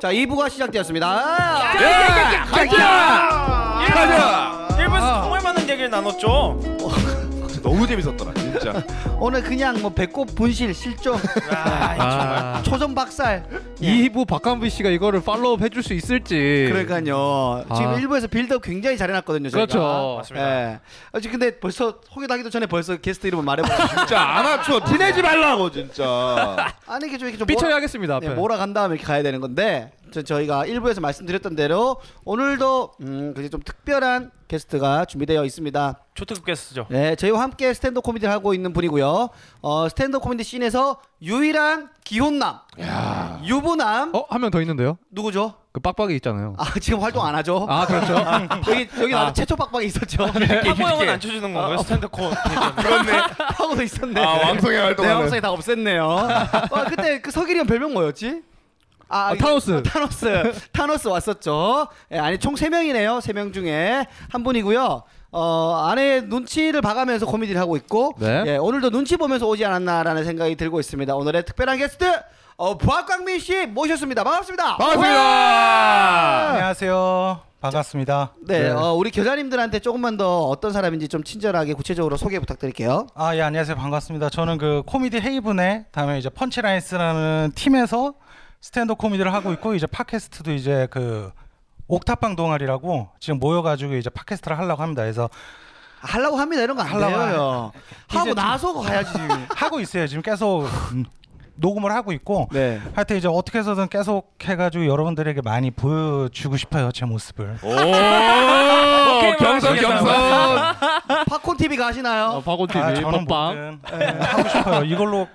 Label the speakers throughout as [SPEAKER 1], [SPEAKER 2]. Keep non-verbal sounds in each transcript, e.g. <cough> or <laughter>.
[SPEAKER 1] 자 2부가 시작되었습니다.
[SPEAKER 2] 야, 가자! 가자!
[SPEAKER 3] 아.
[SPEAKER 4] 1부에서 정말 많은 얘기를 나눴죠.
[SPEAKER 2] 너무 재밌었더라, 진짜.
[SPEAKER 1] 오늘 그냥 뭐 배꼽 분실
[SPEAKER 5] <laughs>
[SPEAKER 1] 실종
[SPEAKER 4] 아,
[SPEAKER 5] 아,
[SPEAKER 1] 초전 박살. 예.
[SPEAKER 5] 2부 박한비 씨가 이거를 팔로우업 해줄 수 있을지.
[SPEAKER 1] 그러니까요. 지금
[SPEAKER 5] 예. 아.
[SPEAKER 1] 일부에서 빌드업 굉장히 잘해놨거든요. 저희가.
[SPEAKER 5] 그렇죠.
[SPEAKER 4] 맞습니다.
[SPEAKER 1] 예. 아, 지금 근데 벌써 소개하기도 전에 벌써 게스트 이름을
[SPEAKER 5] <laughs>
[SPEAKER 1] 말해버렸어요.
[SPEAKER 2] 진짜 안 합쳐. 티내지 말라고, 진짜.
[SPEAKER 1] 아니 이게 좀 이렇게 좀
[SPEAKER 5] 삐처리
[SPEAKER 1] 몰아-
[SPEAKER 5] 하겠습니다. 앞에.
[SPEAKER 1] 네, 몰아간 다음에 이렇게 가야 되는 건데 저, 저희가 일부에서 말씀드렸던 대로 오늘도 음, 굉장히 좀 특별한 게스트가 준비되어 있습니다.
[SPEAKER 4] 초특급 게스트죠.
[SPEAKER 1] 네, 저희와 함께 스탠드 코미디를 하고 있는 분이고요. 어, 스탠드 코미디 씬에서 유일한 기혼남, 유부남
[SPEAKER 5] 어, 한 명 더 있는데요?
[SPEAKER 1] 누구죠?
[SPEAKER 5] 그 빡빡이 있잖아요.
[SPEAKER 1] 아 지금 활동 안 하죠.
[SPEAKER 5] 아, 그렇죠.
[SPEAKER 1] <laughs> 여기 여기 나도 최초 빡빡이 있었죠.
[SPEAKER 3] 아,
[SPEAKER 4] 파고 형은 안 쳐주는 건가요? 스탠드 코. 그렇네.
[SPEAKER 1] 하고도 <laughs> 있었네.
[SPEAKER 2] 아, 왕성의
[SPEAKER 1] 네,
[SPEAKER 2] 활동하는.
[SPEAKER 1] 왕성이 다 없앴네요. 와, 그때 그 서길이 형 별명 뭐였지? 아,
[SPEAKER 5] 아, 타노스.
[SPEAKER 1] 타노스. 타노스 왔었죠. 예, 아니 총 세명이네요세 명 중에 한 분이고요. 어, 아내의 눈치를 봐가면서 코미디를 하고 있고
[SPEAKER 5] 네.
[SPEAKER 1] 예, 오늘도 눈치 보면서 오지 않았나라는 생각이 들고 있습니다. 오늘의 특별한 게스트 어, 박광민 씨 모셨습니다. 반갑습니다.
[SPEAKER 2] 반갑습니다.
[SPEAKER 3] 아, 안녕하세요. 반갑습니다.
[SPEAKER 1] 네, 어, 우리 겨자님들한테 조금만 더 어떤 사람인지 좀 친절하게 구체적으로 소개 부탁드릴게요.
[SPEAKER 3] 아, 예, 안녕하세요. 반갑습니다. 저는 그 코미디 헤이븐에 다음에 이제 펀치라인스라는 팀에서 스탠드 코미디를 하고 있고 이제 팟캐스트도 이제 그 옥탑방 동아리라고 지금 모여 가지고 이제 팟캐스트를 하려고 합니다. 그래서
[SPEAKER 1] 하려고 합니다 이런 거 안
[SPEAKER 3] 하려고
[SPEAKER 1] 돼요.
[SPEAKER 3] 이제
[SPEAKER 1] 하고
[SPEAKER 3] 좀-
[SPEAKER 1] 나서 가야지.
[SPEAKER 3] 하고 있어요. 지금 계속 음, 녹음을 하고 있고
[SPEAKER 1] <laughs> 네.
[SPEAKER 3] 하여튼 이제 어떻게 해서든 계속 해 가지고 여러분들에게 많이 보여주고 싶어요. 제 모습을.
[SPEAKER 2] 오,
[SPEAKER 4] 오케이,
[SPEAKER 2] 경선,
[SPEAKER 4] 하시겠다.
[SPEAKER 2] 경선.
[SPEAKER 1] 팝콘 TV 가시나요?
[SPEAKER 5] 어, 박원 TV,
[SPEAKER 3] 아, 저는
[SPEAKER 5] 빡빵.
[SPEAKER 3] 뭐든 예, 하고 싶어요. 이걸로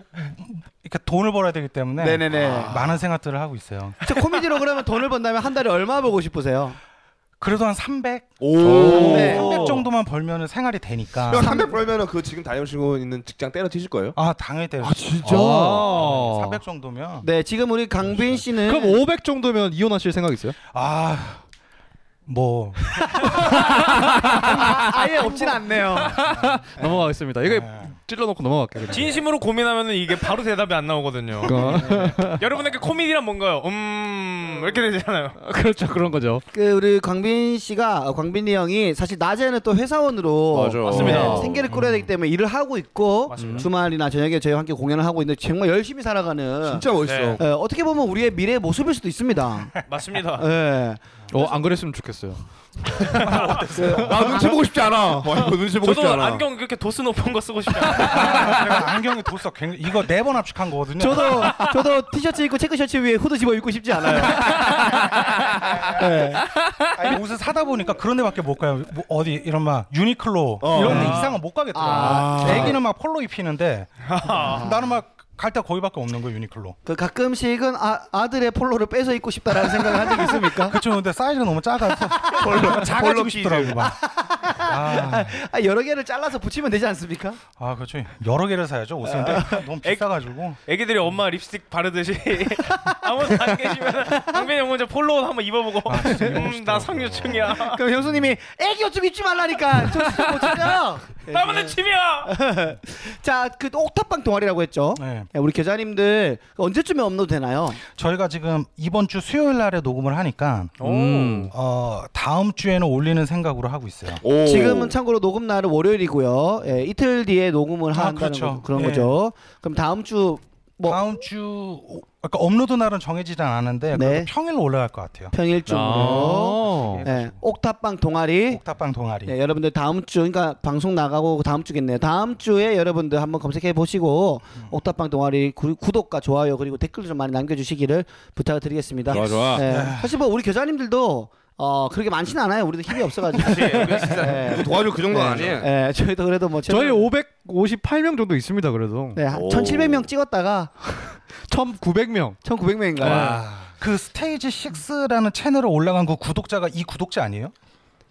[SPEAKER 3] 이렇게 돈을 벌어야 되기 때문에
[SPEAKER 1] 네네네.
[SPEAKER 3] 많은 생각들을 하고 있어요.
[SPEAKER 1] 저 코미디로 그러면 돈을 번다면 한 달에 얼마 보고 싶으세요?
[SPEAKER 3] 그래도 한 300?
[SPEAKER 2] 오.
[SPEAKER 1] 네,
[SPEAKER 3] 300 정도만 벌면 생활이 되니까.
[SPEAKER 2] 그럼 300 벌면은 그 지금 다니시고 있는 직장 때려치실 거예요?
[SPEAKER 3] 아 당연히 때려.
[SPEAKER 5] 진짜?
[SPEAKER 2] 아,
[SPEAKER 3] 400 정도면.
[SPEAKER 1] 네, 지금 우리 강빈 씨는
[SPEAKER 5] 그럼 500 정도면 이혼하실 생각 있어요?
[SPEAKER 3] 아 뭐.
[SPEAKER 1] 아, 예 없진 않네요.
[SPEAKER 5] 넘어가겠습니다. 이거
[SPEAKER 3] 네.
[SPEAKER 5] 찔러놓고 넘어갈게요. 그냥.
[SPEAKER 4] 진심으로 고민하면 이게 바로 대답이 안 나오거든요. 네. 여러분에게 코미디란 뭔가요? 음 이렇게 되잖아요.
[SPEAKER 5] <laughs> 그렇죠. 그런 거죠.
[SPEAKER 1] 그 우리 광빈 씨가 어, 광빈이 형이 사실 낮에는 또 회사원으로 어, 네,
[SPEAKER 2] 맞아요.
[SPEAKER 4] 맞습니다.
[SPEAKER 1] 생계를 꾸려야 되기 때문에 일을 하고 있고 주말이나 저녁에 저희와 함께 공연을 하고 있는데 정말 열심히 살아가는
[SPEAKER 2] 진짜 멋있어.
[SPEAKER 4] 네.
[SPEAKER 1] 예, 어떻게 보면 우리의 미래의 모습일 수도 있습니다.
[SPEAKER 4] 맞습니다.
[SPEAKER 1] 예.
[SPEAKER 5] 어, 안 그랬으면 좋겠어요.
[SPEAKER 2] 나 눈치 보고 싶지 않아. 와이프 눈치
[SPEAKER 4] 네.
[SPEAKER 2] 보고 싶지
[SPEAKER 4] 아, 저도
[SPEAKER 2] 않아.
[SPEAKER 4] 안경 그렇게 도수 높은 거 쓰고 싶지 않아요.
[SPEAKER 3] 제가 안경에 도서 굉장히 이거 네 번 합식한 거거든요.
[SPEAKER 1] 저도 저도 티셔츠 입고 체크 셔츠 위에 후드 집어 입고 싶지 않아요.
[SPEAKER 3] <laughs> 아니, 옷을 사다 보니까 그런 데밖에 못 가요. 뭐 어디 이런 막 유니클로 이런 데 이상은 못 가겠더라고요.
[SPEAKER 1] 어. 아.
[SPEAKER 3] 애기는 막
[SPEAKER 1] <laughs>
[SPEAKER 3] 폴로 입히는데 나는 막 갈 때 거기밖에 없는 거예요 유니클로.
[SPEAKER 1] 그 가끔씩은 아, 아들의 폴로를 빼서 입고 싶다라는 생각을 한 적이 아, 있습니까?
[SPEAKER 3] <laughs> 그쵸 근데 사이즈가
[SPEAKER 1] <laughs>
[SPEAKER 3] 너무 작아서 작아지고 싶더라고 막. 아,
[SPEAKER 1] 아, 여러 개를 잘라서 붙이면 되지 않습니까?
[SPEAKER 3] 아 그렇죠 여러 개를 사야죠 옷은
[SPEAKER 1] 아.
[SPEAKER 3] 근데 너무 비싸가지고
[SPEAKER 4] 애기들이 엄마 립스틱 바르듯이 <laughs> 아무도 안 계시면 강빈 형 먼저 폴로옷 한번 입어보고
[SPEAKER 3] 아,
[SPEAKER 4] 음나 상류층이야.
[SPEAKER 1] 그럼 형수님이 애기 옷 좀 입지 말라니까 저 진짜 못
[SPEAKER 3] <laughs>
[SPEAKER 1] 찾아요.
[SPEAKER 3] 예, 네.
[SPEAKER 4] 나만의 침이야.
[SPEAKER 1] 자, 그 옥탑방 동아리라고 했죠.
[SPEAKER 3] 네.
[SPEAKER 1] 예, 우리 계좌님들 그 언제쯤에 업로드 되나요?
[SPEAKER 3] 저희가 지금 이번 주 수요일 날에 녹음을 하니까
[SPEAKER 5] 음.
[SPEAKER 3] 어, 다음 주에는 올리는 생각으로 하고 있어요.
[SPEAKER 2] 오.
[SPEAKER 1] 지금은 참고로 녹음 날은 월요일이고요. 예, 이틀 뒤에 녹음을
[SPEAKER 3] 아,
[SPEAKER 1] 한다는
[SPEAKER 3] 그렇죠. 아.
[SPEAKER 1] 거- 그런
[SPEAKER 3] 예.
[SPEAKER 1] 거죠. 그럼 다음 주 뭐-
[SPEAKER 3] 다음 주 오- 그러니까 업로드 날은 정해지지 않았는데
[SPEAKER 1] 네.
[SPEAKER 3] 그래도 평일로 올라갈 것 같아요.
[SPEAKER 1] 평일쯤으로
[SPEAKER 5] 아.
[SPEAKER 1] 예, 옥탑방 동아리
[SPEAKER 3] 옥탑방 동아리.
[SPEAKER 1] 예, 여러분들 다음 주 그러니까 방송 나가고 다음 주겠네요. 다음 주에 여러분들 한번 검색해 보시고
[SPEAKER 3] 음.
[SPEAKER 1] 옥탑방 동아리 구, 구독과 좋아요 그리고 댓글도 좀 많이 남겨주시기를 부탁드리겠습니다.
[SPEAKER 2] 좋아, 좋아.
[SPEAKER 1] 예, 사실 뭐 우리 교사님들도 어 그렇게 많지는 않아요. 우리도 힘이 없어가지고.
[SPEAKER 2] <laughs>
[SPEAKER 1] 예,
[SPEAKER 2] 도와줄 그 정도는 아니에요.
[SPEAKER 1] 예, 저희도 그래도 뭐
[SPEAKER 5] 저희
[SPEAKER 1] 최소-
[SPEAKER 5] 558명 정도 있습니다. 그래도
[SPEAKER 1] 네, 한
[SPEAKER 2] 오.
[SPEAKER 1] 1,700명 찍었다가
[SPEAKER 5] 1,900명.
[SPEAKER 1] 1,900명인가. 요
[SPEAKER 3] 그 스테이지 6라는 채널에 올라간 그 구독자가 이 구독자 아니에요?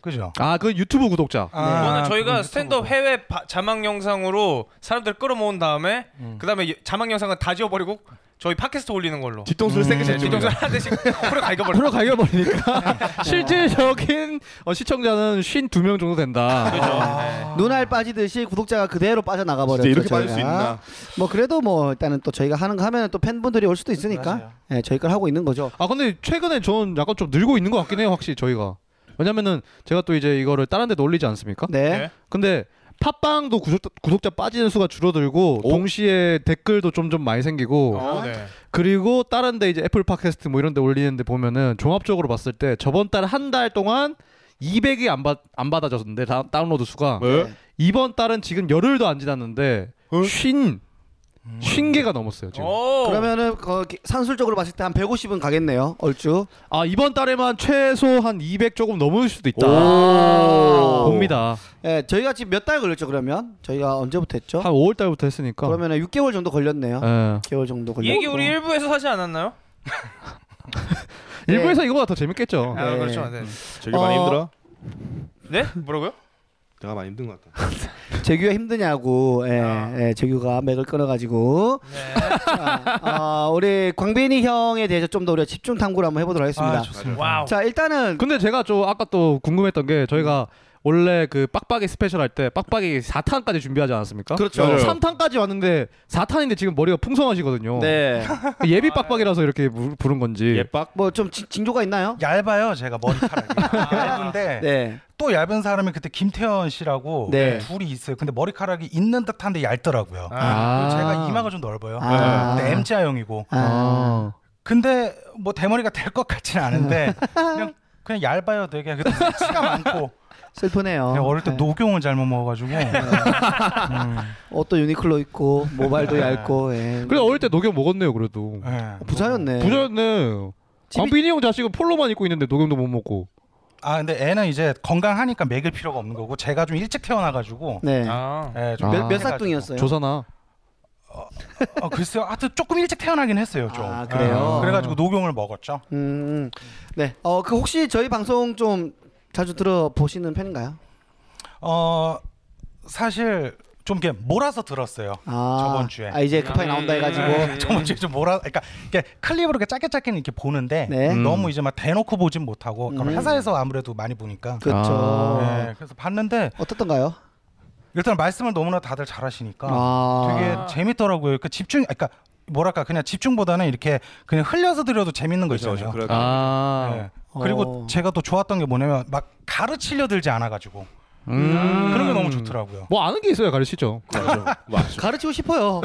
[SPEAKER 3] 그죠?
[SPEAKER 5] 아, 그 유튜브 구독자.
[SPEAKER 1] 네.
[SPEAKER 3] 아,
[SPEAKER 4] 이거는
[SPEAKER 3] 그건
[SPEAKER 4] 저희가 스탠드업
[SPEAKER 3] 유튜브고.
[SPEAKER 4] 해외 바- 자막 영상으로 사람들 끌어모은 다음에 그다음에 여- 자막 영상은 다 지워버리고 저희 팟캐스트 올리는 걸로.
[SPEAKER 2] 뒤통수를
[SPEAKER 5] 음. 네.
[SPEAKER 2] 세게 제
[SPEAKER 4] 뒤통수 하나 대씩
[SPEAKER 5] <laughs>
[SPEAKER 4] 코를 갈겨버려.
[SPEAKER 5] 그로
[SPEAKER 4] <laughs> 네.
[SPEAKER 5] 갈겨버리니까 <laughs> 실질적인 어, 시청자는 52명 정도 된다.
[SPEAKER 4] 그렇죠. 네.
[SPEAKER 1] 눈알 빠지듯이 구독자가 그대로 빠져나가 버렸죠.
[SPEAKER 2] 진짜 이렇게 빠질 수 있나?
[SPEAKER 1] 뭐 그래도 뭐 일단은 또 저희가 하는 거 하면 또 팬분들이 올 수도
[SPEAKER 3] 맞아요.
[SPEAKER 1] 있으니까 예, 저희 걸 하고 있는 거죠.
[SPEAKER 5] 아 근데 최근에 전 약간 좀 늘고 있는 것 같긴 해요 확실히 저희가 왜냐면은 제가 또 이제 이거를 다른 데도 올리지 않습니까?
[SPEAKER 1] 네.
[SPEAKER 4] 네.
[SPEAKER 5] 근데 팟빵도 구독자, 구독자 빠지는 수가 줄어들고
[SPEAKER 2] 오.
[SPEAKER 5] 동시에 댓글도 좀 좀 많이 생기고
[SPEAKER 4] 어, 네.
[SPEAKER 5] 그리고 다른 데 이제 애플 팟캐스트 뭐 이런 데 올리는데 보면은 종합적으로 봤을 때 저번 달 한 달 동안 200이 안, 받, 안 받아졌는데 다, 다운로드 수가
[SPEAKER 2] 왜?
[SPEAKER 5] 이번 달은 지금 열흘도 안 지났는데
[SPEAKER 2] 어?
[SPEAKER 5] 쉰, 쉰 개가 넘었어요 지금
[SPEAKER 4] 오.
[SPEAKER 1] 그러면은 거기 산술적으로 봤을 때 한 150은 가겠네요. 얼추.
[SPEAKER 5] 아 이번 달에만 최소 한 200 조금 넘을 수도 있다
[SPEAKER 1] 오.
[SPEAKER 5] 봅니다
[SPEAKER 1] 예, 저희가 지금 몇 달 걸렸죠, 그러면? 저희가 언제부터 했죠?
[SPEAKER 5] 한 5월 달부터 했으니까
[SPEAKER 1] 그러면은 6개월 정도 걸렸네요.
[SPEAKER 5] 예.
[SPEAKER 1] 6개월 정도
[SPEAKER 4] 이
[SPEAKER 1] 걸렸고.
[SPEAKER 4] 얘기 우리 일부에서 하지 않았나요?
[SPEAKER 1] 네.
[SPEAKER 5] 일부에서 이거보다 더 재밌겠죠
[SPEAKER 4] 아
[SPEAKER 1] 네.
[SPEAKER 4] 그렇죠. 네.
[SPEAKER 2] 저기 많이
[SPEAKER 1] 어.
[SPEAKER 2] 힘들어?
[SPEAKER 4] 네? 뭐라고요?
[SPEAKER 2] 내가 많이 힘든 것 같다.
[SPEAKER 1] 재규가 힘드냐고. 예,
[SPEAKER 4] 아.
[SPEAKER 1] 예, 재규가 맥을 끊어가지고.
[SPEAKER 4] 네.
[SPEAKER 1] 자, 아, 우리 광빈이 형에 대해서 좀 더 우리가 집중 탐구를 한번 해보도록 하겠습니다.
[SPEAKER 3] 아, 좋습니다.
[SPEAKER 4] 와우.
[SPEAKER 1] 자, 일단은
[SPEAKER 5] 근데 제가 좀 아까 또 궁금했던 게 저희가 원래 그 빡빡이 스페셜 할 때 빡빡이 4탄까지 준비하지 않았습니까?
[SPEAKER 1] 그렇죠.
[SPEAKER 2] 맞아요.
[SPEAKER 5] 3탄까지 왔는데 4탄인데 지금 머리가 풍성하시거든요. 그
[SPEAKER 1] 네.
[SPEAKER 5] 예비 빡빡이라서 이렇게 부- 부른 건지.
[SPEAKER 2] 예빡?
[SPEAKER 1] 뭐 좀 징조가 있나요?
[SPEAKER 3] 얇아요 제가 머리카락이
[SPEAKER 4] 아.
[SPEAKER 3] 얇은데
[SPEAKER 1] 네.
[SPEAKER 3] 또 얇은 사람이 그때 김태현 씨라고
[SPEAKER 1] 네.
[SPEAKER 3] 둘이 있어요 근데 머리카락이 있는 듯한데 얇더라고요 아,
[SPEAKER 4] 아.
[SPEAKER 5] 아.
[SPEAKER 3] 그리고 제가 이마가 좀 넓어요
[SPEAKER 1] 아.
[SPEAKER 3] 근데 M자형이고
[SPEAKER 1] 아.
[SPEAKER 3] 근데 뭐 대머리가 될 것 같진 않은데
[SPEAKER 1] 음.
[SPEAKER 3] 그냥 그냥 얇아요 되게 그때
[SPEAKER 1] <laughs>
[SPEAKER 3] 치가 많고
[SPEAKER 1] 슬프네요.
[SPEAKER 3] 그냥 어릴 때
[SPEAKER 1] 네.
[SPEAKER 3] 녹용을 잘못 먹어가지고 음,
[SPEAKER 1] 옷도 유니클로 입고 모발도 얇고. 예. 어,
[SPEAKER 5] 그래 어릴 때 녹용 먹었네요 그래도.
[SPEAKER 3] 예.
[SPEAKER 1] 부자였네.
[SPEAKER 5] 부자였네.
[SPEAKER 1] 집이-
[SPEAKER 5] 광빈이 형 자식은 폴로만 입고 있는데 녹용도 못 먹고.
[SPEAKER 3] 아 근데 애는 이제 건강하니까 먹일 필요가 없는 거고 제가 좀 일찍 태어나가지고
[SPEAKER 1] 네.
[SPEAKER 4] 아.
[SPEAKER 3] 예, 좀
[SPEAKER 5] 아.
[SPEAKER 1] 몇, 몇
[SPEAKER 3] 해가지고.
[SPEAKER 1] 삭둥이었어요?
[SPEAKER 5] 조사나.
[SPEAKER 3] 어, 글쎄요 하여튼 조금 일찍 태어나긴 했어요 좀
[SPEAKER 1] 아, 그래요?
[SPEAKER 3] 예, 그래가지고 녹용을 먹었죠
[SPEAKER 1] 음. 네. 어, 그 혹시 저희 방송 좀 자주 들어보시는 편인가요?
[SPEAKER 3] 어 사실 좀 이렇게 몰아서 들었어요
[SPEAKER 1] 아.
[SPEAKER 3] 저번 주에. 네.
[SPEAKER 1] 아, 이제 급하게 나온다 해가지고.
[SPEAKER 4] 음.
[SPEAKER 3] 뭐 저번 주에 좀 몰아 그러니까 이렇게 클립으로 이렇게 짧게 짧게는 이렇게 보는데
[SPEAKER 1] 네.
[SPEAKER 5] 음.
[SPEAKER 3] 너무 이제 막 대놓고 보진 못하고 그러니까
[SPEAKER 1] 음.
[SPEAKER 3] 회사에서 아무래도 많이 보니까
[SPEAKER 1] 그렇죠.
[SPEAKER 5] 아.
[SPEAKER 3] 네, 그래서 봤는데
[SPEAKER 1] 어떻던가요?
[SPEAKER 3] 일단 말씀을 너무나 다들 잘하시니까
[SPEAKER 1] 아.
[SPEAKER 3] 되게 재밌더라고요. 그 집중, 아, 그러니까 뭐랄까 그냥 집중보다는 이렇게 그냥 흘려서 들어도 재밌는 거 있잖아요.
[SPEAKER 2] 그렇죠.
[SPEAKER 5] 아.
[SPEAKER 3] 네. 그리고
[SPEAKER 1] 어.
[SPEAKER 3] 제가 또 좋았던 게 뭐냐면 막 가르치려 들지 않아 가지고
[SPEAKER 5] 음.
[SPEAKER 3] 그런 게 너무 좋더라고요.
[SPEAKER 5] 뭐 아는 게 있어야 가르치죠.
[SPEAKER 2] 맞아. 맞아.
[SPEAKER 1] 가르치고
[SPEAKER 3] <laughs>
[SPEAKER 1] 싶어요.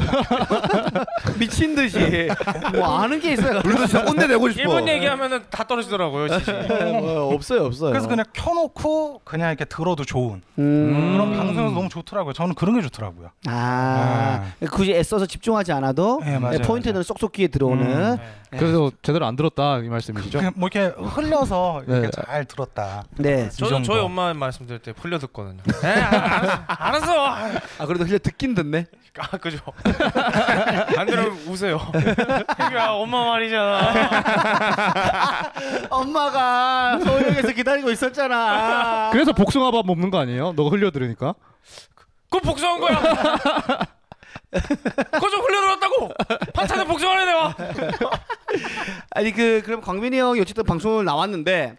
[SPEAKER 1] 미친 듯이. 뭐 아는 게 있어요.
[SPEAKER 2] 우리도 진짜 꼰대 되고 싶어. 네.
[SPEAKER 4] 일본 얘기하면은 다 떨어지더라고요. 지지.
[SPEAKER 1] 없어요, 없어요.
[SPEAKER 3] 그래서 그냥 켜놓고 그냥 이렇게 들어도 좋은
[SPEAKER 1] 음.
[SPEAKER 3] 그런 방송에서 너무 좋더라고요. 저는 그런 게 좋더라고요.
[SPEAKER 1] 아, 굳이 애써서 집중하지 않아도
[SPEAKER 3] 네, 맞아요, 음,
[SPEAKER 1] 포인트는 쏙쏙 귀에 들어오는.
[SPEAKER 5] 그래서 제대로 안 들었다 이
[SPEAKER 3] <laughs>
[SPEAKER 5] 말씀이시죠?
[SPEAKER 3] 그냥 뭐 이렇게 흘려서
[SPEAKER 5] 네.
[SPEAKER 3] 이렇게 잘 들었다.
[SPEAKER 1] 네.
[SPEAKER 4] 저는
[SPEAKER 3] 정도.
[SPEAKER 4] 저희 엄마 말씀 드릴 때 풀려 듣거든요. 에 알았어. 알았어.
[SPEAKER 1] 아, 그래도 흘려 듣긴 듣네.
[SPEAKER 4] 아 그죠. <laughs> 안 들으면 우세요. <laughs> 야 엄마 말이잖아.
[SPEAKER 1] 엄마가 소영에서 기다리고 있었잖아.
[SPEAKER 5] 그래서 복숭아밥 먹는 거 아니에요? 너가 흘려 들으니까.
[SPEAKER 4] 그거 복수한 거야. 그거 좀 흘려들었다고. 반찬을 복수하려 내가.
[SPEAKER 1] 아니 그 그럼 광민이 형이 어쨌든 방송을 나왔는데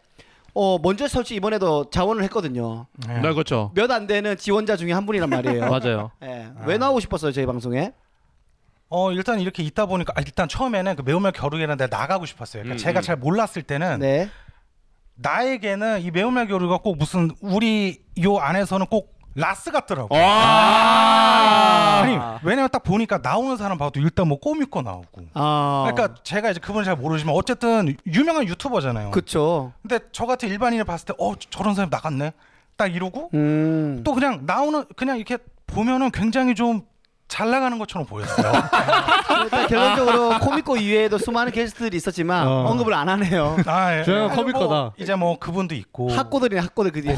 [SPEAKER 1] 어 먼저 설치 이번에도 자원을 했거든요.
[SPEAKER 3] 네.
[SPEAKER 5] 그렇죠.
[SPEAKER 1] 몇 안 되는 지원자 중에 한 분이란 말이에요.
[SPEAKER 5] 맞아요.
[SPEAKER 1] 예. 왜 나오고 싶었어요 저희 방송에?
[SPEAKER 3] 어 일단 이렇게 있다 보니까 아, 일단 처음에는 그 매운맛 겨루기라는데 나가고 싶었어요. 그러니까
[SPEAKER 2] 음,
[SPEAKER 3] 제가
[SPEAKER 2] 음.
[SPEAKER 3] 잘 몰랐을 때는
[SPEAKER 1] 네.
[SPEAKER 3] 나에게는 이 매운맛 겨루기가 꼭 무슨 우리 요 안에서는 꼭 라스 같더라고. 요
[SPEAKER 4] 아.
[SPEAKER 5] 아.
[SPEAKER 3] 아니 왜냐면 딱 보니까 나오는 사람 봐도 일단 뭐 꼬미꼬 나오고.
[SPEAKER 1] 아.
[SPEAKER 3] 그러니까 제가 이제 그분을 잘 모르지만 어쨌든 유명한 유튜버잖아요.
[SPEAKER 1] 그쵸.
[SPEAKER 3] 근데 저 같은 일반인을 봤을 때 어 저런 사람 나갔네. 딱 이러고
[SPEAKER 1] 음.
[SPEAKER 3] 또 그냥 나오는 그냥 이렇게 보면은 굉장히 좀 잘 나가는 것처럼 보였어요.
[SPEAKER 1] 일단 결론적으로 코미코 이외에도 수많은 게스트들이 있었지만
[SPEAKER 5] 어.
[SPEAKER 1] 언급을 안 하네요.
[SPEAKER 3] 아, 예.
[SPEAKER 5] 주영아
[SPEAKER 3] 아니,
[SPEAKER 5] 컵일
[SPEAKER 3] 뭐
[SPEAKER 5] 거다.
[SPEAKER 3] 이제 뭐 그분도 있고
[SPEAKER 1] 학고들이네 학고들 그
[SPEAKER 3] <laughs>
[SPEAKER 1] 뒤에.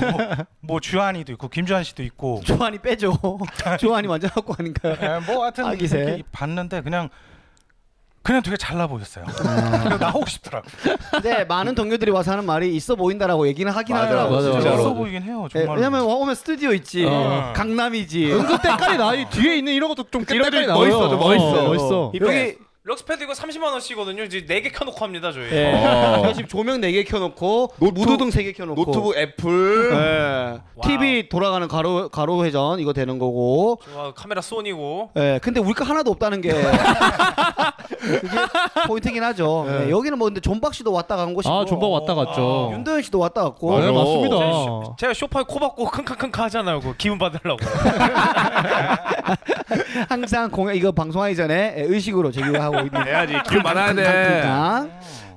[SPEAKER 3] 뭐 주한이도 있고 김주한 씨도 있고
[SPEAKER 1] 조한이 빼줘. 조한이 완전 학고 아닌가요?
[SPEAKER 3] 예, 뭐 하여튼
[SPEAKER 1] 아기새.
[SPEAKER 3] 이렇게 봤는데 그냥 그냥 되게 잘나 보였어요.
[SPEAKER 1] 아.
[SPEAKER 3] <laughs> 그래서 나오고 싶더라고.
[SPEAKER 1] 근데 많은 동료들이 와서 하는 말이 있어 보인다라고 얘기는 하긴
[SPEAKER 2] 맞아요,
[SPEAKER 1] 하더라고요.
[SPEAKER 5] 맞아요,
[SPEAKER 1] 진짜로.
[SPEAKER 5] 맞아요.
[SPEAKER 3] 있어 보이긴 해요.
[SPEAKER 1] 예,
[SPEAKER 3] 정말.
[SPEAKER 1] 왜냐면 와 오면 스튜디오 있지,
[SPEAKER 5] 어.
[SPEAKER 1] 강남이지.
[SPEAKER 5] 은근 때깔이 나. 이 뒤에 있는 이런 것도 좀 때깔이 나와요.
[SPEAKER 2] 멋있어, 좀 멋있어.
[SPEAKER 5] 어, 멋있어.
[SPEAKER 1] 여기
[SPEAKER 4] 럭스패드 이거 30만 원씩이거든요. 이제 4개 켜놓고 합니다 저희.
[SPEAKER 1] 예. <laughs>
[SPEAKER 2] 어.
[SPEAKER 1] 저희 집 조명 4개 켜놓고
[SPEAKER 2] 노트-
[SPEAKER 1] 무드등 3개 켜놓고
[SPEAKER 2] 노트북 애플 네.
[SPEAKER 1] 예. TV 돌아가는 가로 가로 회전 이거 되는 거고.
[SPEAKER 4] 좋아 카메라 소니고.
[SPEAKER 1] 예. 근데 우리 거 하나도 없다는 게 그게 포인트긴 하죠. 예, 여기는 뭐 근데 존박 씨도 왔다 간 곳이고.
[SPEAKER 5] 아 존박 왔다 갔죠.
[SPEAKER 1] 윤도현 씨도 왔다 갔고.
[SPEAKER 5] 네,
[SPEAKER 2] 맞아요.
[SPEAKER 5] 맞습니다.
[SPEAKER 4] 제가 쇼- 제가 쇼파에 코 박고 킁킁킁 하잖아요. 그거 기운 받으려고.
[SPEAKER 1] 항상 공연 이거 방송하기 전에 예, 의식으로 제기하고 있는
[SPEAKER 2] 해야지 기운 많아야 돼.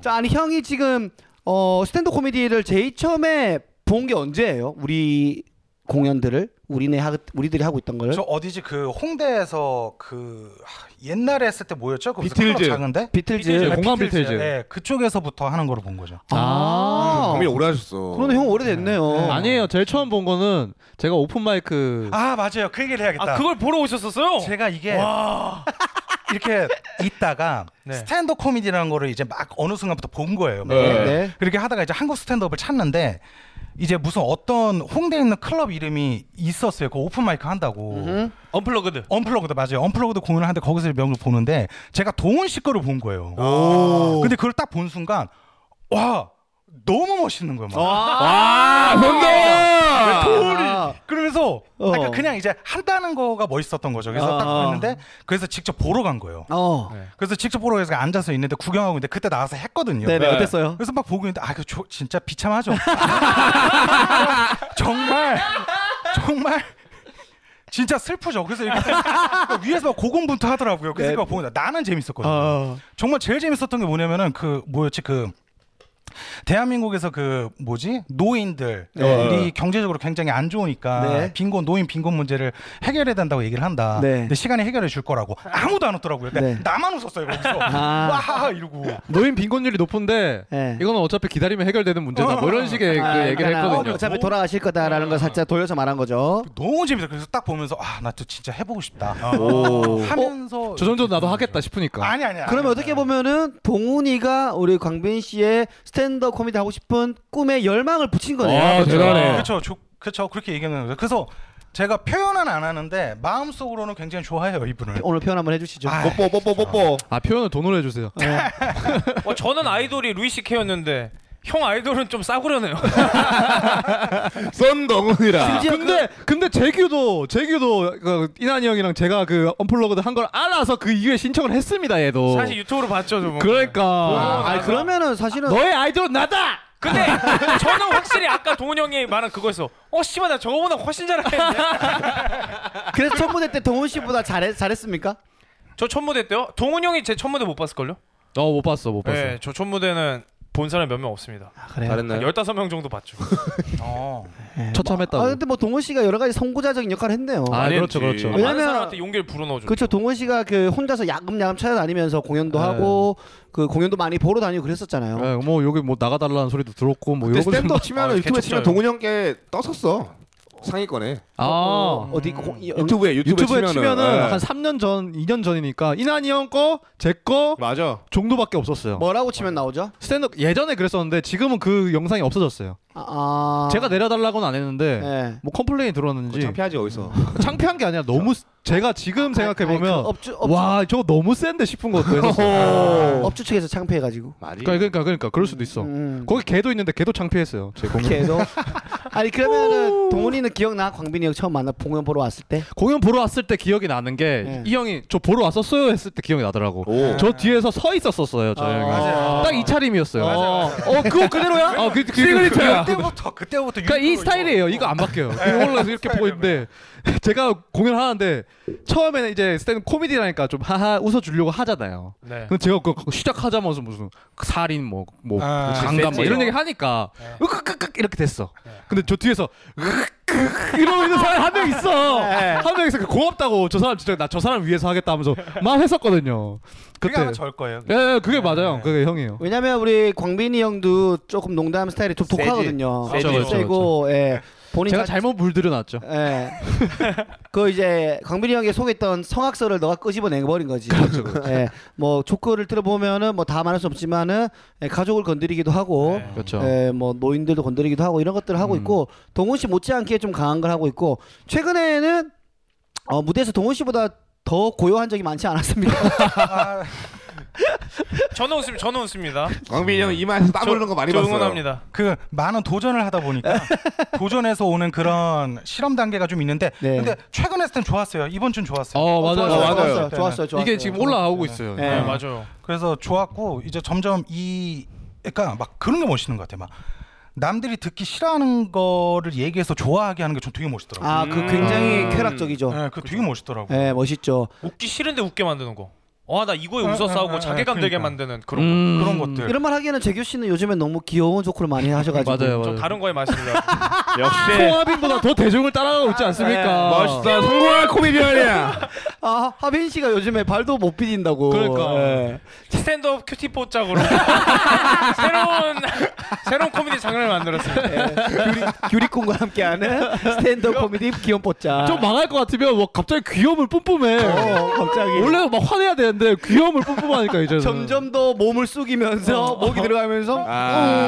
[SPEAKER 1] 자, 아니 형이 지금 어, 스탠드 코미디를 제일 처음에 본 게 언제예요? 우리 공연들을 우리네 하, 우리들이 하고 있던 걸.
[SPEAKER 3] 저 어디지 그 홍대에서 그 하, 옛날에 했을 때 뭐였죠? 그 무슨
[SPEAKER 2] 비틀즈.
[SPEAKER 3] 클럽 작은데?
[SPEAKER 1] 비틀즈.
[SPEAKER 5] 네, 공감
[SPEAKER 4] 비틀즈요.
[SPEAKER 5] 비틀즈.
[SPEAKER 3] 네, 그쪽에서부터 하는 거로 본 거죠.
[SPEAKER 1] 아.
[SPEAKER 2] 고민 오래 하셨어.
[SPEAKER 1] 그런데 형 오래됐네요.
[SPEAKER 5] 아니에요. 제일 처음 본 거는 제가 오픈 마이크
[SPEAKER 3] 아 맞아요, 그 얘기를 해야겠다.
[SPEAKER 4] 아 그걸 보러 오셨었어요?
[SPEAKER 3] 제가 이게
[SPEAKER 4] 와.
[SPEAKER 3] <laughs> 이렇게 있다가
[SPEAKER 4] 네.
[SPEAKER 3] 스탠드 코미디라는 거를 이제 막 어느 순간부터 본 거예요. 막.
[SPEAKER 1] 네. 네.
[SPEAKER 3] 그렇게 하다가 이제 한국 스탠드업을 찾는데 이제 무슨 어떤 홍대에 있는 클럽 이름이 있었어요. 그 오픈 마이크 한다고.
[SPEAKER 1] 음.
[SPEAKER 4] 언플러그드.
[SPEAKER 3] 언플러그드 맞아요. 언플러그드 공연을 하는데 거기서 명을 보는데 제가 동훈 씨 거를 본 거예요.
[SPEAKER 2] 오.
[SPEAKER 3] 근데 그걸 딱 본 순간 와 너무 멋있는 거예요. 막.
[SPEAKER 2] 아,
[SPEAKER 1] 아.
[SPEAKER 2] 뭔가.
[SPEAKER 3] 그러면서
[SPEAKER 1] 어.
[SPEAKER 3] 그러니까 그냥 이제 한다는 거가 멋있었던 거죠. 그래서
[SPEAKER 1] 아.
[SPEAKER 3] 딱 봤는데 그래서 직접 보러 간 거예요.
[SPEAKER 1] 어.
[SPEAKER 5] 네.
[SPEAKER 3] 그래서 직접 보러 가서 앉아서 있는데 구경하고 있는데 그때 나와서 했거든요.
[SPEAKER 1] 네네. 그렇죠.
[SPEAKER 2] 네.
[SPEAKER 1] 어땠어요?
[SPEAKER 3] 그래서 막 보고 있는데 아 이거 조- 진짜
[SPEAKER 1] <laughs>
[SPEAKER 3] 비참하죠. 정말 정말 진짜 슬프죠. 그래서
[SPEAKER 1] <laughs>
[SPEAKER 3] 이렇게 그러니까 위에서 막 고군분투 하더라고요. 그래서
[SPEAKER 1] 네.
[SPEAKER 3] 이거 보고 나는 재밌었거든요.
[SPEAKER 1] 어.
[SPEAKER 5] 아.
[SPEAKER 3] 정말 제일 재밌었던 게 뭐냐면은 그 뭐였지 그 대한민국에서 그 뭐지 노인들
[SPEAKER 1] 네.
[SPEAKER 3] 우리 경제적으로 굉장히 안 좋으니까
[SPEAKER 1] 네.
[SPEAKER 3] 빈곤 노인 빈곤 문제를 해결해야 된다고 얘기를 한다.
[SPEAKER 1] 네.
[SPEAKER 3] 근데 시간이 해결해 줄 거라고 아무도 안 웃더라고요. 그러니까
[SPEAKER 1] 네.
[SPEAKER 3] 나만 웃었어요 거기서
[SPEAKER 1] <laughs> 아.
[SPEAKER 3] 와 이러고
[SPEAKER 5] 노인 빈곤율이 높은데
[SPEAKER 1] 네.
[SPEAKER 5] 이거는 어차피 기다리면 해결되는 문제다. 뭐 이런 식의
[SPEAKER 1] 아,
[SPEAKER 5] 그 얘기를
[SPEAKER 1] 그러니까 나
[SPEAKER 5] 했거든요.
[SPEAKER 1] 어차피 돌아가실 거다라는 걸 살짝 돌려서 말한 거죠.
[SPEAKER 3] 너무 재밌어. 그래서 딱 보면서 아 나 또 진짜 해보고 싶다 어.
[SPEAKER 2] 오.
[SPEAKER 3] 하면서
[SPEAKER 5] 저 정도 나도 하겠다 싶으니까.
[SPEAKER 3] 아니 아니야.
[SPEAKER 1] 어? 그러면 어떻게 보면은 동훈이가 우리 광빈 씨의 스탠더 코미디 하고 싶은 꿈에 열망을 붙인 거네요.
[SPEAKER 5] 어.
[SPEAKER 2] 아, 대단해.
[SPEAKER 3] 그렇죠. 그렇죠. 그렇게 얘기하는 거죠. 그래서 제가 표현은 안 하는데 마음속으로는 굉장히 좋아해요 이분을.
[SPEAKER 1] 오늘 표현 한번 해주시죠. 어.
[SPEAKER 3] 아,
[SPEAKER 2] 뽀뽀 뽀뽀 뽀뽀.
[SPEAKER 5] 아 표현을 돈으로 해주세요.
[SPEAKER 1] 네.
[SPEAKER 4] 와, 어, 저는 아이돌이 루이시케였는데 형 아이돌은 좀 싸구려네요.
[SPEAKER 2] 아. 썬덩훈이라.
[SPEAKER 1] 심지어
[SPEAKER 5] 근데 근데 재규도 재규도 그 이난이 형이랑 제가 그 언플러그드 한 걸 알아서 그 이후에 신청을 했습니다 얘도.
[SPEAKER 4] 사실 유튜브로 봤죠, 저분.
[SPEAKER 5] 그러니까
[SPEAKER 1] 아, 아니, 그러면은 사실은
[SPEAKER 5] 너의 아이돌 나다.
[SPEAKER 4] 근데 저는 확실히 아까 동훈 형이 말한 그거였어. 어 씨발 나 저거보다 훨씬 <laughs> 잘하겠네.
[SPEAKER 1] 그래서 첫 무대 때 동훈 씨보다 잘했 잘했습니까?
[SPEAKER 4] 저첫 무대 때요? 동훈 형이 제 첫 무대 못 봤을걸요?
[SPEAKER 5] 어 못 봤어 못 봤어.
[SPEAKER 4] 네, 저첫 무대는 본 사람 몇 명 없습니다.
[SPEAKER 1] 아, 그래요.
[SPEAKER 2] 잘했나요?
[SPEAKER 4] 15명 정도 봤죠.
[SPEAKER 3] 어.
[SPEAKER 1] 아
[SPEAKER 5] 처참했다고.
[SPEAKER 1] 근데 뭐 동훈 씨가 여러 가지 선구자적인 역할을 했네요.
[SPEAKER 5] 아,
[SPEAKER 2] 아니,
[SPEAKER 5] 그렇죠 그렇죠.
[SPEAKER 1] 왜냐면-
[SPEAKER 4] 많은 사람한테 용기를 불어넣어줘.
[SPEAKER 1] 그렇죠. 동훈 씨가 그 혼자서 야금야금 찾아다니면서 공연도
[SPEAKER 5] 네.
[SPEAKER 1] 하고 그 공연도 많이 보러 다니고 그랬었잖아요.
[SPEAKER 5] 예, 뭐 여기 뭐 나가달라는 소리도 들었고 뭐
[SPEAKER 2] 근데
[SPEAKER 5] 이런
[SPEAKER 2] 스탠드업 치면
[SPEAKER 4] 아,
[SPEAKER 2] 유튜브 치면
[SPEAKER 4] 개척자예요.
[SPEAKER 2] 동훈 형께 떴었어. 상위권에.
[SPEAKER 5] 아
[SPEAKER 1] 어디 고, 이- 어,
[SPEAKER 2] 유튜브에 유튜브에,
[SPEAKER 5] 유튜브에 치면은, 네.
[SPEAKER 2] 예.
[SPEAKER 5] 한 3년 전, 2년 전이니까 이난이 형거제거
[SPEAKER 2] 맞아.
[SPEAKER 5] 정도밖에 없었어요.
[SPEAKER 1] 뭐라고 치면 나오죠?
[SPEAKER 5] 스탠드업 예전에 그랬었는데 지금은 그 영상이 없어졌어요.
[SPEAKER 1] 아, 아.
[SPEAKER 5] 제가 내려달라고는 안 했는데
[SPEAKER 1] 네.
[SPEAKER 5] 뭐 컴플레인
[SPEAKER 2] 그거
[SPEAKER 5] 들었는지
[SPEAKER 2] 창피하지 어디서.
[SPEAKER 5] 창피한 게 아니라 너무 스- 제가 지금 생각해
[SPEAKER 1] 아니,
[SPEAKER 5] 보면
[SPEAKER 1] 그 업주 업,
[SPEAKER 5] 와 저거 너무 센데 싶은 것도
[SPEAKER 1] <laughs>
[SPEAKER 5] 했었어요.
[SPEAKER 1] 업주 측에서 창피해가지고.
[SPEAKER 2] 말이.
[SPEAKER 5] 그러니까 그러니까 그러니까 그럴 수도 있어.
[SPEAKER 1] 음.
[SPEAKER 5] 거기 걔도 있는데 걔도 창피했어요. 제 공연
[SPEAKER 1] 계속. <laughs> 아니 그러면은 동훈이는 기억나? 광빈이 형 처음 만나 공연 보러 왔을 때.
[SPEAKER 5] 공연 보러 왔을 때 기억이 나는 게
[SPEAKER 1] 네.
[SPEAKER 5] 이 형이 저 보러 왔었어요 했을 때 기억이 나더라고.
[SPEAKER 2] 오.
[SPEAKER 5] 저 뒤에서 서 있었었어요 저
[SPEAKER 1] 아.
[SPEAKER 5] 형이.
[SPEAKER 3] 맞아요.
[SPEAKER 4] 네.
[SPEAKER 5] 딱 이 차림이었어요.
[SPEAKER 3] 맞아요,
[SPEAKER 5] 어, 어, 그거 그대로야? 어, 그, 그, 시그니처야. 네.
[SPEAKER 3] 그때부터 그때부터
[SPEAKER 5] 그러니까 이
[SPEAKER 3] 유튜브 이거-
[SPEAKER 5] 스타일이에요. 이거 안 바뀌어요. 올라서 이렇게 보고 있는데 <laughs> 제가 공연을 하는데 처음에는 이제 스탠드 코미디라니까 좀 하하 웃어주려고 하잖아요.
[SPEAKER 4] 네.
[SPEAKER 5] 근데 제가 그 시작하자마자 무슨 살인 뭐뭐
[SPEAKER 3] 아,
[SPEAKER 5] 장감 뭐
[SPEAKER 4] 센치요.
[SPEAKER 5] 이런 얘기 하니까
[SPEAKER 4] 네.
[SPEAKER 5] 으크크크 이렇게 됐어. 근데 저 뒤에서 으크크 이러고 있는 사람 한 명 있어. 한 명 있어. 그 고맙다고 저 사람 진짜 나 저 사람 위해서 하겠다 하면서 막 했었거든요.
[SPEAKER 3] 그게 아마
[SPEAKER 5] 그때
[SPEAKER 3] 절 거예요.
[SPEAKER 5] 예, 예, 그게 맞아요.
[SPEAKER 3] 네.
[SPEAKER 5] 그게 형이에요.
[SPEAKER 1] 왜냐면 우리 광빈이 형도 조금 농담 스타일이 좀
[SPEAKER 2] 세지.
[SPEAKER 1] 독하거든요.
[SPEAKER 2] 세죠,
[SPEAKER 1] 좀
[SPEAKER 5] 그렇죠,
[SPEAKER 1] 세고 예. 본인
[SPEAKER 5] 제가
[SPEAKER 1] 자-
[SPEAKER 5] 잘못 물들여놨죠.
[SPEAKER 1] 예. <laughs> 그 이제 광빈이 형이 속에 있던 성악설을 너가 끄집어내 버린 거지.
[SPEAKER 5] 그렇죠,
[SPEAKER 1] 예. 뭐 조커를 들어보면은 뭐 다 말할 수 없지만은 예, 가족을 건드리기도 하고
[SPEAKER 4] 네.
[SPEAKER 5] 그렇죠.
[SPEAKER 1] 예, 뭐 노인들도 건드리기도 하고 이런 것들을 하고
[SPEAKER 5] 음.
[SPEAKER 1] 있고 동훈 씨 못지않게 좀 강한 걸 하고 있고 최근에는
[SPEAKER 5] <laughs>
[SPEAKER 1] 어, 무대에서 동훈 씨보다 더 고요한 적이 많지 않았습니다.
[SPEAKER 3] 아,
[SPEAKER 4] 저는 웃습니다. 저는 웃습니다.
[SPEAKER 2] 광빈이 형 이마에서 땀
[SPEAKER 4] 저-
[SPEAKER 2] 흐르는 거 많이
[SPEAKER 4] 저
[SPEAKER 2] 봤어요.
[SPEAKER 4] 응원합니다.
[SPEAKER 3] 그 많은 도전을 하다 보니까 <laughs> 도전에서 오는 그런 실험 단계가 좀 있는데
[SPEAKER 1] 네.
[SPEAKER 3] 근데 최근에 했을 땐 좋았어요. 이번 주는 좋았어요.
[SPEAKER 5] 어 맞아요.
[SPEAKER 2] 맞아요.
[SPEAKER 1] 좋았어요.
[SPEAKER 3] 맞아요.
[SPEAKER 1] 좋았어요. 좋았어요.
[SPEAKER 5] 이게 지금 올라오고 있어요.
[SPEAKER 1] 네.
[SPEAKER 4] 네, 맞아요.
[SPEAKER 3] 그래서 좋았고 이제 점점 이 그러니까 막 그런 게 멋있는 것 같아요. 막 남들이 듣기 싫어하는 거를 얘기해서 좋아하게 하는 게 좀 되게 멋있더라고요.
[SPEAKER 1] 아, 그 굉장히
[SPEAKER 4] 음.
[SPEAKER 1] 쾌락적이죠.
[SPEAKER 3] 네, 그 되게 멋있더라고요.
[SPEAKER 1] 예, 멋있죠.
[SPEAKER 4] 웃기 싫은데 웃게 만드는 거. 와, 나 이거에
[SPEAKER 3] 아,
[SPEAKER 4] 웃어
[SPEAKER 3] 아,
[SPEAKER 4] 싸우고
[SPEAKER 3] 아,
[SPEAKER 4] 자괴감
[SPEAKER 3] 아,
[SPEAKER 4] 들게
[SPEAKER 3] 그러니까.
[SPEAKER 4] 만드는 그런 거.
[SPEAKER 5] 음.
[SPEAKER 3] 그런 것들.
[SPEAKER 1] 이런 말 하기에는 재규 씨는 요즘에 너무 귀여운 조크를 많이 하셔가지고
[SPEAKER 5] 맞아요.
[SPEAKER 4] 저
[SPEAKER 5] 맞아요.
[SPEAKER 4] 다른 거에 마십니다.
[SPEAKER 2] 역시
[SPEAKER 5] 송하빈보다 더 대중을 따라가고 있지 않습니까?
[SPEAKER 2] 아. 네, 멋있다. 성공한 코미디언이야.
[SPEAKER 1] 아 하빈 씨가 요즘에 발도 못 비딘다고.
[SPEAKER 5] 그러니까.
[SPEAKER 1] 예.
[SPEAKER 4] 스탠드업 큐티포 짝으로 새로운 새로운 코미디 장르를 만들었습니다.
[SPEAKER 1] 규리, 꾼과 함께하는 스탠드 코미디 귀염 뽀짜.
[SPEAKER 5] 좀 망할 것 같으면 뭐 갑자기 귀염을 뿜뿜해.
[SPEAKER 1] 어, 갑자기.
[SPEAKER 5] 원래 막 화내야 되는데 귀염을 뿜뿜하니까 이제
[SPEAKER 1] 점점 더 몸을 숙이면서 목이 들어가면서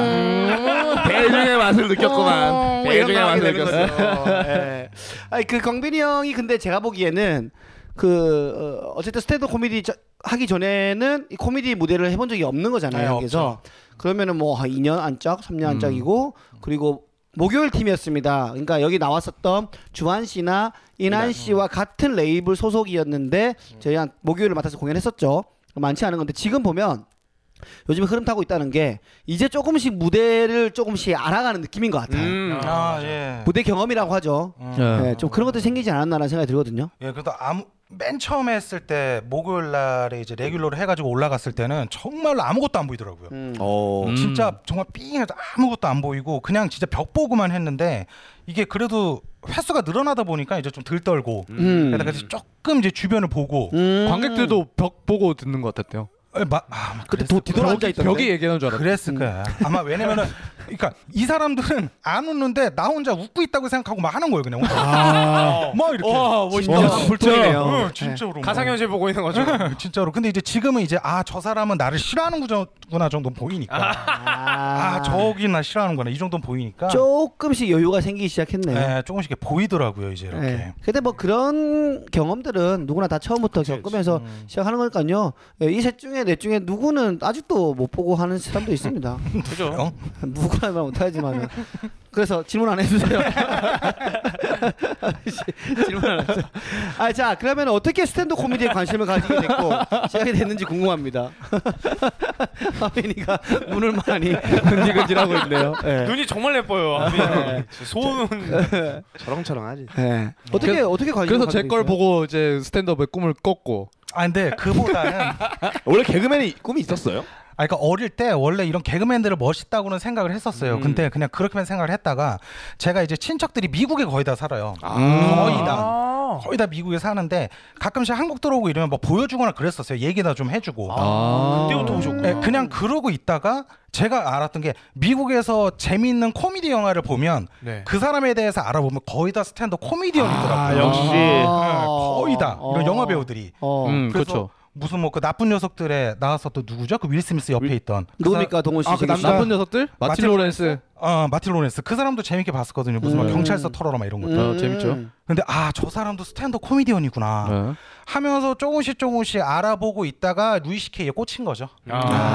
[SPEAKER 2] 아, 대중의 맛을 느꼈구만.
[SPEAKER 1] 뭐 이런
[SPEAKER 2] 대중의
[SPEAKER 1] 거
[SPEAKER 2] 맛을
[SPEAKER 1] 하게 되는
[SPEAKER 2] 느꼈어.
[SPEAKER 1] 거죠. 예. 아니 그 광빈이 형이 근데 제가 보기에는 그 어, 어쨌든 스탠드 코미디 저- 하기 전에는 이 코미디 무대를 해본 적이 없는 거잖아요.
[SPEAKER 3] 네,
[SPEAKER 1] 그래서 그러면은 뭐 한 2년 안짝, 3년 안짝이고 그리고 목요일 팀이었습니다. 그러니까 여기 나왔었던 주한 씨나 이난 씨와 같은 레이블 소속이었는데 저희가 목요일을 맡아서 공연했었죠. 많지 않은 건데 지금 보면 요즘에 흐름 타고 있다는 게 이제 조금씩 무대를 조금씩 알아가는 느낌인 것 같아요.
[SPEAKER 4] 네.
[SPEAKER 2] 음.
[SPEAKER 3] 아, 예.
[SPEAKER 1] 무대 경험이라고 하죠.
[SPEAKER 3] 음.
[SPEAKER 5] 네.
[SPEAKER 1] 예, 좀 그런 것도 생기지 않았나라는 생각이 들거든요.
[SPEAKER 3] 예, 그래도 아무 맨 처음에 했을 때 목요일 날에 이제 레귤러로 해가지고 올라갔을 때는 정말로 아무것도 안 보이더라고요.
[SPEAKER 2] 어.
[SPEAKER 5] 음.
[SPEAKER 3] 진짜 정말 삥해서 아무것도 안 보이고 그냥 진짜 벽 보고만 했는데 이게 그래도 횟수가 늘어나다 보니까 이제 좀 덜 떨고
[SPEAKER 1] 음.
[SPEAKER 3] 그래서 그래서 조금 이제 주변을 보고
[SPEAKER 1] 음.
[SPEAKER 5] 관객들도 벽 보고 듣는 것 같았대요.
[SPEAKER 3] 에, 마, 아, 막
[SPEAKER 1] 그때 도- 음. 뒤돌아 앉아
[SPEAKER 5] 벽이,
[SPEAKER 1] 있던데.
[SPEAKER 5] 벽이 얘기하는 줄 알았어.
[SPEAKER 3] 그랬을 거야. 아마 왜냐면은 그러니까 이 사람들은 안 웃는데 나 혼자 웃고 있다고 생각하고 막 하는 거예요 그냥.
[SPEAKER 1] 아.
[SPEAKER 3] 막 이렇게.
[SPEAKER 1] 진짜 불통이네요. 어,
[SPEAKER 3] 응, 어, 진짜로. 막.
[SPEAKER 4] 어. 가상현실 보고 있는 거죠.
[SPEAKER 3] <laughs> 진짜로. 근데 이제 지금은 이제 아 저 사람은 나를 싫어하는구나 정도 보이니까. 아, 저기 나 싫어하는구나 이 정도는 보이니까.
[SPEAKER 1] 조금씩 여유가 생기기 시작했네요.
[SPEAKER 3] 네, 조금씩 이렇게 보이더라고요 이제 이렇게.
[SPEAKER 1] 예. 근데 뭐 그런 경험들은 누구나 다 처음부터 겪으면서 시작하는 거니까요. 예, 이 셋 중에 넷 중에 누구는 아직도 못 보고 하는 사람도 있습니다.
[SPEAKER 4] 그죠?
[SPEAKER 3] 어?
[SPEAKER 1] <laughs> 누구나 말 못하지만 그래서 질문 안 해주세요. 질문 안 하죠. 아자 그러면 어떻게 스탠드 코미디에 관심을 가지게 됐고 시작이 됐는지 궁금합니다. <laughs> 하빈이가 눈을 많이 근질근질하고 있네요. 네. 예.
[SPEAKER 4] 눈이 정말 예뻐요. 아니, 소은
[SPEAKER 2] 저렁저렁하지.
[SPEAKER 1] 예. 어떻게 어떻게 관심?
[SPEAKER 5] 그래서 제 걸 보고 이제 스탠드업의 꿈을 꿨고
[SPEAKER 3] 아 근데
[SPEAKER 4] <laughs>
[SPEAKER 3] 그보다는
[SPEAKER 2] 원래 개그맨의 꿈이 있었어요?
[SPEAKER 3] 아, 그러니까 어릴 때 원래 이런 개그맨들을 멋있다고는 생각을 했었어요.
[SPEAKER 4] 음.
[SPEAKER 3] 근데 그냥 그렇게만 생각을 했다가 제가 이제 친척들이 미국에 거의 다 살아요.
[SPEAKER 2] 음. 어.
[SPEAKER 3] 거의 다.
[SPEAKER 4] 아.
[SPEAKER 3] 거의 다 미국에 사는데 가끔씩 한국 들어오고 이러면 뭐 보여주거나 그랬었어요. 얘기나 좀 해주고.
[SPEAKER 5] 아.
[SPEAKER 4] 그때부터 오셨구나.
[SPEAKER 3] 네, 그냥 그러고 있다가 제가 알았던 게 미국에서 재미있는 코미디 영화를 보면
[SPEAKER 4] 네.
[SPEAKER 3] 그 사람에 대해서 알아보면 거의 다 스탠드
[SPEAKER 4] 아,
[SPEAKER 3] 코미디언이더라고요.
[SPEAKER 2] 역시.
[SPEAKER 3] 네, 거의 다 이런 영화 배우들이.
[SPEAKER 1] 아. 어.
[SPEAKER 5] 음,
[SPEAKER 3] 그래서
[SPEAKER 5] 그렇죠.
[SPEAKER 3] 무슨 뭐 그 나쁜 녀석들에 나와서 또 누구죠? 그 윌 스미스 옆에 있던 그 사람-
[SPEAKER 1] 누굽니까 동훈 씨?
[SPEAKER 5] 아, 그
[SPEAKER 1] 지금
[SPEAKER 5] 남,
[SPEAKER 1] 씨?
[SPEAKER 5] 나쁜 녀석들? 마틴
[SPEAKER 3] 마틴
[SPEAKER 5] 로렌스.
[SPEAKER 3] 어, 마틴 로렌스 그 사람도 재밌게 봤었거든요. 무슨 막
[SPEAKER 1] 음.
[SPEAKER 3] 경찰서 털어라 막 이런 것들.
[SPEAKER 5] 아, 재밌죠.
[SPEAKER 3] 근데 아 저 사람도 스탠드 코미디언이구나
[SPEAKER 5] 네.
[SPEAKER 3] 하면서 조금씩 조금씩 알아보고 있다가 루이시케이에 꽂힌 거죠.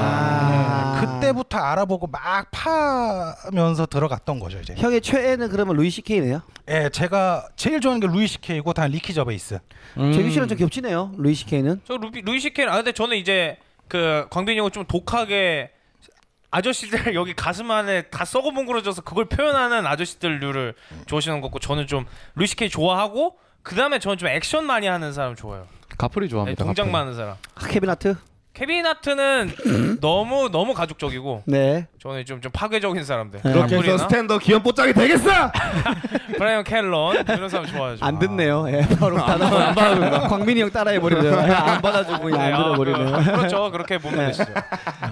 [SPEAKER 1] 아.
[SPEAKER 3] 네, 그때부터 알아보고 막 파면서 들어갔던 거죠 이제.
[SPEAKER 1] 형의 최애는 그러면 루이 CK네요.
[SPEAKER 3] 예, 제가 제일 좋아하는 게 루이시케이고 다음 리키 저베이스.
[SPEAKER 5] 음,
[SPEAKER 1] 재규 씨랑 좀 겹치네요. 루이 CK는.
[SPEAKER 4] 저 루비, 루이 시켄 아 근데 저는 이제 그 광빈이 형은 좀 독하게 아저씨들 여기 가슴 안에 다 썩어 뭉그러져서 그걸 표현하는 아저씨들류를 좋아하시는 것 같고 저는 좀 루이 시켄 좋아하고 그 다음에 저는 좀 액션 많이 하는 사람 좋아요.
[SPEAKER 5] 가프리
[SPEAKER 4] 네,
[SPEAKER 5] 좋아합니다.
[SPEAKER 4] 동작
[SPEAKER 5] 가프리.
[SPEAKER 4] 많은 사람.
[SPEAKER 1] 아, 케빈 하트.
[SPEAKER 4] 케빈 하트는 너무 너무 가족적이고
[SPEAKER 1] 네.
[SPEAKER 4] 저는 좀 좀 파괴적인 사람들.
[SPEAKER 2] 그렇게 해서
[SPEAKER 4] 가브리나?
[SPEAKER 2] 스탠더 귀염 뽀짝이 되겠어.
[SPEAKER 4] 브라이언 켈런 이런 사람 좋아하죠.
[SPEAKER 1] 안 듣네요. 예, 바로 따라 안 받아준다. <laughs> 광민이 형 따라해 버리네요. 예, 안 받아주고 그냥
[SPEAKER 4] 네,
[SPEAKER 1] 안
[SPEAKER 4] 아,
[SPEAKER 1] 들어버리네요.
[SPEAKER 4] 그, 그렇죠. 그렇게 보면 되시죠.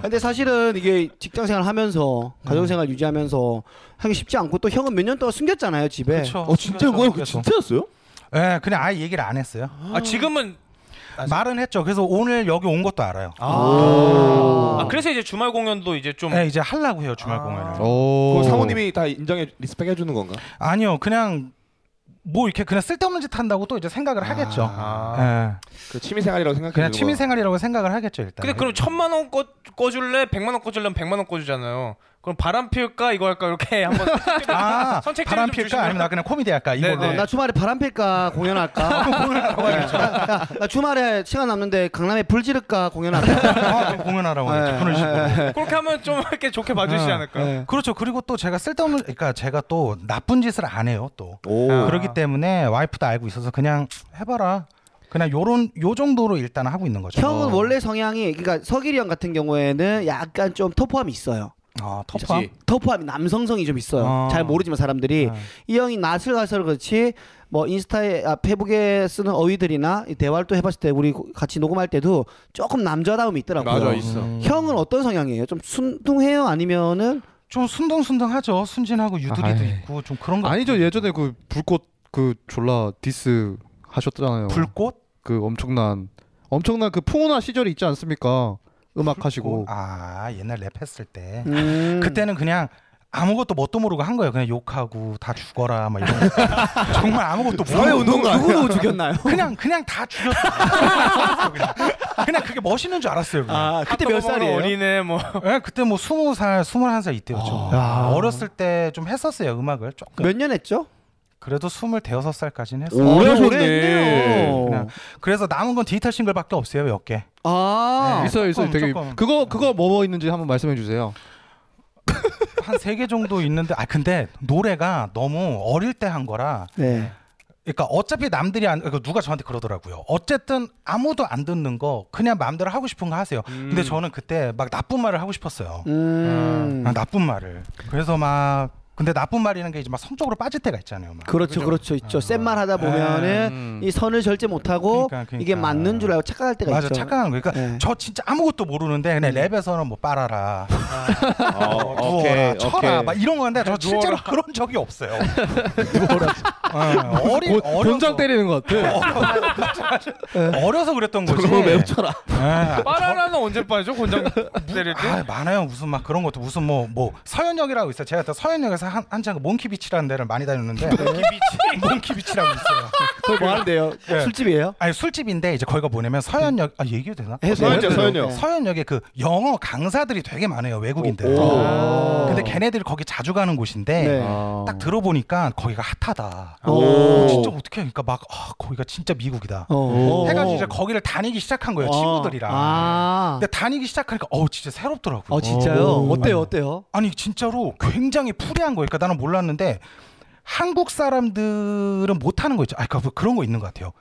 [SPEAKER 1] 근데 사실은 이게 직장 생활 하면서 가정 생활 유지하면서 하기 쉽지 않고 또 형은 몇 년 동안 숨겼잖아요 집에.
[SPEAKER 2] 어 진짜 그거 그 진짜였어요?
[SPEAKER 3] 예, 그냥 아예 얘기를 안 했어요.
[SPEAKER 4] 아 지금은
[SPEAKER 3] 말은 했죠. 그래서 오늘 여기 온 것도 알아요.
[SPEAKER 4] 아 그래서 이제 주말 공연도 이제 좀
[SPEAKER 3] 예, 이제 하려고 해요 주말 공연을.
[SPEAKER 2] 그
[SPEAKER 5] 오.
[SPEAKER 2] 그거 사모님이 다 인정해 리스펙 해주는 건가?
[SPEAKER 3] 아니요, 그냥 뭐 이렇게 그냥 쓸데없는 짓 한다고 또 이제 생각을 하겠죠. 예.
[SPEAKER 2] 그 취미생활이라고 생각해.
[SPEAKER 3] 그냥 취미생활이라고 생각을 하겠죠 일단.
[SPEAKER 4] 근데 그럼 천만 원 꺼, 꺼줄래? 백만 원 꺼줄려면 백만 원 꺼주잖아요. 그럼 바람 피울까 이거 할까 이렇게 <laughs> 한번
[SPEAKER 3] 아
[SPEAKER 4] <laughs> 선택지를
[SPEAKER 3] 바람
[SPEAKER 4] 좀
[SPEAKER 3] 필까
[SPEAKER 4] 주시면-
[SPEAKER 3] 아니면 나 그냥 코미디 할까
[SPEAKER 4] 네,
[SPEAKER 3] 이걸로.
[SPEAKER 4] 네.
[SPEAKER 1] 어, 나 주말에 바람 필까 <laughs> 공연할까? 네. 야, 야, 나 주말에 시간 남는데 강남에 불 지를까 공연할까?
[SPEAKER 3] 아, 공연하라고
[SPEAKER 1] 네.
[SPEAKER 3] 하죠. 그런 식으로.
[SPEAKER 4] 그렇게 하면 좀 이렇게 좋게 봐주시지 않을까? 요
[SPEAKER 3] 그렇죠. 그리고 또 제가 쓸데없는 그러니까 제가 또 나쁜 짓을 안 해요 또.
[SPEAKER 2] 오.
[SPEAKER 4] 아.
[SPEAKER 3] 그렇기 때문에 와이프도 알고 있어서 그냥 해봐라. 그냥 요런 요 정도로 일단 하고 있는 거죠. 어.
[SPEAKER 1] 형은 원래 성향이 그러니까 서길이 형 같은 경우에는 약간 좀 터프함이 있어요.
[SPEAKER 3] 아 터프함.
[SPEAKER 1] 터프함이 남성성이 좀 있어요.
[SPEAKER 3] 아.
[SPEAKER 1] 잘 모르지만 사람들이
[SPEAKER 3] 네.
[SPEAKER 1] 이 형이 낯을 가서 그렇지 뭐 인스타에 아, 페북에 쓰는 어휘들이나 이 대화를 또 해봤을 때 우리 같이 녹음할 때도 조금 남자다움이 있더라고요.
[SPEAKER 2] 맞아 있어.
[SPEAKER 3] 음.
[SPEAKER 1] 형은 어떤 성향이에요? 좀 순둥해요? 아니면은
[SPEAKER 3] 좀 순둥순둥하죠. 순진하고 유두리도
[SPEAKER 5] 아이.
[SPEAKER 3] 있고 좀 그런 거.
[SPEAKER 5] 아니죠 예전에 그 불꽃 그 졸라 디스 하셨잖아요.
[SPEAKER 3] 불꽃.
[SPEAKER 5] 그 엄청난 엄청난 그 풍운한 시절이 있지 않습니까? 음악 하시고
[SPEAKER 3] 아 옛날 랩했을 때.
[SPEAKER 1] 음,
[SPEAKER 3] 그때는 그냥 아무것도 뭣도 모르고 한 거예요. 그냥 욕하고 다 죽어라 막 이런. 거. <laughs> 정말 아무것도 모르고
[SPEAKER 1] 누구 누구 죽였나요?
[SPEAKER 3] 그냥 그냥 다 죽였어요. <laughs> 그냥. 그냥 그게 멋있는 줄 알았어요. 그냥.
[SPEAKER 1] <laughs> 아 그때 몇 살이에요?
[SPEAKER 4] 어린애 뭐
[SPEAKER 3] 예, 그때 뭐 스무 살, 스물한 살 이때였죠.
[SPEAKER 5] 아.
[SPEAKER 3] 어렸을 때 좀 했었어요 음악을 조금.
[SPEAKER 1] 몇 년 했죠?
[SPEAKER 3] 그래도 스물대여섯 살까지는 했어요.
[SPEAKER 2] 오래
[SPEAKER 1] 어,
[SPEAKER 2] 오래
[SPEAKER 1] 했네요.
[SPEAKER 3] 그냥 그래서 남은 건 디지털 싱글밖에 없어요 몇 개.
[SPEAKER 1] 아
[SPEAKER 3] 네.
[SPEAKER 5] 있어요 있어요
[SPEAKER 3] 조금,
[SPEAKER 5] 되게
[SPEAKER 3] 조금.
[SPEAKER 5] 그거 그거 뭐뭐 있는지 한번 말씀해 주세요.
[SPEAKER 3] 한 세 개 정도 있는데, 아 근데 노래가 너무 어릴 때 한 거라.
[SPEAKER 1] 네.
[SPEAKER 3] 그러니까 어차피 남들이 안, 그러니까 누가 저한테 그러더라고요. 어쨌든 아무도 안 듣는 거 그냥 마음대로 하고 싶은 거 하세요. 근데 저는 그때 막 나쁜 말을 하고 싶었어요.
[SPEAKER 1] 음.
[SPEAKER 3] 아, 나쁜 말을. 그래서 막 근데 나쁜 말이라는 게 이제 막 성적으로 빠질 때가 있잖아요. 막.
[SPEAKER 1] 그렇죠, 그렇죠, 있죠. 센 말 하다 보면은 이 선을 절제 못하고
[SPEAKER 3] 아. 네. 그러니까, 그러니까.
[SPEAKER 1] 이게 맞는 줄 알고 착각할 때가
[SPEAKER 3] 맞아
[SPEAKER 1] 있죠.
[SPEAKER 3] 착각하는 거. 그러니까
[SPEAKER 1] 네.
[SPEAKER 3] 저 진짜 아무것도 모르는데 그냥 랩에서는 뭐 빨아라,
[SPEAKER 2] 어,
[SPEAKER 3] 누워라,
[SPEAKER 2] 오케이,
[SPEAKER 3] 쳐라
[SPEAKER 2] 오케이.
[SPEAKER 3] 막 이런 건데 저 실제로 그런 적이 없어요. 누워라. 어리
[SPEAKER 5] 고-
[SPEAKER 3] 어려서-
[SPEAKER 5] 곤장 때리는 것 같아.
[SPEAKER 3] 어려서 그랬던 거지.
[SPEAKER 2] 너무 매우쳐라.
[SPEAKER 3] 예.
[SPEAKER 4] 빠라라는 언제 빠죠? 곤장 때릴 때?
[SPEAKER 3] 아 많아요 무슨 막 그런 것도 무슨 뭐 뭐 서현역이라고 있어요 제가 또 서현역에서 한 한창 몽키비치라는 데를 많이 다녔는데 <laughs> 몽키비치라고 있어요
[SPEAKER 1] 그걸 뭐 하는데요?
[SPEAKER 3] 예.
[SPEAKER 1] 술집이에요?
[SPEAKER 3] 아니 술집인데 이제 거기가 뭐냐면 서현역 아 얘기해도 되나
[SPEAKER 1] 해도 돼요?
[SPEAKER 2] 서현역, 서현역.
[SPEAKER 1] 네.
[SPEAKER 3] 서현역에 그 영어 강사들이 되게 많아요 외국인들
[SPEAKER 2] 오.
[SPEAKER 1] 아.
[SPEAKER 3] 근데 걔네들이 거기 자주 가는 곳인데
[SPEAKER 1] 네.
[SPEAKER 3] 딱 들어보니까 거기가 핫하다
[SPEAKER 1] 오.
[SPEAKER 3] 진짜 어떻게 그러니까 막 아, 거기가 진짜 미국이다
[SPEAKER 1] 어.
[SPEAKER 3] 해가지고 이제 거기를 다니기 시작한 거예요
[SPEAKER 1] 어.
[SPEAKER 3] 친구들이랑
[SPEAKER 1] 아,
[SPEAKER 3] 근데 다니기 시작하니까 어 진짜 새롭더라고요
[SPEAKER 1] 어 진짜요?
[SPEAKER 5] 오.
[SPEAKER 1] 어때요, 어때요?
[SPEAKER 3] 아니 진짜로 굉장히 프리한 거예요. 그러니까 나는 몰랐는데 한국 사람들은 못하는 거 있죠. 아, 그러니까 그런 거 있는 것 같아요.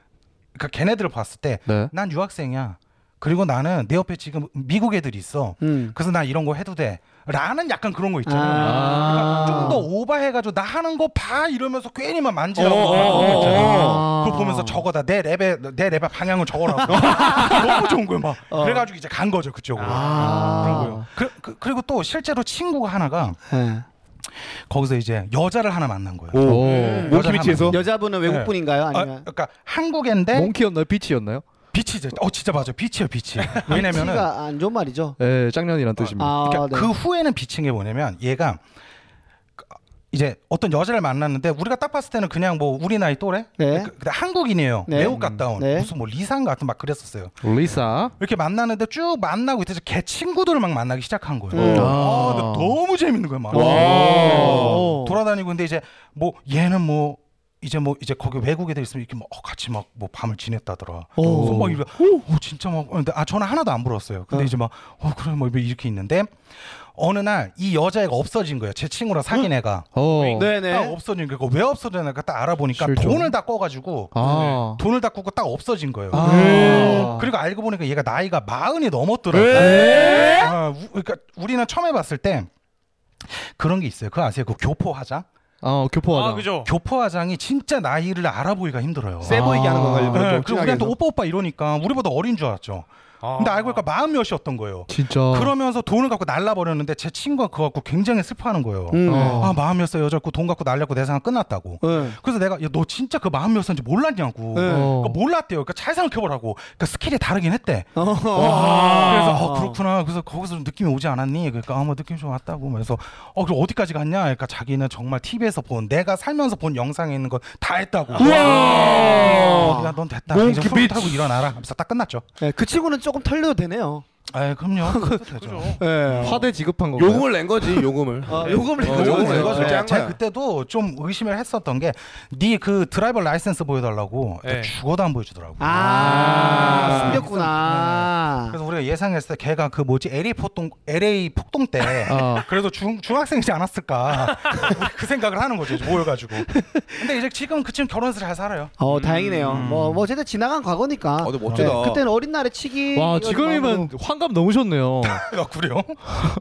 [SPEAKER 3] 그러니까 걔네들을 봤을 때
[SPEAKER 5] 네.
[SPEAKER 3] 난 유학생이야. 그리고 나는 내 옆에 지금 미국 애들이 있어.
[SPEAKER 1] 음.
[SPEAKER 3] 그래서 나 이런 거 해도 돼. 라는 약간 그런 거 있잖아요. 그러니까
[SPEAKER 1] 아.
[SPEAKER 3] 좀 더 오바해가지고 나 하는 거 봐 이러면서 괜히 막 만지라고
[SPEAKER 2] 어,
[SPEAKER 3] 하는 거
[SPEAKER 2] 어,
[SPEAKER 3] 있잖아요.
[SPEAKER 1] 어.
[SPEAKER 3] 그걸 보면서 적어다 내 랩에 내 랩의 방향을 적어라고 <laughs> 너무 좋은 거예요 막
[SPEAKER 2] 어.
[SPEAKER 3] 그래가지고 이제 간 거죠 그쪽으로
[SPEAKER 2] 아.
[SPEAKER 1] 아.
[SPEAKER 3] 그런 거예요. 그, 그, 그리고 또 실제로 친구가 하나가
[SPEAKER 1] 예.
[SPEAKER 3] 거기서 이제 여자를 하나 만난 거예요.
[SPEAKER 2] 오. 몽키비치에서
[SPEAKER 1] 여자분은 외국분인가요?
[SPEAKER 3] 아,
[SPEAKER 1] 아니면
[SPEAKER 3] 그러니까 한국인데
[SPEAKER 5] 몽키였나요? 비치였나요?
[SPEAKER 3] 빛이죠. 어 진짜 맞아. 빛이요, 빛이. 왜냐면은 그러니까
[SPEAKER 1] 키가 안 좋은 말이죠.
[SPEAKER 5] 예, 짝년이란 뜻입니다.
[SPEAKER 1] 아, 네.
[SPEAKER 3] 그 후에는 빛인 게 뭐냐면 얘가 그- 이제 어떤 여자를 만났는데 우리가 딱 봤을 때는 그냥 뭐 우리 나이 또래?
[SPEAKER 1] 네.
[SPEAKER 3] 그- 근데 한국인이에요.
[SPEAKER 1] 네.
[SPEAKER 3] 외국 갔다 온
[SPEAKER 1] 네.
[SPEAKER 3] 무슨 뭐 리상 같은 막 그랬었어요.
[SPEAKER 5] 리사.
[SPEAKER 3] 이렇게 만나는데 쭉 만나고 있다가 걔 친구들을 막 만나기 시작한 거예요.
[SPEAKER 1] 음.
[SPEAKER 3] 아, 근데 너무 재밌는 거야, 막.
[SPEAKER 1] 어.
[SPEAKER 2] 와.
[SPEAKER 3] 돌아다니고 근데 이제 뭐 얘는 뭐 이제 뭐 이제 거기 외국 애들 있으면 이렇게 막 어, 같이 막 뭐 밤을 지냈다더라. 그래서 막 이러 어, 오 진짜 막 근데 아 저는 하나도 안 부러웠어요. 근데 이제 막 어 그래 뭐 이렇게 있는데 어느 날 이 여자애가 없어진 거예요. 제 친구랑 사귄 애가
[SPEAKER 5] 어.
[SPEAKER 3] 딱
[SPEAKER 1] 네네.
[SPEAKER 3] 없어진 거예요. 그거 왜 없어졌나 딱 알아보니까
[SPEAKER 5] 실종?
[SPEAKER 3] 돈을 다 꺼가지고
[SPEAKER 5] 아.
[SPEAKER 3] 돈을 다 꾸고 딱 없어진 거예요.
[SPEAKER 5] 아.
[SPEAKER 3] 그리고 알고 보니까 얘가 나이가 마흔이 넘었더라고요. 아, 우- 그러니까 우리는 처음에 봤을 때 그런 게 있어요. 그거 아세요? 그 교포화장?
[SPEAKER 5] 아, 교포하다.
[SPEAKER 4] 아 그죠.
[SPEAKER 3] 교포화장이 진짜 나이를 알아보기가 힘들어요.
[SPEAKER 2] 세 보이게 하는 건가
[SPEAKER 3] 네,
[SPEAKER 5] 아.
[SPEAKER 2] 일부러 좀
[SPEAKER 3] 그리고 우리한테
[SPEAKER 2] 진하게 해서.
[SPEAKER 3] 오빠 오빠 이러니까 우리보다 어린 줄 알았죠.
[SPEAKER 4] 아.
[SPEAKER 3] 근데 알고 보니까 마흔 몇이었던 거예요.
[SPEAKER 5] 진짜.
[SPEAKER 3] 그러면서 돈을 갖고 날라버렸는데 제 친구가 그거 갖고 굉장히 슬퍼하는 거예요.
[SPEAKER 1] 음.
[SPEAKER 5] 어.
[SPEAKER 3] 아 마흔 몇 살 여자고 돈 갖고 날렸고 내 생활 끝났다고.
[SPEAKER 1] 네.
[SPEAKER 3] 그래서 내가 야, 너 진짜 그 마흔 몇 살인지 몰랐냐고.
[SPEAKER 1] 네.
[SPEAKER 5] 어.
[SPEAKER 3] 그러니까 몰랐대요. 그러니까 잘 생각해보라고. 그러니까 스킬이 다르긴 했대.
[SPEAKER 1] 어.
[SPEAKER 3] 그래서 어,
[SPEAKER 1] 어.
[SPEAKER 3] 그렇구나. 그래서 거기서 좀 느낌이 오지 않았니? 그러니까 아뭐 느낌 좀 왔다고. 그래서 어 그럼 어디까지 갔냐? 그러니까 자기는 정말 TV에서 본 내가 살면서 본 영상에 있는 거 다 했다고.
[SPEAKER 1] 우와.
[SPEAKER 3] 야넌 됐다.
[SPEAKER 5] 몽키
[SPEAKER 3] 이제 손 타고 일어나라. 하면서 딱 끝났죠.
[SPEAKER 1] 네, 그 친구는 조금 털려도 되네요.
[SPEAKER 3] 아 그럼요. 그것도 되죠.
[SPEAKER 4] 그죠.
[SPEAKER 1] 네.
[SPEAKER 5] 화대 지급한 건가요?
[SPEAKER 2] 요금을 낸 거지 요금을.
[SPEAKER 1] 어, 요금을
[SPEAKER 2] 어,
[SPEAKER 1] 낸 거죠.
[SPEAKER 2] 요금을 낸 거죠.
[SPEAKER 1] 네.
[SPEAKER 2] 짠
[SPEAKER 3] 제가
[SPEAKER 2] 거야.
[SPEAKER 3] 그때도 좀 의심을 했었던 게 네 그 드라이버 라이센스 보여달라고
[SPEAKER 4] 네.
[SPEAKER 3] 죽어도 안 보여주더라고.
[SPEAKER 1] 아,
[SPEAKER 5] 아.
[SPEAKER 1] 숨겼구나.
[SPEAKER 3] 그래서 우리가 예상했을 때 걔가 그 뭐지 LA 폭동 LA 폭동 때
[SPEAKER 1] <laughs>
[SPEAKER 5] 어.
[SPEAKER 3] 그래도 중 중학생이지 않았을까 <laughs> 우리 그 생각을 하는 거죠 이제 모여가지고. 근데 이제 지금 그쯤 결혼해서 잘 살아요.
[SPEAKER 1] 어, 다행이네요. 뭐, 뭐 어쨌든 지나간 과거니까.
[SPEAKER 2] 음. 어, 근데 멋지다.
[SPEAKER 1] 네, 그때는 어린 날의 치기.
[SPEAKER 5] 와 지금이면 환갑 넘으셨네요.
[SPEAKER 3] 아, 그래가 그래요?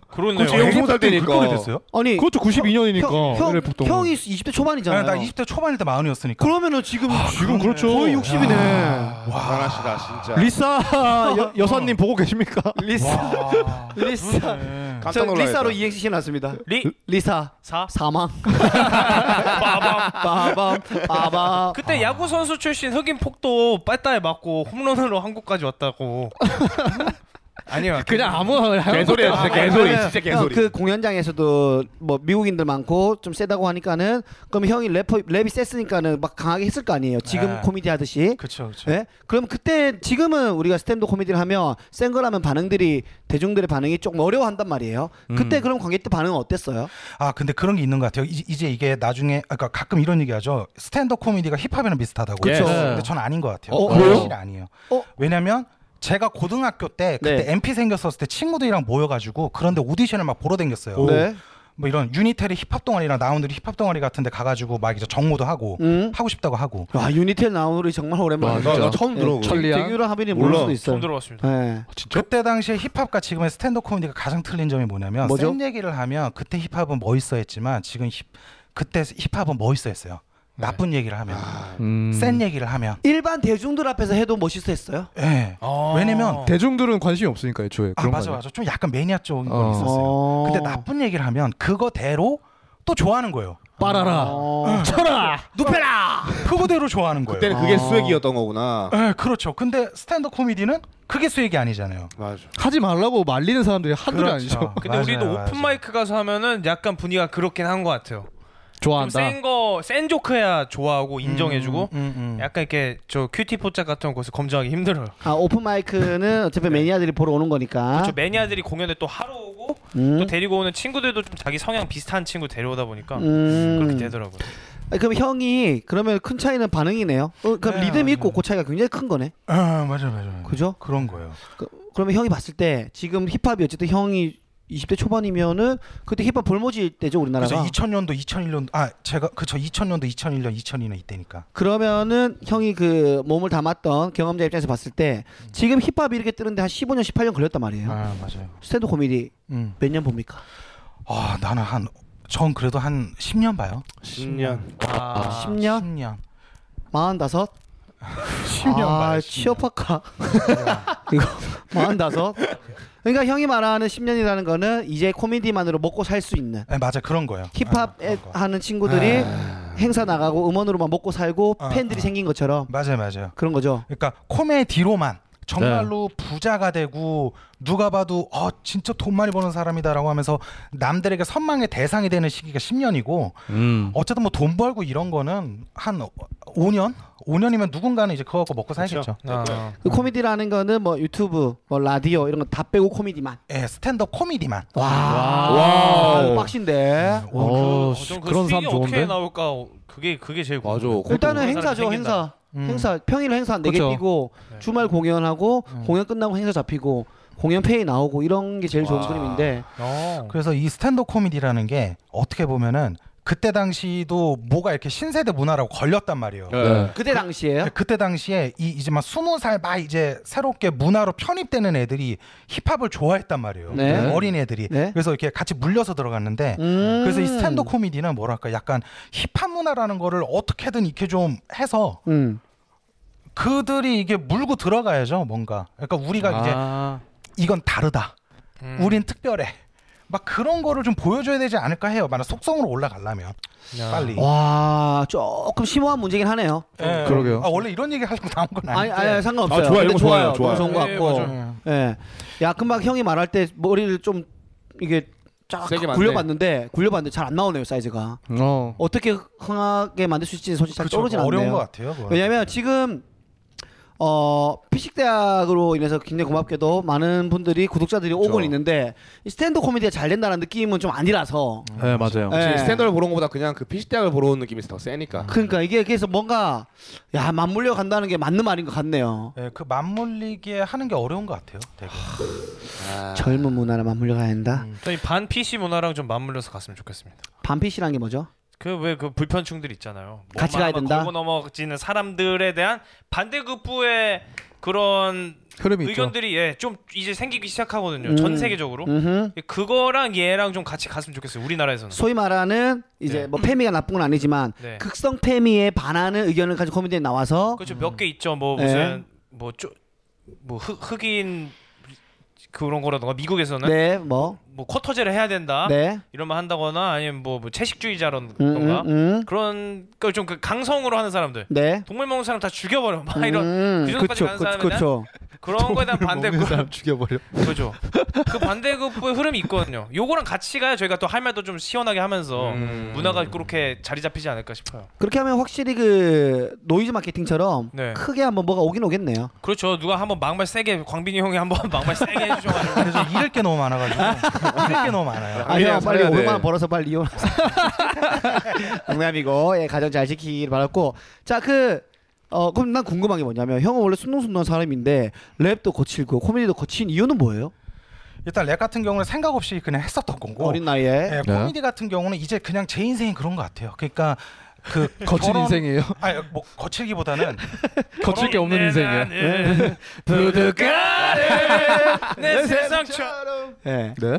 [SPEAKER 4] 그러네요.
[SPEAKER 1] 아,
[SPEAKER 2] 그치, 영수- 스무 살 때니까.
[SPEAKER 3] 예. 그렇게 됐어요?
[SPEAKER 1] 아니
[SPEAKER 5] 그것도 92년이니까.
[SPEAKER 1] 형, 형,
[SPEAKER 5] 폭동.
[SPEAKER 1] 형이 20대 초반이잖아요.
[SPEAKER 3] 나 20대 초반일 때 마흔이었으니까.
[SPEAKER 1] 그러면은 지금
[SPEAKER 5] 지금 그렇죠.
[SPEAKER 1] 거의 60이네.
[SPEAKER 2] 와 대단하시다 진짜.
[SPEAKER 5] 리사
[SPEAKER 2] <laughs>
[SPEAKER 5] 여, 여사님 보고 계십니까?
[SPEAKER 1] 리사,
[SPEAKER 3] 와.
[SPEAKER 1] 리사.
[SPEAKER 3] 네.
[SPEAKER 2] 깜짝
[SPEAKER 1] 저
[SPEAKER 2] 놀라겠다.
[SPEAKER 1] 리사로 이행시 신났습니다.
[SPEAKER 4] 리
[SPEAKER 1] 리사
[SPEAKER 4] 사.
[SPEAKER 1] 사망. <laughs> 빠밤 빠밤.
[SPEAKER 4] 그때 야구 선수 출신 흑인 폭도 빨다에 맞고 홈런으로 한국까지 왔다고. 아니요.
[SPEAKER 5] 그냥 <laughs> 아무
[SPEAKER 2] 개소리야 진짜 개소리 진짜 개소리.
[SPEAKER 1] 그 공연장에서도 뭐 미국인들 많고 좀 세다고 하니까는 그럼 형이 래퍼 랩이 셌으니까는 막 강하게 했을 거 아니에요. 지금
[SPEAKER 3] 네.
[SPEAKER 1] 코미디 하듯이.
[SPEAKER 3] 그렇죠, 그렇죠.
[SPEAKER 1] 예? 그럼 그때 지금은 우리가 스탠드 코미디를 하면 센 거라면 반응들이 대중들의 반응이 조금 어려워한단 말이에요. 그때 그럼 관객들 반응은 어땠어요?
[SPEAKER 3] 아 근데 그런 게 있는 것 같아요. 이- 이제 이게 나중에 아까 그러니까 가끔 이런 얘기하죠. 스탠더 코미디가 힙합이랑 비슷하다고.
[SPEAKER 5] 그쵸. 예.
[SPEAKER 3] 근데 전 아닌 것 같아요.
[SPEAKER 1] 어,
[SPEAKER 5] 그래요?
[SPEAKER 3] 사실 아니에요.
[SPEAKER 1] 어?
[SPEAKER 3] 왜냐면 제가 고등학교 때 그때
[SPEAKER 1] 네.
[SPEAKER 3] MP 생겼었을 때 친구들이랑 모여가지고 그런데 오디션을 막 보러 댕겼어요.
[SPEAKER 1] 네.
[SPEAKER 3] 뭐 이런 유니텔의 힙합 동아리랑 나운드리 힙합 동아리 같은데 가가지고 막 이제 정모도 하고
[SPEAKER 1] 음.
[SPEAKER 3] 하고 싶다고 하고.
[SPEAKER 1] 와 유니텔 나우리 정말 오랜만에. 예.
[SPEAKER 2] 나, 나 처음 들어. 아, 그거.
[SPEAKER 5] 천리야?
[SPEAKER 1] 대규랑 하빈이
[SPEAKER 2] 몰라.
[SPEAKER 1] 모를 수도 있어요.
[SPEAKER 4] 처음 들어봤습니다.
[SPEAKER 1] 네.
[SPEAKER 3] 그때 당시에 힙합과 지금의 스탠더 코미디가 가장 틀린 점이 뭐냐면
[SPEAKER 1] 뭐죠?
[SPEAKER 3] 센 얘기를 하면 그때 힙합은 멋있어했지만 지금 힙 그때 힙합은 멋있어했어요. 나쁜 얘기를 하면
[SPEAKER 1] 아.
[SPEAKER 5] 음.
[SPEAKER 3] 센 얘기를 하면.
[SPEAKER 1] 일반 대중들 앞에서 해도 멋있었어요.
[SPEAKER 3] 예.
[SPEAKER 4] 아.
[SPEAKER 3] 왜냐면
[SPEAKER 5] 대중들은 관심이 없으니까 애초에
[SPEAKER 3] 아
[SPEAKER 5] 그런
[SPEAKER 3] 맞아
[SPEAKER 5] 거
[SPEAKER 3] 맞아 좀 약간 매니아 쪽인
[SPEAKER 5] 어.
[SPEAKER 3] 건 있었어요.
[SPEAKER 1] 어.
[SPEAKER 3] 근데 나쁜 얘기를 하면 그거대로 또 좋아하는 거예요.
[SPEAKER 5] 빨아라
[SPEAKER 1] 어.
[SPEAKER 5] 쳐라
[SPEAKER 1] 눕혀라.
[SPEAKER 3] 그거대로 좋아하는 거예요.
[SPEAKER 2] 그때는 그게
[SPEAKER 1] 아.
[SPEAKER 2] 수액이었던 거구나.
[SPEAKER 3] 예, 그렇죠. 근데 스탠드 코미디는 그게 수익이 아니잖아요.
[SPEAKER 2] 맞아.
[SPEAKER 5] 하지 말라고 말리는 사람들이 한둘이 아니죠
[SPEAKER 4] 근데 우리도 오픈 마이크 가서 하면은 약간 분위기가 그렇긴 한 것 같아요. 좀
[SPEAKER 5] <laughs> 좋아한다
[SPEAKER 4] 센 거 센 조크야 좋아하고 인정해주고
[SPEAKER 3] 음, 음.
[SPEAKER 4] 약간 이렇게 저 큐티 포착 같은 곳에 검증하기 힘들어요.
[SPEAKER 1] 아 오픈 마이크는 어차피 매니아들이 보러 오는 거니까.
[SPEAKER 4] 저 매니아들이 공연에 또 하러 오고 그렇죠. 또
[SPEAKER 1] 음.
[SPEAKER 4] 데리고 오는 친구들도 좀 자기 성향 비슷한 친구 데려오다 보니까
[SPEAKER 1] 음.
[SPEAKER 4] 그렇게 되더라고요.
[SPEAKER 1] 아, 그럼 형이 그러면 큰 차이는 반응이네요. 어, 그럼
[SPEAKER 3] 네,
[SPEAKER 1] 리듬 있고
[SPEAKER 3] 맞아요.
[SPEAKER 1] 그 차이가 굉장히 큰 거네.
[SPEAKER 3] 아 맞아 맞아. 맞아.
[SPEAKER 1] 그죠?
[SPEAKER 3] 그런 거예요.
[SPEAKER 1] 그, 그러면 형이 봤을 때 지금 힙합이 어쨌든 형이 20대 초반이면은 그때 힙합 볼모지 때죠
[SPEAKER 3] 그래서
[SPEAKER 1] 우리나라가.
[SPEAKER 3] 2000년도 2001년 아 제가 그쵸 2000년도 2001년 2002년 이때니까.
[SPEAKER 1] 그러면은 형이 그 몸을 담았던 경험자 입장에서 봤을 때 지금 힙합이 이렇게 뜨는데 한 15년, 18년 걸렸단 말이에요.
[SPEAKER 3] 아 맞아요.
[SPEAKER 1] 스탠드 코미디
[SPEAKER 3] 음.
[SPEAKER 1] 몇 년 봅니까?
[SPEAKER 3] 아 나는 한 전 그래도 한 10년 봐요.
[SPEAKER 2] 10년.
[SPEAKER 4] 아,
[SPEAKER 1] 10년?
[SPEAKER 3] 10년.
[SPEAKER 1] 45?
[SPEAKER 3] 10년
[SPEAKER 1] 아,
[SPEAKER 3] 봐요. 10년.
[SPEAKER 1] 취업학과. 이거 45? 그러니까 형이 말하는 10년이라는 거는 이제 코미디만으로 먹고 살 수 있는
[SPEAKER 3] 네, 맞아 그런 거예요.
[SPEAKER 1] 힙합
[SPEAKER 3] 네, 그런 거.
[SPEAKER 1] 하는 친구들이 행사 나가고 음원으로만 먹고 살고
[SPEAKER 3] 아,
[SPEAKER 1] 팬들이
[SPEAKER 3] 아.
[SPEAKER 1] 생긴 것처럼
[SPEAKER 3] 맞아요 맞아요.
[SPEAKER 1] 그런 거죠.
[SPEAKER 3] 그러니까 코미디로만 정말로 부자가 되고 누가 봐도 어 진짜 돈 많이 버는 사람이다라고 하면서 남들에게 선망의 대상이 되는 시기가 10년이고
[SPEAKER 5] 음.
[SPEAKER 3] 어쨌든 뭐 돈 벌고 이런 거는 한 5년 5년이면 누군가는 이제 그거 갖고 먹고 살겠죠.
[SPEAKER 4] 아.
[SPEAKER 1] 그 코미디라는 거는 뭐 유튜브, 뭐 라디오 이런 거 다 빼고 코미디만.
[SPEAKER 3] 예, 스탠드업 코미디만.
[SPEAKER 1] 와,
[SPEAKER 5] 아.
[SPEAKER 2] 와우.
[SPEAKER 1] 이거 아, 빡신데.
[SPEAKER 5] 어, 씨,
[SPEAKER 4] 그,
[SPEAKER 5] 그런 사람
[SPEAKER 4] 어떻게
[SPEAKER 5] 좋은데
[SPEAKER 4] 나올까 어, 그게 그게 제일
[SPEAKER 2] 맞아.
[SPEAKER 4] 궁금해요.
[SPEAKER 2] 그것도
[SPEAKER 1] 일단은
[SPEAKER 4] 그런 사람이
[SPEAKER 1] 행사죠
[SPEAKER 4] 생긴다.
[SPEAKER 1] 행사.
[SPEAKER 3] 음.
[SPEAKER 1] 행사 평일 행사 네개
[SPEAKER 5] 그쵸.
[SPEAKER 1] 뛰고
[SPEAKER 4] 네.
[SPEAKER 1] 주말 공연하고
[SPEAKER 3] 음.
[SPEAKER 1] 공연 끝나고 행사 잡히고 공연 페이 나오고 이런 게 제일 좋은
[SPEAKER 2] 와.
[SPEAKER 1] 그림인데
[SPEAKER 4] 어.
[SPEAKER 3] 그래서 이 스탠드업 코미디라는 게 어떻게 보면은 그때 당시도 뭐가 이렇게 신세대 문화라고 걸렸단 말이에요.
[SPEAKER 2] 네.
[SPEAKER 1] 그때 당시에요.
[SPEAKER 3] 예, 그때 당시에 이 이제 막 스무 살막 이제 새롭게 문화로 편입되는 애들이 힙합을 좋아했단 말이에요.
[SPEAKER 1] 네.
[SPEAKER 3] 어린 애들이.
[SPEAKER 1] 네.
[SPEAKER 3] 그래서 이렇게 같이 물려서 들어갔는데
[SPEAKER 1] 음.
[SPEAKER 3] 그래서 이 스탠드 코미디는 뭐랄까 약간 힙합 문화라는 거를 어떻게든 이렇게 좀 해서
[SPEAKER 1] 음.
[SPEAKER 3] 그들이 이게 물고 들어가야죠 뭔가. 그러니까 우리가
[SPEAKER 5] 아,
[SPEAKER 3] 이제 이건 다르다.
[SPEAKER 4] 음.
[SPEAKER 3] 우린 특별해. 막 그런 거를 좀 보여줘야 되지 않을까 해요. 만약 속성으로 올라가려면
[SPEAKER 4] 야.
[SPEAKER 3] 빨리.
[SPEAKER 1] 어? 와 조금 심오한 문제긴 하네요.
[SPEAKER 3] 예.
[SPEAKER 5] 그러게요.
[SPEAKER 3] 아, 원래 이런 얘기 하려고 나온 건
[SPEAKER 1] 아니,
[SPEAKER 3] 네. 아닌데.
[SPEAKER 1] 아니, 아니, 상관없어요.
[SPEAKER 2] 아, 좋아요.
[SPEAKER 1] 근데
[SPEAKER 2] 이거 좋아요. 좋아요.
[SPEAKER 1] 너무 좋은 것
[SPEAKER 4] 예,
[SPEAKER 1] 같고.
[SPEAKER 3] 맞아요.
[SPEAKER 1] 예. 야, 금방 형이 말할 때 머리를 좀 이게 쫙
[SPEAKER 2] 세게 만들-
[SPEAKER 1] 굴려봤는데 굴려봤는데 잘 안 나오네요 사이즈가.
[SPEAKER 5] 어.
[SPEAKER 1] 어떻게 흥하게 만들 수 있을지 솔직히 잘
[SPEAKER 3] 그쵸,
[SPEAKER 1] 떠오르진
[SPEAKER 3] 어려운
[SPEAKER 1] 않네요.
[SPEAKER 3] 것 같아요. 그건.
[SPEAKER 1] 왜냐면 지금 어 피식 대학으로 인해서 굉장히 고맙게도 많은 분들이 구독자들이 오고
[SPEAKER 2] 그렇죠.
[SPEAKER 1] 있는데 이 스탠드 코미디가 잘 된다는 느낌은 좀 아니라서
[SPEAKER 5] 네 맞아요.
[SPEAKER 1] 예.
[SPEAKER 2] 지금 스탠드를 보는 것보다 그냥 그 피식대학을 보러 온 느낌이 더 세니까.
[SPEAKER 1] 그러니까 이게 그래서 뭔가 야 맞물려 간다는 게 맞는 말인 것 같네요.
[SPEAKER 3] 예, 그 맞물리기에 하는 게 어려운 것 같아요. 되게.
[SPEAKER 2] 아.
[SPEAKER 1] 젊은 문화랑 맞물려 가야 된다.
[SPEAKER 4] 저희 반 PC 문화랑 좀 맞물려서 갔으면 좋겠습니다.
[SPEAKER 1] 반피시라는 게 뭐죠?
[SPEAKER 4] 그 왜 그 불편충들 있잖아요. 뭐만
[SPEAKER 1] 같이 가야
[SPEAKER 4] 하면
[SPEAKER 1] 된다?
[SPEAKER 4] 걸고 넘어지는 사람들에 대한 반대급부의 그런
[SPEAKER 5] 흐름이 있죠.
[SPEAKER 4] 의견들이 예, 좀 이제 생기기 시작하거든요.
[SPEAKER 1] 음.
[SPEAKER 4] 전 세계적으로. 예,
[SPEAKER 1] 음흠.
[SPEAKER 4] 그거랑 얘랑 좀 같이 갔으면 좋겠어요. 우리나라에서는.
[SPEAKER 1] 소위 말하는 이제
[SPEAKER 4] 네.
[SPEAKER 1] 뭐 페미가 나쁜 건 아니지만
[SPEAKER 4] 네.
[SPEAKER 1] 극성 페미에 반하는 의견을 가진 코미디에 나와서
[SPEAKER 4] 그렇죠. 몇 개 있죠. 뭐
[SPEAKER 1] 네.
[SPEAKER 4] 무슨 뭐뭐 흑인 그런 거라던가 미국에서는 뭐 쿼터제를 해야 된다.
[SPEAKER 1] 네. 네뭐네
[SPEAKER 4] 이런 말 한다거나 아니면 뭐, 뭐 채식주의자라던가
[SPEAKER 1] 음, 음, 음.
[SPEAKER 4] 그런 걸좀그 강성으로 하는 사람들.
[SPEAKER 1] 네
[SPEAKER 4] 동물 먹는 사람 다 죽여버려. 막 이런
[SPEAKER 1] 음.
[SPEAKER 4] 그 정도까지
[SPEAKER 1] 그쵸
[SPEAKER 4] 가는
[SPEAKER 1] 그-
[SPEAKER 4] 사람에 대한
[SPEAKER 1] 그쵸
[SPEAKER 4] 그런 거에 대한 반대급
[SPEAKER 5] 사람 죽여버려.
[SPEAKER 4] <laughs> 그죠. 그 반대급의 흐름이 있거든요. 요거랑 같이 가야 저희가 또 할 말도 좀 시원하게 하면서
[SPEAKER 2] 음.
[SPEAKER 4] 문화가 그렇게 자리 잡히지 않을까 싶어요.
[SPEAKER 1] 그렇게 하면 확실히 그 노이즈 마케팅처럼
[SPEAKER 4] 네.
[SPEAKER 1] 크게 한번 뭐가 오긴 오겠네요.
[SPEAKER 4] 그렇죠. 누가 한번 막말 세게 광빈이 형이 한번 <laughs> 막말 세게 해주셔가지고
[SPEAKER 3] 그래서 잃을 게 너무 많아가지고 잃을 게 너무 많아요.
[SPEAKER 2] 아니야,
[SPEAKER 1] 아니요 빨리
[SPEAKER 2] 살아야 돼.
[SPEAKER 1] 500만 원 벌어서 빨리 이혼하세요. 농담이고 예, 가정 잘 지키길 바랐고 자그어 그럼 난 궁금한 게 뭐냐면 형은 원래 순둥순둥한 사람인데 랩도 거칠고 코미디도 거친 이유는 뭐예요?
[SPEAKER 3] 일단 랩 같은 경우는 생각 없이 그냥 했었던 거고
[SPEAKER 1] 어린 나이에
[SPEAKER 3] 예,
[SPEAKER 5] 네.
[SPEAKER 3] 코미디 같은 경우는 이제 그냥 제 인생이 그런 것 같아요. 그러니까
[SPEAKER 2] <laughs>
[SPEAKER 3] 그
[SPEAKER 5] 거친
[SPEAKER 3] 결혼-
[SPEAKER 5] 인생이에요.
[SPEAKER 3] 아니 뭐 거칠기보다는
[SPEAKER 5] 거칠 게 없는 네. 인생이에요.
[SPEAKER 4] <laughs> 인생이야. 부득가를 내 네, 세상 쳐.
[SPEAKER 1] 예.
[SPEAKER 5] 네.
[SPEAKER 1] 그
[SPEAKER 3] 예,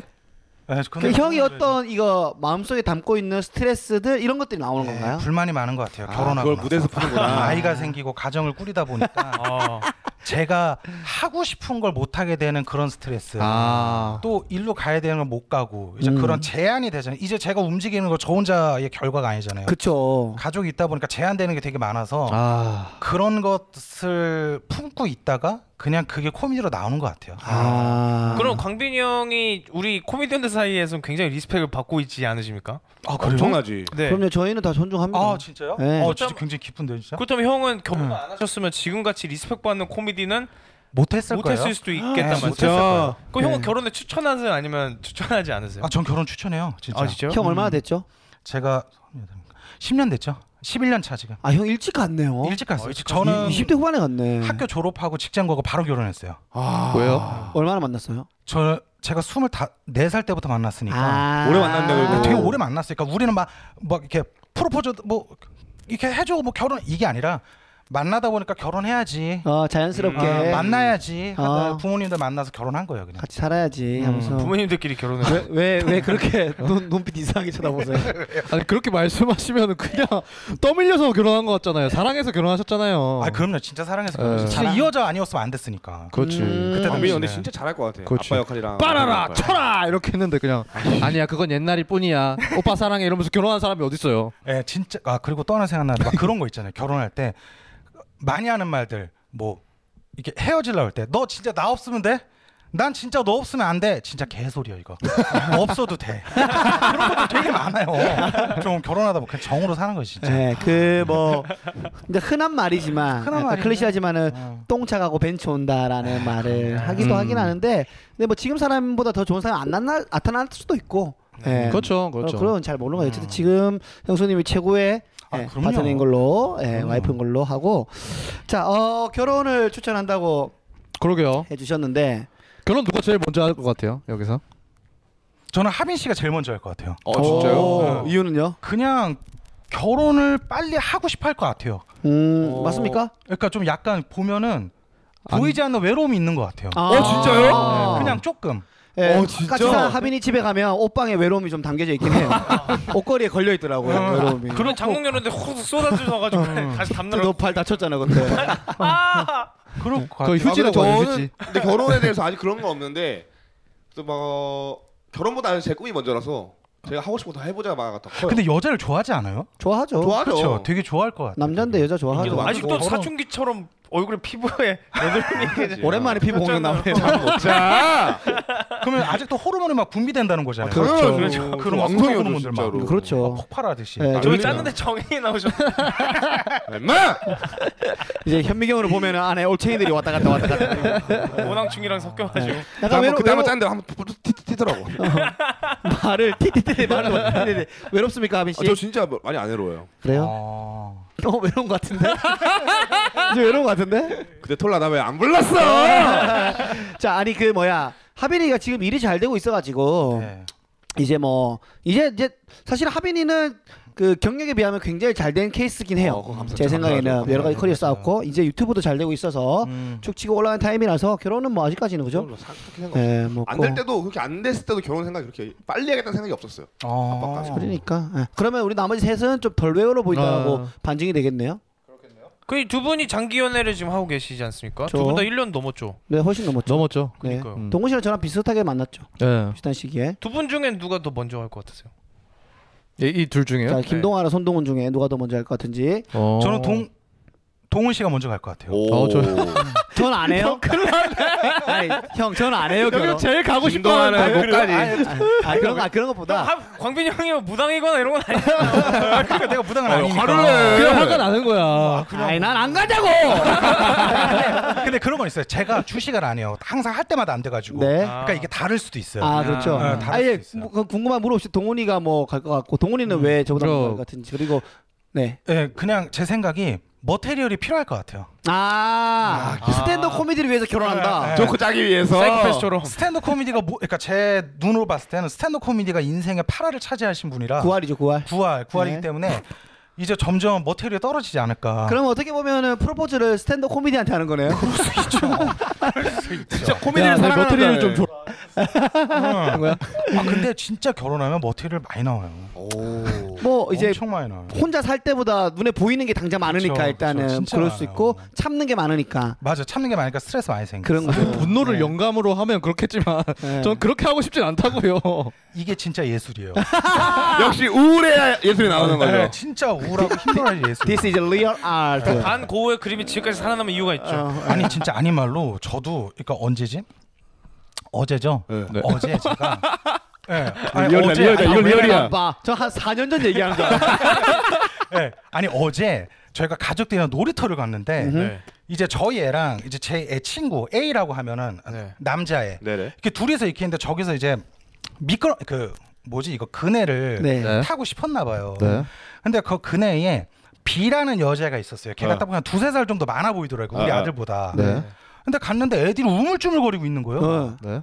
[SPEAKER 3] 근데
[SPEAKER 1] 형이 어떤 이거 마음속에 담고 있는 스트레스들 이런 것들이 나오는
[SPEAKER 3] 예,
[SPEAKER 1] 건가요?
[SPEAKER 3] 불만이 많은 것 같아요.
[SPEAKER 2] 아,
[SPEAKER 3] 결혼하고
[SPEAKER 2] 그걸
[SPEAKER 3] 나서.
[SPEAKER 2] 무대에서 푸는구나.
[SPEAKER 3] <laughs>
[SPEAKER 2] 아.
[SPEAKER 3] 아이가 생기고 가정을 꾸리다 보니까
[SPEAKER 4] 어.
[SPEAKER 3] 제가 하고 싶은 걸 못하게 되는 그런 스트레스.
[SPEAKER 5] 아.
[SPEAKER 3] 또 일로 가야 되는 걸 못 가고 이제
[SPEAKER 1] 음.
[SPEAKER 3] 그런 제한이 되잖아요. 이제 제가 움직이는 거 저 혼자의 결과가 아니잖아요.
[SPEAKER 1] 그쵸.
[SPEAKER 3] 가족이 있다 보니까 제한되는 게 되게 많아서
[SPEAKER 5] 아.
[SPEAKER 3] 그런 것을 품고 있다가 그냥 그게 코미디로 나오는 것 같아요.
[SPEAKER 1] 아.
[SPEAKER 4] 그럼 광빈이 형이 우리 코미디언들 사이에서 굉장히 리스펙을 받고 있지 않으십니까?
[SPEAKER 3] 아
[SPEAKER 2] 엄청나지.
[SPEAKER 4] 네.
[SPEAKER 1] 그럼요 저희는 다 존중합니다.
[SPEAKER 3] 아 진짜요?
[SPEAKER 1] 네.
[SPEAKER 3] 어 진짜 굉장히 기쁜데 진짜.
[SPEAKER 4] 그렇다면 형은 경험 안 하셨으면 지금같이 리스펙 받는 코미디는
[SPEAKER 3] 못했을 거예요.
[SPEAKER 4] 못했을 수도 있겠단
[SPEAKER 3] 아,
[SPEAKER 4] 말이죠.
[SPEAKER 3] 못했을 거예요.
[SPEAKER 4] 그럼
[SPEAKER 5] 네.
[SPEAKER 4] 형은 결혼에 추천하세요? 아니면 추천하지 않으세요?
[SPEAKER 3] 아전 결혼 추천해요 진짜.
[SPEAKER 4] 진짜요?
[SPEAKER 1] 형 얼마나 됐죠?
[SPEAKER 3] 제가 10년 됐죠? 11년 차 지금.
[SPEAKER 1] 아 형 일찍 갔네요.
[SPEAKER 3] 일찍 갔어요.
[SPEAKER 4] 일찍
[SPEAKER 3] 저는
[SPEAKER 1] 20대 후반에 갔네.
[SPEAKER 3] 학교 졸업하고 직장 가고 바로 결혼했어요.
[SPEAKER 2] 아,
[SPEAKER 5] 왜요?
[SPEAKER 1] 얼마나 만났어요?
[SPEAKER 3] 저 제가 24살 때부터 그러니까.
[SPEAKER 1] 아.
[SPEAKER 3] 만났으니까
[SPEAKER 2] 오래 만났는데 그래도.
[SPEAKER 3] 되게 오래 만났으니까 우리는 막 막 이렇게 프로포즈 뭐 이렇게 해줘 뭐 결혼 이게 아니라 만나다 보니까 결혼해야지
[SPEAKER 1] 어 자연스럽게
[SPEAKER 3] 아, 만나야지 하다
[SPEAKER 1] 아.
[SPEAKER 3] 부모님들 만나서 결혼한 거예요 그냥.
[SPEAKER 1] 같이 살아야지
[SPEAKER 3] 음,
[SPEAKER 4] 어.
[SPEAKER 1] 하면서.
[SPEAKER 4] 부모님들끼리 결혼을
[SPEAKER 1] 왜 왜 왜 그렇게 <laughs> 눈, 눈빛 이상하게 쳐다보세요?
[SPEAKER 5] 아니 그렇게 말씀하시면 그냥 <laughs> 떠밀려서 결혼한 것 같잖아요. 사랑해서 결혼하셨잖아요.
[SPEAKER 3] 아 그럼요 진짜 사랑해서 결혼.
[SPEAKER 5] 에.
[SPEAKER 3] 진짜
[SPEAKER 1] 어. 사랑.
[SPEAKER 3] 이 여자 아니었으면 안 됐으니까.
[SPEAKER 5] 그렇지.
[SPEAKER 1] 음.
[SPEAKER 3] <laughs> 그때
[SPEAKER 2] 광빈이
[SPEAKER 3] 당시에.
[SPEAKER 2] 근데 진짜 잘할 것 같아.
[SPEAKER 5] 그렇지.
[SPEAKER 2] 네. 아빠 역할이랑.
[SPEAKER 5] 빨아라
[SPEAKER 2] 아빠 역할.
[SPEAKER 5] 쳐라 이렇게 했는데 그냥 아니야 그건 옛날일 뿐이야 오빠 사랑해 이러면서 결혼한 사람이 어딨어요
[SPEAKER 3] 예, 진짜 아 그리고 또 하나 생각나는 막 그런 거 있잖아요. 결혼할 때 많이 하는 말들 뭐 이렇게 헤어질라 할 때 너 진짜 나 없으면 돼? 난 진짜 너 없으면 안 돼. 진짜 개소리야 이거. <laughs> 없어도 돼. 그런 것도 되게 많아요. 좀 결혼하다 보면 그냥 정으로 사는 거지 진짜.
[SPEAKER 1] 네, 그뭐 이제 흔한 말이지만
[SPEAKER 3] <laughs> 흔한
[SPEAKER 1] 약간
[SPEAKER 3] 말이네.
[SPEAKER 1] 클리셰지만은
[SPEAKER 3] 어. 아,
[SPEAKER 1] 똥차 가고 벤츠 온다라는 말을 하기도
[SPEAKER 5] 음.
[SPEAKER 1] 하긴 하는데 근데 뭐 지금 사람보다 더 좋은 사람 안 나타- 나타날 수도 있고
[SPEAKER 3] 네.
[SPEAKER 1] 예.
[SPEAKER 5] 그렇죠
[SPEAKER 1] 어,
[SPEAKER 5] 그렇죠
[SPEAKER 1] 그건 잘 모르는 거예요 어쨌든 지금 형수님이 최고의
[SPEAKER 3] 음. 아,
[SPEAKER 1] 예,
[SPEAKER 3] 그럼요. 음.
[SPEAKER 1] 파트너인 걸로 예,
[SPEAKER 3] 그럼요.
[SPEAKER 1] 와이프인 걸로 하고 자 어, 결혼을 추천한다고
[SPEAKER 5] 그러게요
[SPEAKER 1] 해주셨는데
[SPEAKER 5] 결혼 누가 제일 먼저 할 것 같아요 여기서
[SPEAKER 3] 저는 하빈 씨가 제일 먼저 할 것 같아요.
[SPEAKER 2] 어 진짜요?
[SPEAKER 1] 오, 이유는요?
[SPEAKER 3] 그냥 결혼을 빨리 하고 싶어 할 것 같아요.
[SPEAKER 1] 음
[SPEAKER 2] 어.
[SPEAKER 1] 맞습니까?
[SPEAKER 3] 그러니까 좀 약간 보면은 보이지 않는 외로움이 있는 것 같아요.
[SPEAKER 1] 아,
[SPEAKER 2] 진짜요?
[SPEAKER 1] 아.
[SPEAKER 3] 그냥 조금.
[SPEAKER 1] 예,
[SPEAKER 2] 어, 진짜?
[SPEAKER 1] 까치사 하빈이 집에 가면 옷방에 외로움이 좀 담겨져 있긴 해요. 옷걸이에 걸려 있더라고요. 외로움이.
[SPEAKER 4] 그런 장롱열인데 확 쏟아져가지고 다시 담느라.
[SPEAKER 1] 너발 다쳤잖아 근데.
[SPEAKER 4] 아!
[SPEAKER 3] 그럴
[SPEAKER 5] 저
[SPEAKER 3] 것 같아요.
[SPEAKER 5] 휴지라고
[SPEAKER 2] 아,
[SPEAKER 5] 하죠,
[SPEAKER 2] 근데
[SPEAKER 5] 휴지.
[SPEAKER 2] 저는 근데 결혼에 대해서 아직 그런 건 없는데 또막 어, 결혼보다는 제 꿈이 먼저라서 제가 하고 싶은 거 다 해보자 마가 더 커요.
[SPEAKER 3] 근데 여자를 좋아하지 않아요?
[SPEAKER 1] 좋아하죠.
[SPEAKER 2] 좋아하죠.
[SPEAKER 3] 그렇죠. 되게 좋아할 것 같아요.
[SPEAKER 1] 남잔데 여자 좋아하죠.
[SPEAKER 2] 인기도 <laughs> 많고.
[SPEAKER 4] 아직도
[SPEAKER 2] 더러워.
[SPEAKER 4] 사춘기처럼 얼굴에 피부에 여드름이
[SPEAKER 1] 오랜만에 피부 공격 나오네요.
[SPEAKER 2] 자,
[SPEAKER 3] 그러면 아직도 호르몬이 막 분비된다는 거잖아요.
[SPEAKER 1] 그렇죠.
[SPEAKER 3] 그렇죠. 그런
[SPEAKER 2] 뭐 왕성이
[SPEAKER 3] 왕성이
[SPEAKER 2] 오죠
[SPEAKER 3] 분들 막
[SPEAKER 2] 진짜로.
[SPEAKER 1] 그렇죠.
[SPEAKER 3] 폭발하듯이.
[SPEAKER 1] 예,
[SPEAKER 4] 저기
[SPEAKER 2] 난리네요. 네,
[SPEAKER 4] 짰는데 정인이 나오셨.
[SPEAKER 2] 엄마! 그
[SPEAKER 1] 이제 현미경으로 보면은 안에 올챙이들이 왔다 갔다 왔다 갔다.
[SPEAKER 4] 모낭충이랑 섞여가지고.
[SPEAKER 1] 약간
[SPEAKER 2] 다음에
[SPEAKER 1] 외로,
[SPEAKER 2] 그
[SPEAKER 1] 외로,
[SPEAKER 2] 다음에 짠데 한번 튀더라고.
[SPEAKER 1] 말을 티티티티 말을 못 하는데 외롭습니까 하빈 씨?
[SPEAKER 2] 아, 저 진짜 많이 안 외로워요.
[SPEAKER 1] 그래요?
[SPEAKER 3] 아.
[SPEAKER 1] 어 외로운 것 같은데? <laughs> 이제 외로운 것 같은데?
[SPEAKER 2] 근데 톨라 나 왜 안 불렀어?
[SPEAKER 1] <laughs> 자 아니 그 뭐야 하빈이가 지금 일이 잘 되고 있어가지고
[SPEAKER 3] 네.
[SPEAKER 1] 이제 뭐 이제 이제 사실 하빈이는 그 경력에 비하면 굉장히 잘 된 케이스긴 해요.
[SPEAKER 2] 어, 그거 감사합니다.
[SPEAKER 1] 제 생각에는
[SPEAKER 2] 감사하죠.
[SPEAKER 1] 여러 가지
[SPEAKER 3] 네,
[SPEAKER 1] 커리어
[SPEAKER 3] 맞아요.
[SPEAKER 1] 쌓았고 이제 유튜브도 잘 되고 있어서
[SPEAKER 3] 음.
[SPEAKER 1] 축 치고 올라간 타임이라서 결혼은 뭐 아직까지는 그죠? 예, 뭐
[SPEAKER 2] 안 될
[SPEAKER 1] 꼭-
[SPEAKER 2] 때도 그렇게 안 됐을 때도 결혼 생각 이렇게 빨리 하겠다는 생각이 없었어요.
[SPEAKER 3] 아.
[SPEAKER 2] 압박까지.
[SPEAKER 1] 그러니까 예. 그러면 우리 나머지 셋은 좀 덜 외로워 보인다고
[SPEAKER 2] 아.
[SPEAKER 1] 반증이 되겠네요.
[SPEAKER 4] 그 두 분이 장기 연애를 지금 하고 계시지 않습니까? 두 분 다
[SPEAKER 1] 저?
[SPEAKER 4] 1년 넘었죠.
[SPEAKER 1] 네, 훨씬 넘었죠.
[SPEAKER 5] 넘었죠.
[SPEAKER 1] 네.
[SPEAKER 4] 그러니까요.
[SPEAKER 5] 음.
[SPEAKER 1] 동훈 씨랑 저랑 비슷하게 만났죠.
[SPEAKER 5] 예.
[SPEAKER 1] 비슷한 시기에.
[SPEAKER 4] 두 분 중엔 누가 더 먼저 할 것 같으세요?
[SPEAKER 5] 이 둘 중에요?
[SPEAKER 2] 네.
[SPEAKER 1] 자, 김동아랑 손동훈 중에 누가 더 먼저 할 것 같은지.
[SPEAKER 5] 어.
[SPEAKER 3] 저는 동 동훈 씨가 먼저 갈 것 같아요.
[SPEAKER 2] 오.
[SPEAKER 5] 어, 저-
[SPEAKER 1] 전 안 해요. <laughs> 아니, 형, 전 안 해요. 결혼.
[SPEAKER 5] 제일 가고
[SPEAKER 2] 김동완은 못
[SPEAKER 5] 예,
[SPEAKER 2] 가지.
[SPEAKER 1] 아, 아, 그런 거, 아, 그런 것보다
[SPEAKER 4] 하- 광빈이 형이 뭐 무당이거나 이런 건 아니잖아.
[SPEAKER 3] 그러니까 내가 무당은 아니니까.
[SPEAKER 5] 그냥 화가 나는 거야.
[SPEAKER 1] 네. 아니 난
[SPEAKER 3] 뭐.
[SPEAKER 1] 안 가자고.
[SPEAKER 3] <laughs> 네. 근데 그런 건 있어요. 제가 주식을 안 해요. 항상 할 때마다 안 돼가지고.
[SPEAKER 1] 네.
[SPEAKER 3] 그러니까 이게 다를 수도 있어요.
[SPEAKER 1] 아 그렇죠.
[SPEAKER 3] 아, 다를
[SPEAKER 1] 아예
[SPEAKER 3] 수도 있어요. 음,
[SPEAKER 1] 뭐, 그 궁금한 물어 없이 동훈이가 뭐 갈 것 같고 동훈이는 왜 저보다
[SPEAKER 5] 그럼.
[SPEAKER 1] 먼저 갈것 같은지 그리고 네.
[SPEAKER 3] 예, 그냥 제 생각이 머테리얼이 필요할 것 같아요.
[SPEAKER 1] 아, 스탠드 코미디를 위해서 결혼한다.
[SPEAKER 3] 네, 네.
[SPEAKER 2] <laughs> 좋고 짜기 위해서.
[SPEAKER 5] 아, 어.
[SPEAKER 4] 사이코패스처럼.
[SPEAKER 3] 스탠드 코미디가 뭐, 그러니까 제 눈으로 봤을 때는 스탠드 코미디가 인생의 8화를 차지하신 분이라
[SPEAKER 1] 구할이죠 구할.
[SPEAKER 3] 구할 구할이기
[SPEAKER 1] 네.
[SPEAKER 3] 때문에 이제 점점 뭐 머테리얼이 떨어지지 않을까.
[SPEAKER 1] 그럼 어떻게 보면은 프로포즈를 스탠드 코미디한테 하는 거네요.
[SPEAKER 3] 어,
[SPEAKER 2] 진짜
[SPEAKER 5] 야,
[SPEAKER 2] 코미디를
[SPEAKER 5] 나
[SPEAKER 2] 사랑하는
[SPEAKER 5] 머트리를 좀 줘.
[SPEAKER 3] 음.
[SPEAKER 5] 거야?
[SPEAKER 3] 아 근데 진짜 결혼하면 머테리얼 많이 나와요.
[SPEAKER 1] <laughs> 뭐 이제
[SPEAKER 3] 엄청 많이 나와요.
[SPEAKER 1] 혼자 살 때보다 눈에 보이는 게 당장 많으니까
[SPEAKER 3] 그렇죠, 그렇죠.
[SPEAKER 1] 일단은
[SPEAKER 3] 진짜
[SPEAKER 1] 그럴수
[SPEAKER 3] 많아요. 아,
[SPEAKER 1] 있고 참는 게 많으니까
[SPEAKER 3] 맞아 참는 게 많으니까 스트레스 많이 생겨.
[SPEAKER 1] 그런 거죠.
[SPEAKER 5] 분노를 영감으로 하면 그렇겠지만
[SPEAKER 1] 네.
[SPEAKER 5] 전 그렇게 하고 싶진 않다고요.
[SPEAKER 3] 이게 진짜 예술이에요.
[SPEAKER 2] 역시 우울해야 예술이 나오는
[SPEAKER 3] 네,
[SPEAKER 2] 거죠.
[SPEAKER 3] 진짜 우울하고 힘들어할 예술.
[SPEAKER 1] This is real art.
[SPEAKER 4] 반 고흐의 그림이 지금까지 살아남은 이유가 있죠.
[SPEAKER 1] 어,
[SPEAKER 3] 아니 진짜 아닌 말로 저도 그러니까 언제지? 어제죠.
[SPEAKER 5] 네.
[SPEAKER 3] 어제 제가 예. 아니,
[SPEAKER 2] 리얼이다,
[SPEAKER 3] 어제-
[SPEAKER 2] 리얼이다,
[SPEAKER 3] 아니,
[SPEAKER 2] 이건
[SPEAKER 3] 왜-
[SPEAKER 2] 리얼이야.
[SPEAKER 1] 저한 4년 전 얘기한 거.
[SPEAKER 3] 예. 아니 어제 저희가 가족들이랑 놀이터를 갔는데
[SPEAKER 4] 네.
[SPEAKER 3] 이제 저희 애랑 이제 제 애 친구 A라고 하면은
[SPEAKER 4] 네.
[SPEAKER 3] 남자애
[SPEAKER 2] 네네.
[SPEAKER 3] 이렇게 둘이서 이렇게 했는데 저기서 이제 미끄러 그 뭐지 이거 그네를
[SPEAKER 1] 네.
[SPEAKER 5] 네.
[SPEAKER 3] 타고 싶었나 봐요.
[SPEAKER 5] 네.
[SPEAKER 3] 근데 그 그네에 비라는 여자가 있었어요. 걔가
[SPEAKER 2] 어.
[SPEAKER 3] 딱 보면 두세 살 정도 많아 보이더라고 우리
[SPEAKER 2] 어, 어.
[SPEAKER 3] 아들보다.
[SPEAKER 5] 네.
[SPEAKER 3] 근데 갔는데 애들이 우물쭈물거리고 있는 거예요.
[SPEAKER 1] 어.
[SPEAKER 5] 네.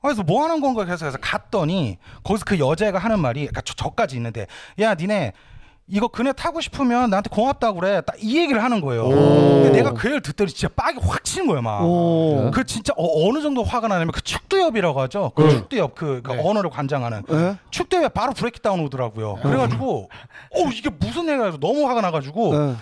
[SPEAKER 3] 그래서 뭐 하는 건가 해서 그래서 갔더니 거기서 그 여자애가 하는 말이 그러니까 저, 저까지 있는데 야 니네 이거 그네 타고 싶으면 나한테 고맙다 그래 딱 이 얘기를 하는 거예요. 근데 내가 그 얘기를 듣더니 진짜 빡이 확 치는 거예요 막.
[SPEAKER 1] 오.
[SPEAKER 3] 그 진짜 어, 느 정도 화가 나냐면 그 축두엽이라고 하죠. 그 축두엽 그, 그 언어를 관장하는
[SPEAKER 1] 예?
[SPEAKER 3] 축두엽에 바로 브레이크 다운 오더라고요. 그래가지고 어 이게 무슨 얘기야 해서 너무 화가 나가지고
[SPEAKER 1] 어.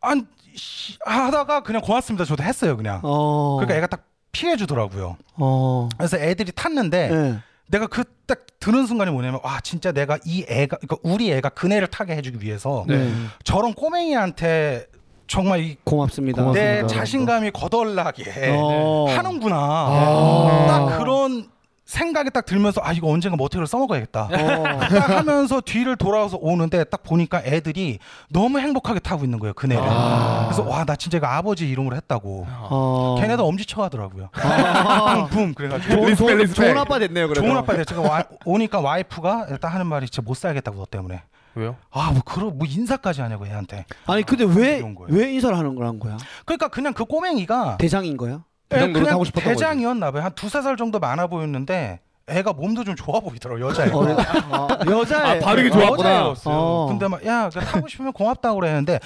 [SPEAKER 3] 안 씨, 하다가 그냥 고맙습니다 저도 했어요 그냥.
[SPEAKER 1] 어.
[SPEAKER 3] 그러니까 애가 딱 피해 주더라고요.
[SPEAKER 1] 어.
[SPEAKER 3] 그래서 애들이 탔는데
[SPEAKER 1] 예.
[SPEAKER 3] 내가 그 딱 드는 순간이 뭐냐면 와 진짜 내가 이 애가 그러니까 우리 애가 그네를 타게 해주기 위해서
[SPEAKER 1] 네.
[SPEAKER 3] 저런 꼬맹이한테 정말 이
[SPEAKER 1] 고맙습니다.
[SPEAKER 3] 내 자신감이 거덜나게
[SPEAKER 1] 어.
[SPEAKER 3] 하는구나
[SPEAKER 1] 아.
[SPEAKER 3] 딱 그런 생각이 딱 들면서 아 이거 언젠가 모텔로 써먹어야겠다
[SPEAKER 1] 어.
[SPEAKER 3] 딱 하면서 뒤를 돌아서 오는데 딱 보니까 애들이 너무 행복하게 타고 있는 거예요 그네를 그래서 와 나 진짜 이거 아버지 이름으로 했다고
[SPEAKER 1] 아. 어.
[SPEAKER 3] 걔네도 엄지쳐 하더라고요
[SPEAKER 1] 아.
[SPEAKER 3] 붐 그래가지고
[SPEAKER 1] 좋은,
[SPEAKER 2] 리스펙,
[SPEAKER 1] 좋은,
[SPEAKER 2] 리스펙.
[SPEAKER 1] 좋은 아빠 됐네요. 그래도.
[SPEAKER 3] 좋은 아빠 대체가 와, 오니까 와이프가 일단 하는 말이 진짜 못 살겠다고 너 때문에
[SPEAKER 4] 왜요?
[SPEAKER 3] 아뭐 그런 뭐 인사까지 하냐고 얘한테
[SPEAKER 1] 아니 근데
[SPEAKER 3] 이런 거예요.
[SPEAKER 1] 왜왜 인사를 하는 걸한 거야?
[SPEAKER 3] 그러니까 그냥 그 꼬맹이가
[SPEAKER 1] 대장인 거야?
[SPEAKER 2] 대장 노릇
[SPEAKER 3] 그냥
[SPEAKER 2] 하고 싶었던
[SPEAKER 3] 대장이었나 봐요 한 두세 살 정도 많아 보였는데 애가 몸도 좀 좋아 보이더라고 여자애 <laughs>
[SPEAKER 1] 어, 여자.
[SPEAKER 2] 아, 발음이 좋았구나.
[SPEAKER 1] 어.
[SPEAKER 3] 근데 막 야 타고 싶으면 고맙다고 그랬는데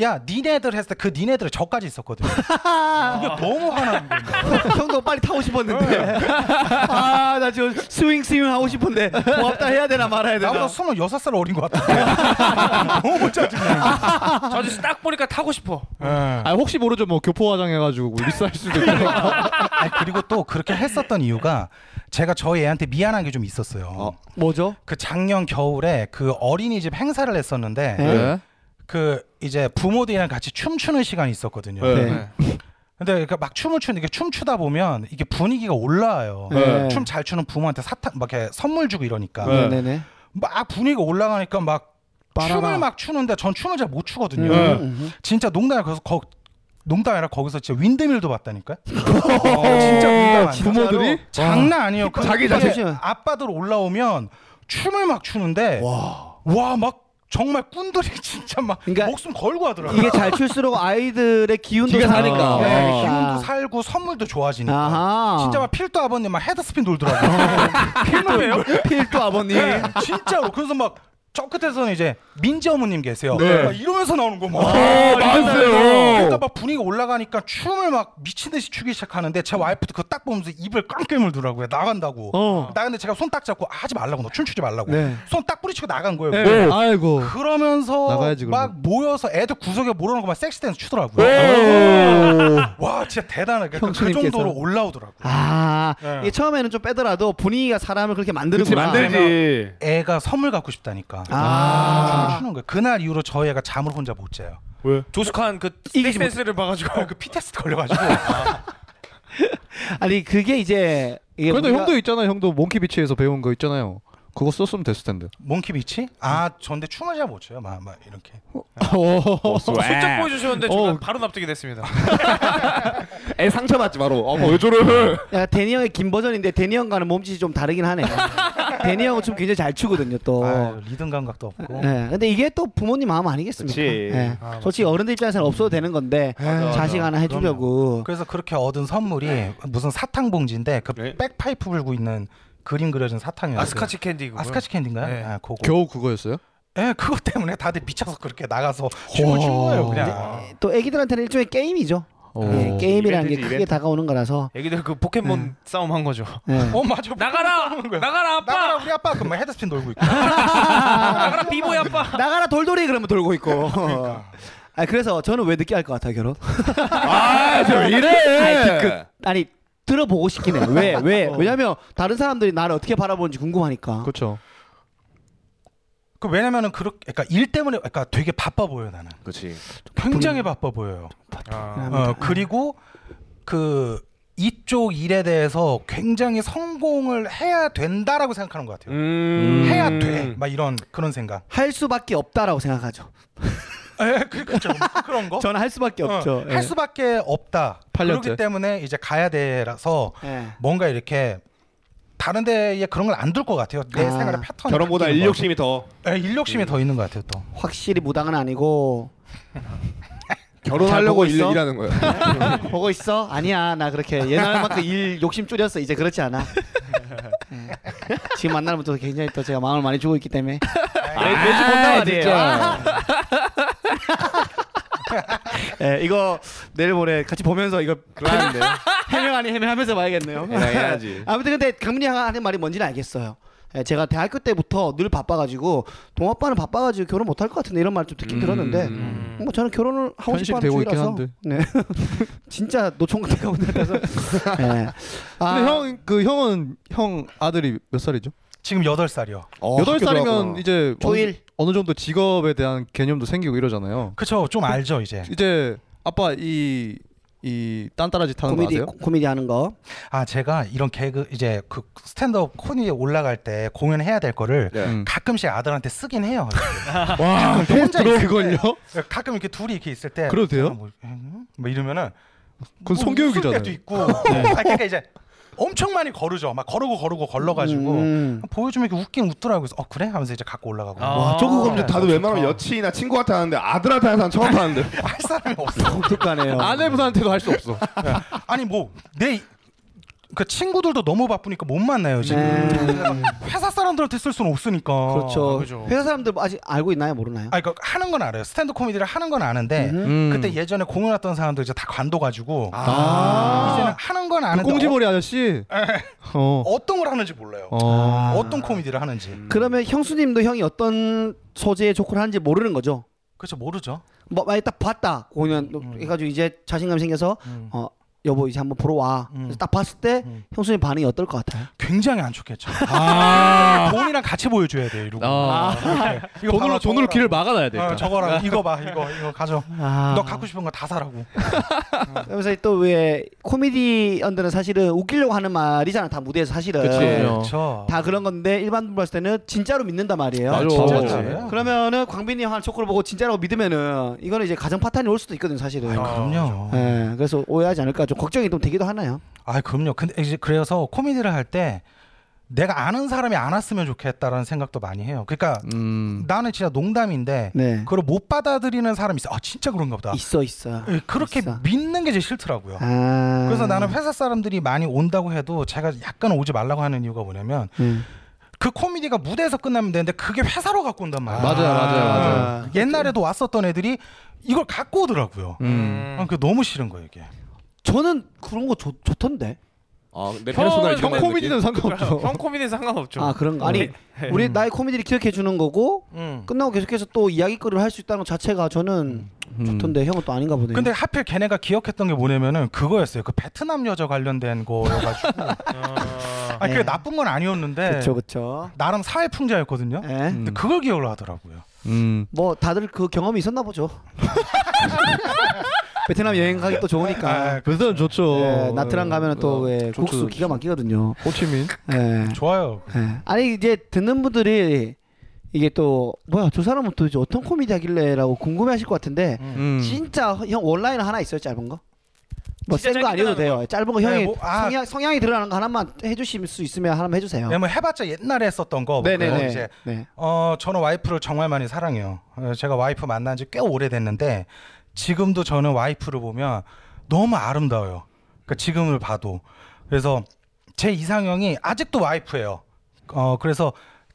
[SPEAKER 3] 야 니네들 했을 때 그 니네들의 저까지 있었거든요.
[SPEAKER 2] 아.
[SPEAKER 3] 이게 너무
[SPEAKER 2] <laughs>
[SPEAKER 3] 화나는 거예요.
[SPEAKER 1] <laughs> 형도 빨리 타고 싶었는데. 아 나 지금 스윙 스윙 하고 싶은데 고맙다 해야 되나 말아야
[SPEAKER 3] 나보다
[SPEAKER 1] 되나.
[SPEAKER 3] 26살 어린 것 같아. 너무 짜증나.
[SPEAKER 4] 저 아저씨 딱 보니까 타고 싶어.
[SPEAKER 2] 네.
[SPEAKER 3] 예.
[SPEAKER 5] 아 혹시 모르죠 뭐 교포 화장해가지고 뭐 리스할 수도 있고
[SPEAKER 3] 아니, 그리고 또 그렇게 했었던 이유가 제가 저희 애한테 미안한 게 좀 있었어요.
[SPEAKER 1] 뭐죠?
[SPEAKER 3] 그 작년 겨울에 그 어린이집 행사를 했었는데
[SPEAKER 1] 네.
[SPEAKER 3] 그 이제 부모들이랑 같이 춤추는 시간이 있었거든요.
[SPEAKER 1] 네.
[SPEAKER 3] 근데 그러니까 막 춤을 추는데 이게 춤추다 보면 이게 분위기가 올라와요.
[SPEAKER 1] 네.
[SPEAKER 3] 춤 잘 추는 부모한테 사탕 막 이렇게 선물 주고 이러니까
[SPEAKER 2] 네.
[SPEAKER 1] 네네네.
[SPEAKER 3] 막 분위기가 올라가니까 막
[SPEAKER 1] 빠라라.
[SPEAKER 3] 춤을 막 추는데 전 춤을 잘 못 추거든요.
[SPEAKER 2] 네.
[SPEAKER 1] 음.
[SPEAKER 3] 진짜 농담이 그래서 거 농담이 아니라 거기서 진짜 윈드밀도 봤다니까요. 어, 진짜 농담 아니야.
[SPEAKER 5] 부모들이
[SPEAKER 3] 장난 아니에요. 그
[SPEAKER 1] 자기
[SPEAKER 3] 이게
[SPEAKER 1] 자신.
[SPEAKER 3] 아빠들 올라오면 춤을 막 추는데 와 막 정말 꾼들이 <laughs> 진짜 막
[SPEAKER 1] 그러니까
[SPEAKER 3] 목숨 걸고 하더라고요.
[SPEAKER 1] 이게 잘 출수록 아이들의 기운도
[SPEAKER 5] 기가
[SPEAKER 1] 사니까.
[SPEAKER 5] 사니까.
[SPEAKER 3] 네,
[SPEAKER 5] 아.
[SPEAKER 3] 기운도 살고 선물도 좋아지니까
[SPEAKER 1] 아하.
[SPEAKER 3] 진짜 막 필도 아버님 막 헤드스핀 돌더라고요.
[SPEAKER 4] 필요해요?
[SPEAKER 1] 필도 아버님.
[SPEAKER 3] 네, 진짜로 그래서 막 저 끝에서는 이제 민지 어머님 계세요.
[SPEAKER 5] 네. 아,
[SPEAKER 3] 막 이러면서 나오는 거 막. 그러니까 막 분위기 올라가니까 춤을 막 미친 듯이 추기 시작하는데 제 와이프도 그거 딱 보면서 입을 깡 깨물더라고요. 나간다고.
[SPEAKER 5] 어.
[SPEAKER 3] 나근데 제가 손 딱 잡고 아, 하지 말라고 너 춤추지 말라고.
[SPEAKER 1] 네.
[SPEAKER 3] 손 딱 뿌리치고 나간 거예요.
[SPEAKER 5] 네.
[SPEAKER 3] 뭐.
[SPEAKER 5] 아이고
[SPEAKER 3] 그러면서
[SPEAKER 5] 나가야지, 그러면.
[SPEAKER 3] 막 모여서 애들 구석에 모르는 거막 섹시 댄스 추더라고요.
[SPEAKER 5] 네.
[SPEAKER 3] 와 진짜 대단하게 그
[SPEAKER 1] 형수님께서.
[SPEAKER 3] 정도로 올라오더라고요.
[SPEAKER 1] 아,
[SPEAKER 3] 네.
[SPEAKER 1] 이게 처음에는 좀 빼더라도 분위기가 사람을 그렇게
[SPEAKER 5] 그치
[SPEAKER 1] 만드는구나.
[SPEAKER 5] 만들지
[SPEAKER 3] 애가 선물 갖고 싶다니까.
[SPEAKER 1] 아.
[SPEAKER 3] 춤추는 거예요. 그날 이후로 저희 애가 잠을 혼자 못 자요.
[SPEAKER 4] 조숙한 그
[SPEAKER 1] 이기지
[SPEAKER 4] 섹스댄스를 봐가지고
[SPEAKER 3] 그 PTSD 걸려가지고
[SPEAKER 1] 아니 그게 이제 이게
[SPEAKER 5] 그래도
[SPEAKER 1] 뭔가-
[SPEAKER 5] 형도 있잖아 형도 몽키비치에서 배운 거 있잖아요 그거 썼으면 됐을 텐데
[SPEAKER 3] <laughs> 몽키 비치? 아, 전데 춤을 잘 못 춰요. 막, 막 이렇게.
[SPEAKER 5] 어,
[SPEAKER 2] 아,
[SPEAKER 4] <laughs>
[SPEAKER 2] 뭐.
[SPEAKER 4] 손짝 보여주셨는데
[SPEAKER 5] 어.
[SPEAKER 4] 저 바로 납득이 됐습니다.
[SPEAKER 2] 애 상처받지 바로. 어왜 저래?
[SPEAKER 1] 야 데니 형의 긴 버전인데 데니 형과는 몸짓이 좀 다르긴 하네. 데니 형은 좀 굉장히 잘 추거든요 또.
[SPEAKER 3] 아유, 리듬 감각도 없고.
[SPEAKER 1] 예, 근데 이게 또 부모님 마음 아니겠습니까?
[SPEAKER 2] 그치.
[SPEAKER 1] 예.
[SPEAKER 3] 아, 맞아.
[SPEAKER 1] 솔직히 어른들 입장에서는 없어도 되는 건데
[SPEAKER 2] 맞아.
[SPEAKER 1] 자식 하나 해주려고.
[SPEAKER 3] 그래서 그렇게 얻은 선물이 무슨 사탕 봉지인데 그
[SPEAKER 2] 네.
[SPEAKER 3] 백파이프 불고 있는 그림 그려진 사탕이었어요.
[SPEAKER 4] 아스카치 캔디고.
[SPEAKER 3] 네. 아스카치 캔디인가요?
[SPEAKER 4] 네.
[SPEAKER 3] 아, 그거.
[SPEAKER 5] 겨우 그거였어요?
[SPEAKER 3] 예, 그것 때문에 다들 미쳐서 그렇게 나가서 춤을 춘 거예요, 그냥.
[SPEAKER 1] 네, 또 애기들한테는 일종의 게임이죠.
[SPEAKER 5] 어.
[SPEAKER 1] 예, 게임이라는 게
[SPEAKER 2] 이벤트지,
[SPEAKER 1] 크게
[SPEAKER 2] 이벤트.
[SPEAKER 1] 다가오는 거라서.
[SPEAKER 4] 애기들 그 포켓몬 싸움 한 거죠.
[SPEAKER 1] 예.
[SPEAKER 3] 어, 맞아.
[SPEAKER 4] <laughs> 나가라,
[SPEAKER 3] 하는 거야.
[SPEAKER 4] 나가라
[SPEAKER 3] 나가라,
[SPEAKER 4] 아빠,
[SPEAKER 3] 우리 아빠 그막 헤드스핀 돌고 있고.
[SPEAKER 4] 나가라 비보이 아빠.
[SPEAKER 1] <laughs> 나가라 돌돌이 그러면 돌고 있고. 아 그래서 저는 왜 늦게 할 것 같아요 결혼?
[SPEAKER 2] 아저
[SPEAKER 1] 아니,
[SPEAKER 2] 이래.
[SPEAKER 1] 뒤끝. 아니 들어보고 싶긴 해. 왜? 왜? 왜냐면 다른 사람들이 나를 어떻게 바라보는지 궁금하니까.
[SPEAKER 5] 그렇죠
[SPEAKER 3] 그 왜냐면은 그렇게 그러니까 일 때문에 그러니까 되게 바빠 보여 나는.
[SPEAKER 2] 그렇지.
[SPEAKER 3] 굉장히 바빠 보여요.
[SPEAKER 4] 아,
[SPEAKER 3] 어, 그리고 그 이쪽 일에 대해서 굉장히 성공을 해야 된다라고 생각하는 것 같아요.
[SPEAKER 2] 음.
[SPEAKER 3] 해야 돼. 막 이런 그런 생각.
[SPEAKER 1] 할 수밖에 없다라고 생각하죠.
[SPEAKER 3] 예, <laughs> 그렇죠. 그런 거.
[SPEAKER 1] 저는 어? 할 수밖에 없죠. 예.
[SPEAKER 2] 예.
[SPEAKER 3] 할 수밖에 없다.
[SPEAKER 5] 팔 년째.
[SPEAKER 3] 그렇기 때문에 이제 가야 돼라서
[SPEAKER 1] 예. 예.
[SPEAKER 3] 뭔가 이렇게 다른 데에 그런 걸 안 둘 것 같아요. 내
[SPEAKER 1] 아,
[SPEAKER 3] 생활의 패턴.
[SPEAKER 2] 결혼보다 인력심이 더.
[SPEAKER 3] 예, 인력심이 더 있는 것 같아요. 또.
[SPEAKER 1] 확실히 무당은 아니고
[SPEAKER 2] 결혼하려고
[SPEAKER 1] 잘 보고 있어?
[SPEAKER 2] 일, 일하는 거야.
[SPEAKER 1] <laughs> 보고 있어? 아니야 나 그렇게 옛날만큼 일 욕심 줄였어 이제 그렇지 않아 예. 지금 만나면 또 굉장히 또 제가 마음을 많이 주고 있기 때문에 매주 아, 본다 말이에요 <laughs> 예, 이거 내일 모레 같이 보면서 이거
[SPEAKER 2] 그러는데.
[SPEAKER 1] <laughs> 해명하니 해명하면서 봐야겠네요
[SPEAKER 2] 예, 해야지.
[SPEAKER 1] 아무튼 근데 강민이 형이 하는 말이 뭔지는 알겠어요 예, 제가 대학교 때부터 늘 바빠가지고 동아빠는 바빠가지고 결혼 못할 것 같은데 이런 말 좀 듣긴 들었는데
[SPEAKER 4] 음.
[SPEAKER 1] 뭐 저는 결혼을 하고
[SPEAKER 5] 현실이
[SPEAKER 1] 싶어하는
[SPEAKER 5] 되고 있긴
[SPEAKER 1] 주의라서
[SPEAKER 5] 한데.
[SPEAKER 1] 네. <laughs> 진짜 노총 같은 가운데 같아서 네. 아,
[SPEAKER 5] 근데 형 그 형은 형 아들이 몇 살이죠?
[SPEAKER 3] 지금 8살이요.
[SPEAKER 2] 어,
[SPEAKER 5] 여덟 살이면 이제 어느,
[SPEAKER 1] 어, 조일.
[SPEAKER 5] 어느 정도 직업에 대한 개념도 생기고 이러잖아요.
[SPEAKER 3] 그쵸. 좀 알죠,
[SPEAKER 1] 네.
[SPEAKER 3] 이제.
[SPEAKER 5] 이제 아빠 이 이 딴따라지 타는 거
[SPEAKER 1] 코미디
[SPEAKER 5] 아세요?
[SPEAKER 1] 코미디 하는 거
[SPEAKER 3] 아, 제가 이런 개그 이제 그 스탠드업 코니에 올라갈 때 공연해야 될 거를
[SPEAKER 2] 네.
[SPEAKER 5] 음.
[SPEAKER 3] 가끔씩 아들한테 쓰긴 해요.
[SPEAKER 5] <laughs>
[SPEAKER 1] 네.
[SPEAKER 5] 와,
[SPEAKER 3] 혼자 있을
[SPEAKER 5] 그걸요?
[SPEAKER 3] 가끔 이렇게 둘이 이렇게 있을 때
[SPEAKER 5] 그래도 돼요?
[SPEAKER 3] 아, 뭐, 음? 뭐 이러면은
[SPEAKER 5] 그건
[SPEAKER 3] 뭐
[SPEAKER 5] 성교육이잖아요. 네.
[SPEAKER 3] 웃을 때도 있고
[SPEAKER 5] <laughs>
[SPEAKER 3] 아, 그러니까 이제 엄청 많이 거르죠. 막 거르고 거르고 걸러가지고
[SPEAKER 1] 음.
[SPEAKER 3] 보여주면 이렇게 웃긴 웃더라고요. 그래서 어 그래 하면서 이제 갖고 올라가고
[SPEAKER 4] 아.
[SPEAKER 2] 와, 조국 검제 다들
[SPEAKER 3] 아,
[SPEAKER 2] 웬만하면
[SPEAKER 3] 좋다.
[SPEAKER 2] 여친이나 친구한테 하는데 아들한테 하는 사람 처음 봤는데.
[SPEAKER 3] 할 사람이 없어.
[SPEAKER 5] 아,
[SPEAKER 1] 독특하네요
[SPEAKER 5] 아내분한테도 할 수 없어.
[SPEAKER 3] 아니 뭐 내 그 친구들도 너무 바쁘니까 못 만나요 지금.
[SPEAKER 5] 음.
[SPEAKER 1] 네.
[SPEAKER 3] <laughs> 회사 사람들한테 쓸 수는 없으니까.
[SPEAKER 1] 그렇죠.
[SPEAKER 4] 그죠.
[SPEAKER 1] 회사 사람들 뭐 아직 알고 있나요? 모르나요?
[SPEAKER 3] 아니 그 하는 건 알아요. 스탠드 코미디를 하는 건 아는데
[SPEAKER 1] 음.
[SPEAKER 5] 음.
[SPEAKER 3] 그때 예전에 공연 왔던 사람들 이제 다 관둬가지고 이제는
[SPEAKER 5] 아.
[SPEAKER 3] 하는 건
[SPEAKER 5] 그
[SPEAKER 3] 아는데
[SPEAKER 5] 꽁지머리 아저씨. 어.
[SPEAKER 3] 네. 어, 어떤 걸 하는지 몰라요. 아.
[SPEAKER 5] 어. 음.
[SPEAKER 3] 어떤 코미디를 하는지.
[SPEAKER 1] 그러면 형수님도 형이 어떤 소재의 조커를 하는지 모르는 거죠.
[SPEAKER 3] 그렇죠 모르죠.
[SPEAKER 1] 뭐 많이 딱 봤다 공연 해가지고 이제 자신감 이 생겨서 어 여보 이제 한번 보러 와.
[SPEAKER 3] 음.
[SPEAKER 1] 그래서 딱 봤을 때
[SPEAKER 3] 음.
[SPEAKER 1] 형수님 반응이 어떨 것 같아요?
[SPEAKER 3] 굉장히 안 좋겠죠.
[SPEAKER 5] 아.
[SPEAKER 3] <laughs> 돈이랑 같이 보여줘야 돼 이러고.
[SPEAKER 5] 아.
[SPEAKER 3] 이렇게. 이거 봐라,
[SPEAKER 5] 돈으로 돈으로
[SPEAKER 3] 저거라.
[SPEAKER 5] 길을 막아놔야 돼.
[SPEAKER 3] 어,
[SPEAKER 5] 일단.
[SPEAKER 3] 저거라
[SPEAKER 5] <laughs>
[SPEAKER 3] 이거 봐 이거 이거 가져.
[SPEAKER 1] 아.
[SPEAKER 3] 너 갖고 싶은 거 다 사라고.
[SPEAKER 1] 그러면서 또왜 코미디언들은 사실은 웃기려고 하는 말이잖아. 다 무대에서 사실은
[SPEAKER 5] 그치. 네.
[SPEAKER 3] 그렇죠.
[SPEAKER 1] 다 그런 건데 일반 봤을 때는 진짜로 믿는단 말이에요.
[SPEAKER 5] 맞아.
[SPEAKER 3] 진짜
[SPEAKER 5] 맞아.
[SPEAKER 3] 잘해요.
[SPEAKER 1] 그러면은 광빈이 형한 조커를 보고 진짜라고 믿으면은 이거는 이제 가정 파탄이 올 수도 있거든 사실은.
[SPEAKER 3] 아,
[SPEAKER 5] 어,
[SPEAKER 3] 그럼요.
[SPEAKER 5] 네.
[SPEAKER 1] 예, 그래서 오해하지 않을까 좀 걱정이 좀 되기도 하나요?
[SPEAKER 3] 아 그럼요. 근데 이제 그래서 코미디를 할 때 내가 아는 사람이 안 왔으면 좋겠다라는 생각도 많이 해요. 그러니까
[SPEAKER 5] 음.
[SPEAKER 3] 나는 진짜 농담인데
[SPEAKER 1] 네.
[SPEAKER 3] 그걸 못 받아들이는 사람이 있어. 아 진짜 그런가 보다.
[SPEAKER 1] 있어 있어.
[SPEAKER 3] 예, 그렇게
[SPEAKER 1] 있어.
[SPEAKER 3] 믿는 게 제일 싫더라고요.
[SPEAKER 1] 아.
[SPEAKER 3] 그래서 나는 회사 사람들이 많이 온다고 해도 제가 약간 오지 말라고 하는 이유가 뭐냐면
[SPEAKER 1] 음.
[SPEAKER 3] 그 코미디가 무대에서 끝나면 되는데 그게 회사로 갖고 온단 말이에요.
[SPEAKER 5] 맞아요, 맞아요, 맞아요.
[SPEAKER 1] 아.
[SPEAKER 3] 옛날에도 왔었던 애들이 이걸 갖고 오더라고요.
[SPEAKER 5] 음.
[SPEAKER 3] 아, 그게 너무 싫은 거예요, 이게.
[SPEAKER 1] 저는 그런 거 좋, 좋던데.
[SPEAKER 2] 아, 내
[SPEAKER 4] 형-
[SPEAKER 5] 형
[SPEAKER 4] 형
[SPEAKER 2] 페르소나를
[SPEAKER 3] 음.
[SPEAKER 2] 기억하는
[SPEAKER 5] 코미디는
[SPEAKER 2] 느낌?
[SPEAKER 5] 상관없어.
[SPEAKER 4] 형 코미디 상관없죠. 네.
[SPEAKER 1] 아 그런 거 아니
[SPEAKER 3] 네.
[SPEAKER 1] 우리
[SPEAKER 3] 음.
[SPEAKER 1] 나의 코미디를 기억해 주는 거고 끝나고 계속해서 또 이야기거리를 할 수 있다는 것 자체가 저는
[SPEAKER 5] 음.
[SPEAKER 1] 좋던데 형은 또 아닌가 보네요.
[SPEAKER 3] 음. 근데 하필 걔네가 기억했던 게 뭐냐면은 그거였어요. 그 베트남 여자 관련된
[SPEAKER 1] <laughs>
[SPEAKER 3] 거여가지고. 아, 그게
[SPEAKER 1] 네.
[SPEAKER 3] 나쁜 건 아니었는데
[SPEAKER 1] 그쵸 그쵸.
[SPEAKER 3] 나름 사회 풍자였거든요.
[SPEAKER 1] 예.
[SPEAKER 3] 근데 그걸 기억을 하더라고요.
[SPEAKER 5] 음.
[SPEAKER 1] 뭐 다들 그 경험이 있었나
[SPEAKER 3] <laughs>
[SPEAKER 1] 보죠. 베트남 여행 가기 또
[SPEAKER 3] 아,
[SPEAKER 1] 좋으니까.
[SPEAKER 5] 베트남 네, 좋죠.
[SPEAKER 1] 예, 나트랑 가면
[SPEAKER 5] 어,
[SPEAKER 1] 또왜
[SPEAKER 5] 좋죠,
[SPEAKER 1] 국수
[SPEAKER 5] 좋죠.
[SPEAKER 1] 기가 막히거든요.
[SPEAKER 5] 호치민.
[SPEAKER 1] 예.
[SPEAKER 3] 좋아요.
[SPEAKER 1] 예. 아니 이제 듣는 분들이 이게 또 뭐야 저 사람은 도대체 어떤 코미디 하길래라고 궁금해하실 것 같은데
[SPEAKER 5] 음.
[SPEAKER 1] 진짜 형 원라인 하나 있어요 짧은 거? 뭐
[SPEAKER 4] 진짜
[SPEAKER 1] 센 거
[SPEAKER 4] 짧게
[SPEAKER 1] 아니어도
[SPEAKER 4] 하는
[SPEAKER 1] 돼요. 짧은 거 형이
[SPEAKER 3] 네, 뭐, 아.
[SPEAKER 1] 성향 성향이 드러나는 거 하나만 해주실 수 있으면 하나만 해주세요.
[SPEAKER 3] 왜냐면 네, 뭐 해봤자 옛날에 했었던 거. 뭐 그거 이제
[SPEAKER 1] 음. 네. <laughs>
[SPEAKER 3] 어, 저는 와이프를 정말 많이 사랑해요. 어, 제가 와이프 만난 지 꽤 오래됐는데 지금도 저는 와이프를 보면 너무 아름다워요. 그러니까 지금을 봐도. 그래서 제 이상형이 아직도 와이프예요. 어, 그래서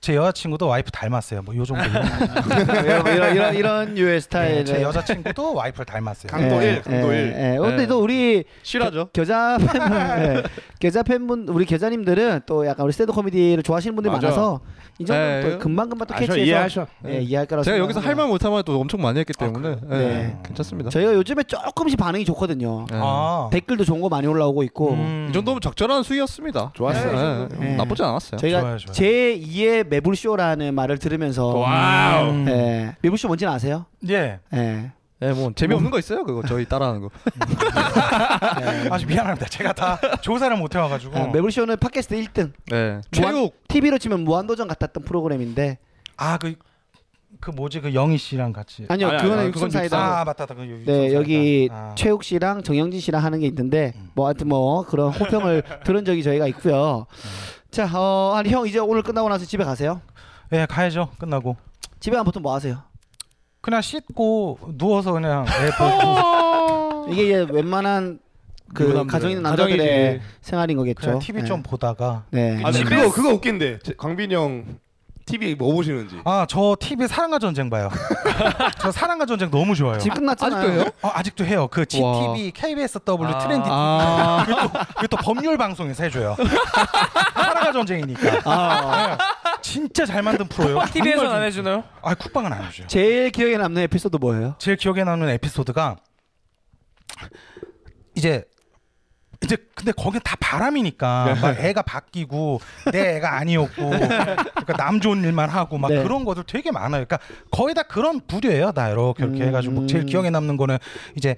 [SPEAKER 3] 제 여자친구도 와이프 닮았어요. 뭐 요 정도.
[SPEAKER 1] 이런 이런 이런, 이런 유의
[SPEAKER 3] 네,
[SPEAKER 1] 스타일의
[SPEAKER 3] 제 여자친구도 네. 와이프를 닮았어요.
[SPEAKER 2] 강- 강도일, 강도일.
[SPEAKER 1] 예, 예. 근데 또 우리
[SPEAKER 5] 실화죠.
[SPEAKER 1] 겨- 겨자 팬분, 예. 겨자 팬분 우리 겨자님들은 또 약간 우리 스탠드 코미디를 좋아하시는 분들이
[SPEAKER 2] 맞아.
[SPEAKER 1] 많아서 이 정도는
[SPEAKER 5] 예,
[SPEAKER 1] 또 금방 금방 또
[SPEAKER 2] 아셔,
[SPEAKER 1] 캐치해서
[SPEAKER 2] 이해하셔.
[SPEAKER 1] 예, 이해할 거라고
[SPEAKER 5] 제가 여기서 할
[SPEAKER 1] 생각합니다.
[SPEAKER 5] 말 못 할 말도 엄청 많이 했기 때문에 예,
[SPEAKER 1] 네.
[SPEAKER 5] 괜찮습니다.
[SPEAKER 1] 저희가 요즘에 조금씩 반응이 좋거든요.
[SPEAKER 5] 예.
[SPEAKER 3] 아.
[SPEAKER 1] 댓글도 좋은 거 음. 많이 올라오고 있고
[SPEAKER 3] 음.
[SPEAKER 5] 이 정도면 적절한 수위였습니다.
[SPEAKER 2] 좋았어요.
[SPEAKER 5] 예,
[SPEAKER 1] 예.
[SPEAKER 5] 나쁘지 않았어요.
[SPEAKER 1] 저희가
[SPEAKER 3] 좋아요, 좋아요.
[SPEAKER 1] 제 2의 매불 쇼라는 말을 들으면서
[SPEAKER 2] 와우.
[SPEAKER 3] 음.
[SPEAKER 1] 예, 매불 쇼 뭔지는 아세요?
[SPEAKER 3] 예.
[SPEAKER 1] 예.
[SPEAKER 5] 예, 뭐 재미없는 거 있어요? 그거 저희 따라하는 거.
[SPEAKER 3] 아주 미안합니다. 제가 다 조사를 못 해와가지고.
[SPEAKER 1] 예, 매불 쇼는 팟캐스트 1등.
[SPEAKER 5] 예.
[SPEAKER 1] 무한,
[SPEAKER 5] 체육
[SPEAKER 1] TV로 치면 무한도전 같았던 프로그램인데
[SPEAKER 3] 아 그 그 뭐지 그 영희 씨랑 같이.
[SPEAKER 1] 아니요
[SPEAKER 5] 아니, 아니,
[SPEAKER 1] 그거는
[SPEAKER 5] 아니,
[SPEAKER 1] 육성
[SPEAKER 5] 그건
[SPEAKER 1] 사이다.
[SPEAKER 3] 아 맞다, 그 유-
[SPEAKER 1] 네
[SPEAKER 3] 유성사이다.
[SPEAKER 1] 여기
[SPEAKER 3] 아.
[SPEAKER 1] 최욱 씨랑 정영진 씨랑 하는 게 있는데 뭐 하여튼 뭐 그런 호평을 들은 적이 저희가 있고요. 자, 어, 아니 형 이제 오늘 끝나고 나서 집에 가세요.
[SPEAKER 3] 예 가야죠 끝나고
[SPEAKER 1] 집에 가면 보통 뭐 하세요?
[SPEAKER 3] 그냥 씻고 누워서 그냥
[SPEAKER 4] <laughs>
[SPEAKER 3] 애
[SPEAKER 4] 어,
[SPEAKER 3] 보고
[SPEAKER 1] 이게 이제 웬만한 그
[SPEAKER 5] 누구남들은.
[SPEAKER 1] 가정 있는 남자들의
[SPEAKER 5] 가정이지.
[SPEAKER 1] 생활인 거겠죠.
[SPEAKER 4] 그렇죠.
[SPEAKER 3] 그냥 TV
[SPEAKER 1] 네.
[SPEAKER 3] 좀 보다가
[SPEAKER 1] 네.
[SPEAKER 2] 아,
[SPEAKER 4] 집에서-
[SPEAKER 2] 그거 그거 웃긴데. 강빈이 형 TV 뭐 보시는지.
[SPEAKER 3] 아 저 TV 사랑과 전쟁
[SPEAKER 4] <laughs>
[SPEAKER 3] 봐요 저 사랑과 전쟁 너무 좋아요
[SPEAKER 1] 지금 끝났잖아요.
[SPEAKER 5] 아직도 해요?
[SPEAKER 3] 아, 직도 해요 그
[SPEAKER 5] 와.
[SPEAKER 3] GTV KBS W
[SPEAKER 4] 아.
[SPEAKER 3] 트렌디
[SPEAKER 5] 아,
[SPEAKER 3] 그게 또 법률 방송에서
[SPEAKER 4] <laughs>
[SPEAKER 3] 해줘요 사랑과 전쟁이니까 네. 진짜 잘 만든 프로예요
[SPEAKER 4] 아, TV에서
[SPEAKER 3] 정말
[SPEAKER 4] 안 해주나요?
[SPEAKER 3] 좀- 아 국방은 안 해줘요
[SPEAKER 1] 제일 기억에 남는 에피소드 뭐예요?
[SPEAKER 3] 제일 기억에 남는 에피소드가 이제 이제 근데 거긴 다
[SPEAKER 1] 네.
[SPEAKER 3] 바람이니까 막 애가 바뀌고 내 애가 아니었고 그러니까 남 좋은 일만 하고 막
[SPEAKER 1] 네.
[SPEAKER 3] 그런 것들 되게 많아요. 그러니까 거의 다 그런 부류예요. 나 이렇게 이렇게
[SPEAKER 1] 음.
[SPEAKER 3] 해가지고 뭐 제일 기억에 남는 거는 이제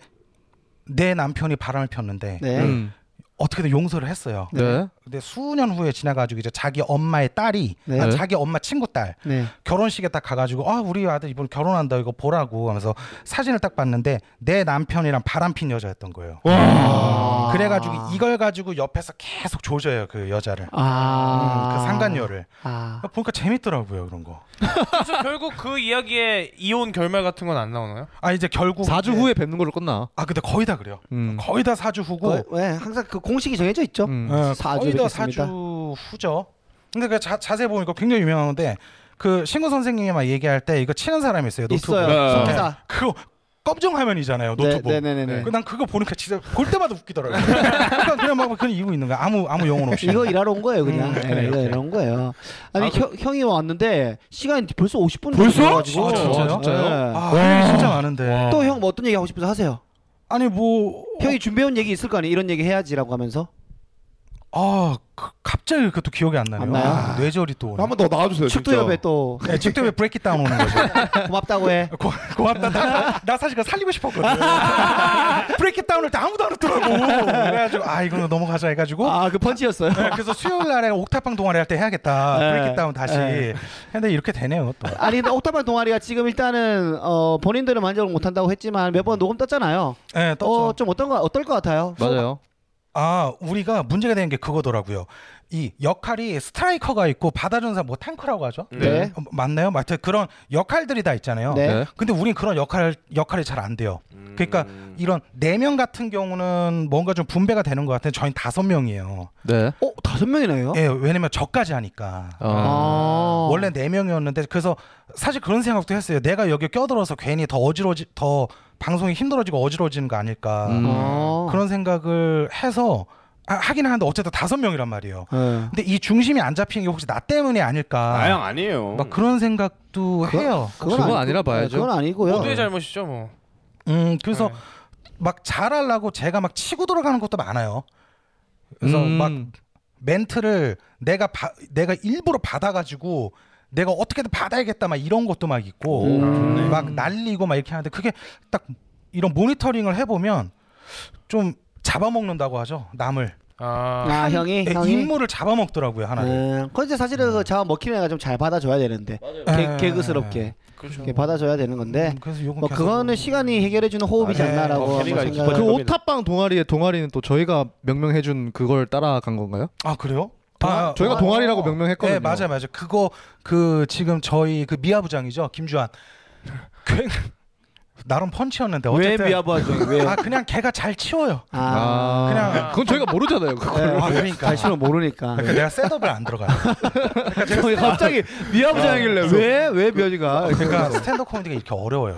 [SPEAKER 3] 내 남편이 바람을 폈는데
[SPEAKER 1] 네.
[SPEAKER 5] 음.
[SPEAKER 3] 어떻게든 용서를 했어요.
[SPEAKER 5] 네.
[SPEAKER 3] 근데 수년 후에 지나가지고 이제 자기 엄마의 딸이
[SPEAKER 1] 네.
[SPEAKER 3] 아, 자기 엄마 친구 딸
[SPEAKER 1] 네.
[SPEAKER 3] 결혼식에 딱 가가지고 아 우리 아들 이번 결혼한다 이거 보라고 하면서 사진을 딱 봤는데 내 남편이랑 바람핀 여자였던 거예요. 아. 그래가지고 이걸 가지고 옆에서 계속 조져요 그 여자를.
[SPEAKER 1] 아.
[SPEAKER 3] 음, 그 상간녀를
[SPEAKER 1] 아.
[SPEAKER 3] 보니까 재밌더라고요 그런 거.
[SPEAKER 4] 그래서 결국 그 이야기에 이혼 결말 같은 건 안 나오나요?
[SPEAKER 3] 아 이제 결국
[SPEAKER 5] 4주
[SPEAKER 3] 이제-
[SPEAKER 5] 후에 뵙는 걸로 끝나.
[SPEAKER 1] 네.
[SPEAKER 3] 아 근데 거의 다 그래요.
[SPEAKER 5] 음.
[SPEAKER 3] 거의 다 4주 후고
[SPEAKER 1] 왜, 왜 항상 그 공식이 정해져 있죠.
[SPEAKER 5] 음.
[SPEAKER 3] 예,
[SPEAKER 1] 사주
[SPEAKER 3] 거의 다
[SPEAKER 1] 뵙겠습니다.
[SPEAKER 3] 사주 후죠. 근데 그 자, 자세히 보니까 굉장히 유명한데 그 신구 선생님이 막 얘기할 때 이거 치는 사람이 있어요. 그 노트북.
[SPEAKER 1] 있어요.
[SPEAKER 5] 네.
[SPEAKER 1] 석회사.
[SPEAKER 3] 그거 검정 화면이잖아요.
[SPEAKER 1] 네,
[SPEAKER 3] 노트북.
[SPEAKER 1] 네, 네, 네.
[SPEAKER 3] 그 난 그거 보니까 진짜 볼 때마다 웃기더라고요. 그냥, 그냥 막 그냥 이고 있는 거야. 아무 아무 영혼 없이.
[SPEAKER 1] 네. 이거 일하러 온 거예요, 그냥.
[SPEAKER 3] 음,
[SPEAKER 1] 네,
[SPEAKER 3] 그래,
[SPEAKER 1] 이거
[SPEAKER 3] 그래.
[SPEAKER 1] 일하러 온 거예요. 아니 형, 형이 왔는데 시간이 벌써 50분
[SPEAKER 5] 벌써?
[SPEAKER 1] 가지고 어,
[SPEAKER 3] 아, 진짜요? 아,
[SPEAKER 5] 와.
[SPEAKER 3] 할 일이 진짜 많은데.
[SPEAKER 1] 또형 뭐 어떤 얘기 하고 싶어서 하세요.
[SPEAKER 3] 아니 뭐
[SPEAKER 1] 형이 준비해온 얘기 있을 거 아니에요. 이런 얘기 해야지라고 하면서.
[SPEAKER 3] 아, 그, 갑자기 그것도 기억이 안 나네요.
[SPEAKER 1] 안 나요?
[SPEAKER 3] 아, 뇌절이 또 오네.
[SPEAKER 2] 한 번 더 나와주세요.
[SPEAKER 1] 축구
[SPEAKER 2] 진짜.
[SPEAKER 1] 협회 또
[SPEAKER 3] 네, 지금 때문에 브레이크 다운 오는 거죠.
[SPEAKER 1] 고맙다고 해.
[SPEAKER 3] <laughs> 고, 고맙다. 나, 나 사실 그 살리고 싶었거든. <laughs> 브레이크 다운을 다 아무도 안 했더라고. 그래가지고 아 이거는 넘어가자 해가지고.
[SPEAKER 1] 아 그
[SPEAKER 3] <laughs>
[SPEAKER 1] 펀치였어요.
[SPEAKER 3] 네, 그래서 수요일 날에 옥탑방 동아리 할 때 해야겠다.
[SPEAKER 1] 네.
[SPEAKER 3] 브레이크 다운 다시.
[SPEAKER 1] 네.
[SPEAKER 3] 근데 이렇게 되네요 또.
[SPEAKER 1] 아니 근데 옥탑방 동아리가 지금 일단은 어, 본인들은 만족을 못한다고 했지만 몇 번 녹음 떴잖아요.
[SPEAKER 3] 네, 떴죠.
[SPEAKER 1] 어좀 어떤 거 어떨 것 같아요?
[SPEAKER 5] 맞아요.
[SPEAKER 3] 아 우리가 문제가 되는 게 그거더라고요. 이 역할이 스트라이커가 있고 바다전사 뭐 탱크라고 하죠.
[SPEAKER 1] 네.
[SPEAKER 3] 어, 맞나요? 맞아요. 그런 역할들이 다 있잖아요.
[SPEAKER 1] 네.
[SPEAKER 5] 네.
[SPEAKER 3] 근데 우린 그런 역할 역할이 잘 안 돼요.
[SPEAKER 2] 음.
[SPEAKER 3] 그러니까 이런 네 명 같은 경우는 뭔가 좀 분배가 되는 것 같아요. 저희 다섯 명이에요.
[SPEAKER 5] 네.
[SPEAKER 1] 어 다섯 명이나요?
[SPEAKER 3] 예, 왜냐면 저까지 하니까.
[SPEAKER 1] 어. 아.
[SPEAKER 3] 원래 네 명이었는데 그래서 사실 그런 생각도 했어요. 내가 여기 껴들어서 괜히 더 어지러지 더 방송이 힘들어지고 어지러지는 거 아닐까
[SPEAKER 5] 음.
[SPEAKER 1] 아.
[SPEAKER 3] 그런 생각을 해서 아, 하긴 하는데 어쨌든 다섯 명이란 말이에요.
[SPEAKER 1] 네.
[SPEAKER 3] 근데 이 중심이 안 잡히는 게 혹시 나 때문이 아닐까?
[SPEAKER 2] 아양 아니에요.
[SPEAKER 3] 막 그런 생각도
[SPEAKER 1] 그건-
[SPEAKER 3] 해요.
[SPEAKER 5] 그건
[SPEAKER 1] 아니고-
[SPEAKER 5] 아니라 봐야죠.
[SPEAKER 1] 그건 아니고요.
[SPEAKER 4] 모두의 잘못이죠 뭐.
[SPEAKER 3] 음, 그래서
[SPEAKER 4] 네.
[SPEAKER 3] 막 잘하려고 제가 막 치고 들어가는 것도 많아요. 그래서
[SPEAKER 5] 음.
[SPEAKER 3] 막 멘트를 내가 바- 내가 일부러 받아가지고 내가 어떻게든 받아야겠다 막 이런 것도 막 있고
[SPEAKER 1] 음.
[SPEAKER 3] 막 날리고 막 이렇게 하는데 그게 딱 이런 모니터링을 해보면 좀 잡아먹는다고 하죠 남을
[SPEAKER 4] 아,
[SPEAKER 1] 아 형이
[SPEAKER 3] 네,
[SPEAKER 1] 형이.
[SPEAKER 3] 인물을 잡아먹더라고요 하나를 네.
[SPEAKER 1] 음, 그런데 사실은 그 자원 먹히는 애가 좀 잘 받아줘야 되는데 개,
[SPEAKER 3] 에.
[SPEAKER 1] 개그스럽게
[SPEAKER 4] 그렇죠.
[SPEAKER 1] 이렇게 받아줘야 되는 건데
[SPEAKER 3] 예. 음, 그래서 요건
[SPEAKER 1] 네. 뭐
[SPEAKER 3] 계속-
[SPEAKER 1] 그거는 시간이 해결해주는 호흡이지
[SPEAKER 3] 아, 네.
[SPEAKER 1] 않나라고
[SPEAKER 2] 뭐
[SPEAKER 1] 한번
[SPEAKER 2] 재미가 있-
[SPEAKER 1] 생각을
[SPEAKER 5] 그
[SPEAKER 2] 겁니다.
[SPEAKER 5] 옥탑방 동아리의 동아리는 또 저희가 명명해준 그걸 따라간 건가요?
[SPEAKER 3] 아 그래요?
[SPEAKER 5] 동아- 저희가 동아리라고 명명했거든요.
[SPEAKER 3] 네 맞아요 맞아요 그거 그 지금 저희 그 미아 부장이죠 김주환 굉- 나름 펀치였는데
[SPEAKER 1] 왜
[SPEAKER 3] 어쨌든
[SPEAKER 1] 미아보아죠? 왜?
[SPEAKER 3] 아 그냥 걔가 잘 치워요
[SPEAKER 1] 아,
[SPEAKER 3] 그냥-
[SPEAKER 5] 그건 저희가 네, 모르잖아요. 그걸.
[SPEAKER 3] 아 그러니까
[SPEAKER 1] 자신을 모르니까.
[SPEAKER 3] 그러니까 내가 셋업을 안 들어가요 그러니까
[SPEAKER 1] 저기 갑자기 미아부장이길래 왜왜 미아지가?
[SPEAKER 3] 그러니까 스탠드 코미디가 이렇게 어려워요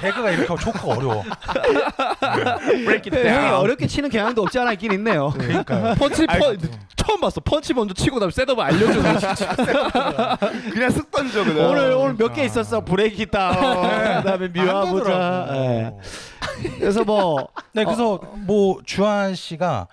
[SPEAKER 3] 개그가 이렇게 하고 조커가 어려워
[SPEAKER 4] 브레이크
[SPEAKER 1] 네, 형이
[SPEAKER 4] 다운.
[SPEAKER 1] 어렵게 치는 경향도 없지 않아 있긴 있네요.
[SPEAKER 3] 그러니까
[SPEAKER 5] 펀치 펀 처음 봤어. 펀치 먼저 치고 다음 셋업을 알려주는.
[SPEAKER 2] 그냥 쓱 던져
[SPEAKER 3] 네.
[SPEAKER 2] 그냥.
[SPEAKER 1] 오늘 오늘
[SPEAKER 3] 아.
[SPEAKER 1] 몇 개 있었어 브레이키
[SPEAKER 5] 네,
[SPEAKER 1] 다운 그다음에 미아부장. 예. 그래서 뭐
[SPEAKER 3] 네 그래서 뭐 주한 씨가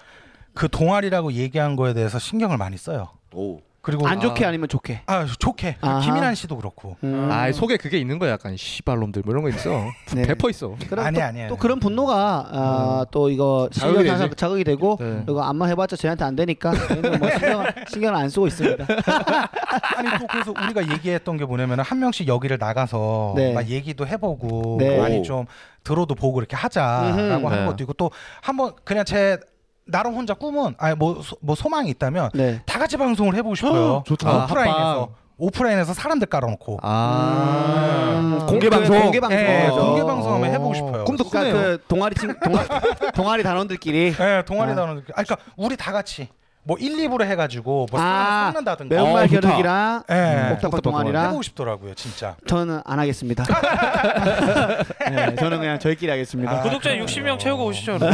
[SPEAKER 3] 그 동아리라고 얘기한 거에 대해서 신경을 많이 써요
[SPEAKER 2] 오.
[SPEAKER 3] 그리고
[SPEAKER 1] 안 좋게 아니면 좋게.
[SPEAKER 3] 아 좋게
[SPEAKER 1] 아하.
[SPEAKER 3] 김인환 씨도 그렇고
[SPEAKER 1] 음.
[SPEAKER 5] 아 속에 그게 있는 거야. 약간 씨발놈들 뭐 이런 거 있어.
[SPEAKER 1] 네.
[SPEAKER 5] 배퍼 있어.
[SPEAKER 1] 그럼
[SPEAKER 3] 아니
[SPEAKER 1] 또-
[SPEAKER 3] 아니
[SPEAKER 1] 또 그런 분노가 아, 또 이거
[SPEAKER 5] 자극이
[SPEAKER 1] 신경 자극,
[SPEAKER 5] 되지.
[SPEAKER 1] 자극이 되고
[SPEAKER 5] 네.
[SPEAKER 1] 이거 안만 해봤자 저희한테 안 되니까 저희는 뭐 신경 신경을 안 쓰고 있습니다.
[SPEAKER 3] 아니 또 그래서 우리가 얘기했던 게 뭐냐면 한 명씩 여기를 나가서
[SPEAKER 1] 네.
[SPEAKER 3] 막 얘기도 해보고
[SPEAKER 1] 네.
[SPEAKER 3] 많이
[SPEAKER 2] 오.
[SPEAKER 3] 좀 들어도 보고 이렇게 하자라고
[SPEAKER 1] 음흠.
[SPEAKER 3] 하는
[SPEAKER 5] 네.
[SPEAKER 3] 것도 있고 또 한번 그냥 제 나름 혼자 꿈은 아니 뭐, 소- 뭐 소망이 있다면
[SPEAKER 1] 네.
[SPEAKER 3] 다 같이 방송을 해보고 싶어요. 아,
[SPEAKER 5] 좋다.
[SPEAKER 3] 오프라인에서
[SPEAKER 5] 합방.
[SPEAKER 3] 오프라인에서 사람들 깔아놓고
[SPEAKER 5] 아.
[SPEAKER 1] 공개 방송. 음. 공개 방송. 어.
[SPEAKER 3] 예,
[SPEAKER 1] 맞아.
[SPEAKER 3] 공개 방송 한번 해보고 싶어요.
[SPEAKER 5] 꿈도
[SPEAKER 1] 그러니까
[SPEAKER 5] 꾸네요.
[SPEAKER 1] 그 동아리 친 동아, <laughs> 동아리 단원들끼리
[SPEAKER 3] 예, 동아리
[SPEAKER 1] 아.
[SPEAKER 3] 나오는 아 그러니까 우리 다 같이 뭐 1, 2부로 해가지고 뭐
[SPEAKER 1] 아,
[SPEAKER 3] 사람 섞는다든가
[SPEAKER 1] 매운말
[SPEAKER 5] 어, 좋다.
[SPEAKER 1] 겨루기랑
[SPEAKER 3] 예,
[SPEAKER 1] 옥탑방
[SPEAKER 5] 옥탑방
[SPEAKER 1] 동아리랑
[SPEAKER 3] 해보고 싶더라고요 진짜.
[SPEAKER 1] 저는 안 하겠습니다. 네, 저는 그냥 저희끼리 하겠습니다.
[SPEAKER 4] 아, 구독자 60명 채우고 오시죠. 여러분.
[SPEAKER 1] <laughs>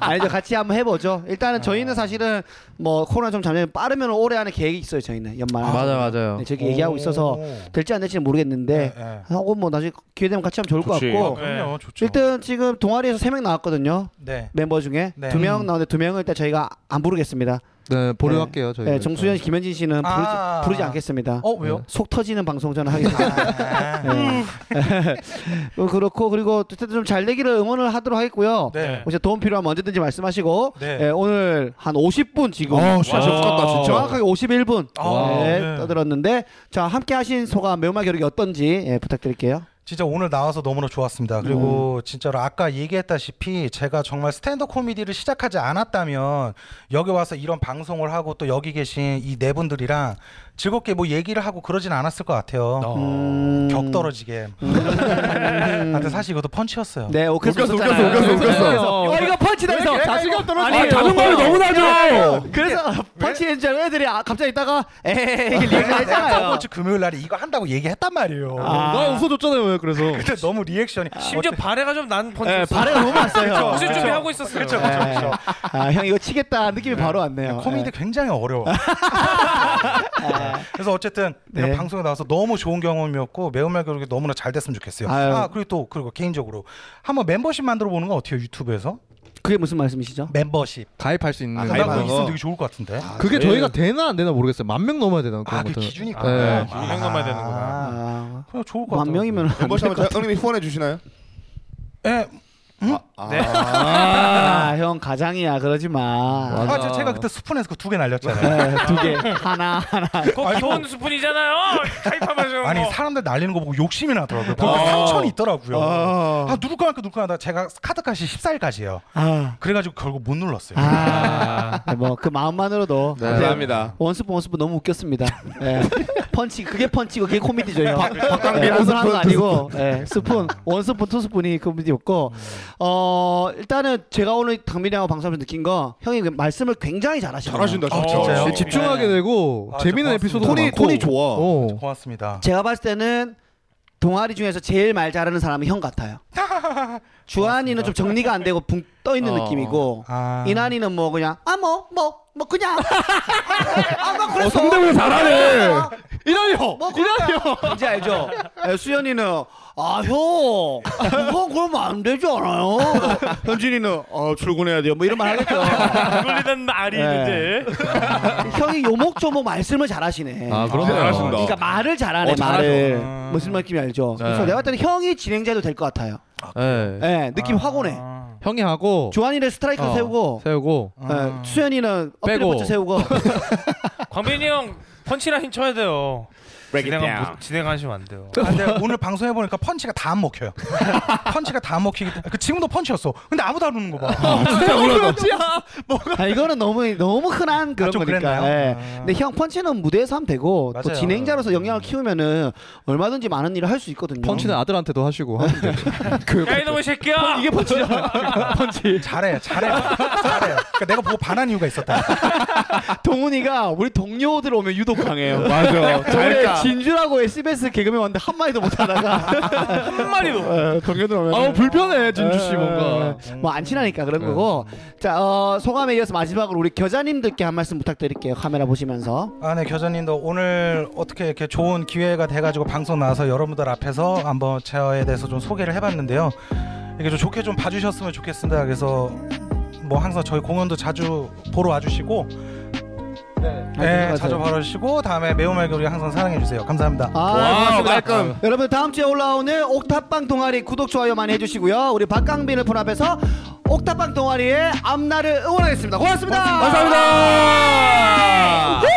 [SPEAKER 1] 아니죠, 같이 한번 해보죠. 일단은 저희는 사실은 뭐 코로나 좀 잠잠히 빠르면 올해 안에 계획이 있어요. 저희는 연말.
[SPEAKER 5] 맞아 맞아요.
[SPEAKER 1] 네, 저기 얘기하고 있어서
[SPEAKER 3] 오.
[SPEAKER 1] 될지 안 될지는 모르겠는데
[SPEAKER 3] 예,
[SPEAKER 1] 하고 뭐 나중에 기회 되면 같이 하면 좋을 것
[SPEAKER 2] 좋지.
[SPEAKER 3] 예.
[SPEAKER 1] 같고
[SPEAKER 3] 그럼요, 좋죠.
[SPEAKER 1] 일단 지금 동아리에서 세 명 나왔거든요.
[SPEAKER 3] 네.
[SPEAKER 1] 멤버 중에
[SPEAKER 3] 네.
[SPEAKER 1] 두 명
[SPEAKER 5] 음.
[SPEAKER 1] 나오는데 두 명을 일단 저희가 안 부르겠습니다.
[SPEAKER 5] 네
[SPEAKER 1] 네.
[SPEAKER 5] 보류할게요 저희.
[SPEAKER 1] 네, 정수현 씨, 김현진 씨는 부르지,
[SPEAKER 3] 아.
[SPEAKER 1] 부르지 않겠습니다.
[SPEAKER 3] 어 왜요?
[SPEAKER 1] 속 터지는 방송 저는 하겠습니다.
[SPEAKER 3] 아,
[SPEAKER 1] 네. <laughs> 어, 그렇고 그리고 어쨌든 좀 잘 되기를 응원을 하도록 하겠고요.
[SPEAKER 3] 네.
[SPEAKER 1] 혹시 도움 필요하면 언제든지 말씀하시고
[SPEAKER 3] 네.
[SPEAKER 1] 예, 오늘 한 50분 지금
[SPEAKER 5] 어, 진짜
[SPEAKER 4] 와.
[SPEAKER 5] 좋겠다 진짜.
[SPEAKER 1] 정확하게 51분
[SPEAKER 3] 아,
[SPEAKER 1] 예,
[SPEAKER 3] 네.
[SPEAKER 1] 떠들었는데 자 함께 하신 소감 매운맛 겨루기 어떤지 예, 부탁드릴게요.
[SPEAKER 3] 진짜 오늘 나와서 너무나 좋았습니다. 그리고 진짜로 아까 얘기했다시피 제가 정말 스탠드 코미디를 시작하지 않았다면 여기 와서 이런 방송을 하고 또 여기 계신 이 네 분들이랑 즐겁게 뭐 얘기를 하고 그러진 않았을 것 같아요.
[SPEAKER 1] 음.
[SPEAKER 3] 격 떨어지게. 근데 사실 이것도 펀치였어요.
[SPEAKER 1] 네, 오케이.
[SPEAKER 2] 웃겼어, 웃겼어, 웃겼어, 웃겼어.
[SPEAKER 1] 어, 이거 펀치 펀치다 해서
[SPEAKER 2] 자신감 떨어져.
[SPEAKER 1] 아니,
[SPEAKER 6] 아, 자존감이 너무 나죠.
[SPEAKER 1] 그래서 펀치 엔젤 애들이 아, 갑자기 있다가 에이 리액션 했잖아요.
[SPEAKER 3] 저번 주 어. 금요일 날에 이거 한다고 얘기했단 말이에요.
[SPEAKER 1] 아.
[SPEAKER 5] 나 웃어줬잖아요. <laughs> 그래서
[SPEAKER 3] 근데 너무 리액션이
[SPEAKER 4] 심지어 발해가 좀 난
[SPEAKER 1] 예,
[SPEAKER 4] 펀치.
[SPEAKER 2] 아,
[SPEAKER 1] 발해가 너무 많았어요.
[SPEAKER 4] 무슨 준비하고 있었어요. 네.
[SPEAKER 3] 그렇죠,
[SPEAKER 1] 예.
[SPEAKER 3] 그렇죠, 그렇죠.
[SPEAKER 1] 아, 형 이거 치겠다 느낌이 바로 왔네요.
[SPEAKER 3] 코미디
[SPEAKER 1] <laughs>
[SPEAKER 3] 굉장히 어려워. 그래서 어쨌든 이런
[SPEAKER 1] 아, 예. 네.
[SPEAKER 3] 방송에 나와서 너무 좋은 경험이었고 매운말 교육이 너무나 잘 됐으면 좋겠어요.
[SPEAKER 1] 아유.
[SPEAKER 3] 아 그리고 또 그리고 개인적으로 한번 멤버십 만들어 보는 건 어때요 유튜브에서?
[SPEAKER 1] 예. 그게 무슨 말씀이시죠?
[SPEAKER 3] 멤버십.
[SPEAKER 6] 가입할 수 있는
[SPEAKER 2] 아,
[SPEAKER 3] 나
[SPEAKER 2] 가입하는
[SPEAKER 3] 그거 있으면
[SPEAKER 2] 거.
[SPEAKER 3] 되게 좋을 것 같은데.
[SPEAKER 1] 아,
[SPEAKER 5] 아, 그게
[SPEAKER 2] 네.
[SPEAKER 5] 저희가 되나 안 되나 모르겠어요. 만 명 넘어야 되나 그런
[SPEAKER 3] 아 그
[SPEAKER 5] 것들은.
[SPEAKER 3] 기준이
[SPEAKER 5] 네.
[SPEAKER 3] 그거야.
[SPEAKER 4] 기준이 넘어야 되는구나.
[SPEAKER 3] 아,
[SPEAKER 1] 아,
[SPEAKER 3] 그냥 좋을 것 같아요.
[SPEAKER 1] 예. 만 명이면
[SPEAKER 2] 네. 멤버십 하면 형님이 후원해 주시나요?
[SPEAKER 3] 예.
[SPEAKER 2] 아,
[SPEAKER 4] 네.
[SPEAKER 1] 아, 형 가장이야 그러지 마.
[SPEAKER 3] 아, 저- 제가 그때 스푼에서 그 두 개 날렸잖아요.
[SPEAKER 2] 네.
[SPEAKER 1] 두 개 하나 하나.
[SPEAKER 4] 그거 좋은 스푼이잖아요. 타입하면서
[SPEAKER 3] 아니 사람들 날리는 거 보고 욕심이
[SPEAKER 1] 아.
[SPEAKER 3] 나더라고요. 보니까 상천이 있더라고요.
[SPEAKER 1] 어.
[SPEAKER 3] 아 누를 거니까 누를 거니까 하다가 제가 카드값이 14일까지예요.
[SPEAKER 1] 아,
[SPEAKER 3] 그래가지고 결국 못 눌렀어요.
[SPEAKER 1] 아, 뭐 그 마음만으로도
[SPEAKER 2] 네. 감사합니다.
[SPEAKER 1] 원스푼 원스푼 너무 웃겼습니다. 예. <laughs> 펀치 그게 펀치고 그게 코미디죠. 형.
[SPEAKER 2] 박강민
[SPEAKER 1] 예,
[SPEAKER 2] 한
[SPEAKER 1] 오늘 하는 거
[SPEAKER 2] 스푼, 두
[SPEAKER 1] 아니고 예, 스푼 원 스푼 투 스푼이 코미디였고 어 일단은 제가 오늘 강민이하고 방송하면서 느낀 거 형이 그 말씀을 굉장히 잘하시네요.
[SPEAKER 2] 잘하신다 아, 진짜.
[SPEAKER 3] 진짜요?
[SPEAKER 5] 근데 집중하게 되고
[SPEAKER 3] 아,
[SPEAKER 5] 재미있는
[SPEAKER 3] 고맙습니다.
[SPEAKER 5] 에피소드
[SPEAKER 2] 톤이 톤이 좋아.
[SPEAKER 5] 어.
[SPEAKER 3] 고맙습니다.
[SPEAKER 1] 제가 봤을 때는 동아리 중에서 제일 말 잘하는 사람이 형 같아요. 주한이는 좀 정리가 안 되고 붕 떠 있는
[SPEAKER 6] 어.
[SPEAKER 1] 느낌이고
[SPEAKER 3] 아.
[SPEAKER 1] 이난이는 뭐 그냥 아 뭐 뭐 뭐 그냥 아뭐 뭐.
[SPEAKER 6] 어,
[SPEAKER 1] 그래서
[SPEAKER 6] 성대모사 잘하네.
[SPEAKER 5] 이러요. 이러요.
[SPEAKER 1] 뭔지 알죠? 예, 수현이는 아형 형 그러면 안 되지 않아요? 현진이는 아 출근해야 돼요 뭐 이런 말 하겠죠.
[SPEAKER 4] 돌리는 말이
[SPEAKER 1] 예.
[SPEAKER 4] 있는데.
[SPEAKER 1] 형이 요목조목 말씀을 잘하시네.
[SPEAKER 5] 아, 그러네요.
[SPEAKER 2] 잘하신다.
[SPEAKER 1] 그러니까 말을 잘하네
[SPEAKER 6] 어, 잘하죠.
[SPEAKER 1] 말을
[SPEAKER 3] 음.
[SPEAKER 1] 무슨 느낌이 알죠?
[SPEAKER 6] 네.
[SPEAKER 1] 그래서 내가 봤을 때는 형이 진행자도 될 것 같아요.
[SPEAKER 5] 네.
[SPEAKER 1] 예, 느낌 확 오네.
[SPEAKER 5] 형이 하고
[SPEAKER 1] 조한이를 스트라이커
[SPEAKER 5] 어,
[SPEAKER 1] 세우고
[SPEAKER 5] 세우고
[SPEAKER 1] 예, 수현이는 어필
[SPEAKER 5] 빼고.
[SPEAKER 1] 붙여 세우고
[SPEAKER 4] 광빈이 형 펀치라인 쳐야 돼요.
[SPEAKER 2] Break it
[SPEAKER 4] 진행하-
[SPEAKER 2] down.
[SPEAKER 4] 진행하시면 안 돼요.
[SPEAKER 3] 아, 근데 오늘 방송 해보니까 펀치가 다 안 먹혀요. <laughs> 펀치가 다 안 먹히기 때문에 그 지금도 펀치였어. 근데 아무도 안 우는 거 봐.
[SPEAKER 5] 진짜 울었다.
[SPEAKER 1] 아, 이거는 너무 너무 흔한 그런
[SPEAKER 3] 좀
[SPEAKER 1] 거니까.
[SPEAKER 3] 그랬나요?
[SPEAKER 1] 예. 근데 형 펀치는 무대에서 하면 되고 또
[SPEAKER 3] 맞아요.
[SPEAKER 1] 진행자로서 영향을 키우면은 얼마든지 많은 일을 할 수 있거든요.
[SPEAKER 5] 펀치는 아들한테도 하시고 하는데.
[SPEAKER 4] 야 이놈의 새끼야.
[SPEAKER 1] 이게 <laughs> 펀치잖아.
[SPEAKER 3] 잘해, 잘해, 잘해. 그러니까 내가 보고 반한 이유가 있었다.
[SPEAKER 1] 동훈이가 우리 동료들 오면 유독 강해요.
[SPEAKER 2] 예,
[SPEAKER 1] <laughs>
[SPEAKER 2] 맞아.
[SPEAKER 1] 원래
[SPEAKER 2] 잘까.
[SPEAKER 1] 진주라고 SBS 개그맨 왔는데 한 마디도 못 하다가
[SPEAKER 4] 한 마리도.
[SPEAKER 1] 어, 동료들 오면
[SPEAKER 5] 아 음, 불편해 진주 씨 뭔가.
[SPEAKER 1] 뭐 안 친하니까 그런 거고 자 어, 소감에 이어서 마지막으로 우리 겨자님들께 한 말씀 부탁드릴게요 카메라 보시면서
[SPEAKER 3] 아, 네, 교자님도 오늘 어떻게 이렇게 좋은 기회가 돼가지고 방송 나와서 여러분들 앞에서 한번 제어에 대해서 좀 소개를 해봤는데요. 이게 좀 좋게 좀 봐주셨으면 좋겠습니다. 그래서 뭐 항상 저희 공연도 자주 보러 와주시고, 네, 자주 보러 와주시고 다음에 매운말 교리 항상 사랑해주세요. 감사합니다.
[SPEAKER 1] 아, 고맙습니다. 여러분 다음 주에 올라오는 옥탑방 동아리 구독 좋아요 많이 해주시고요 우리 박강빈을 포함해서 옥탑방 동아리의 앞날을 응원하겠습니다 고맙습니다
[SPEAKER 6] 감사합니다.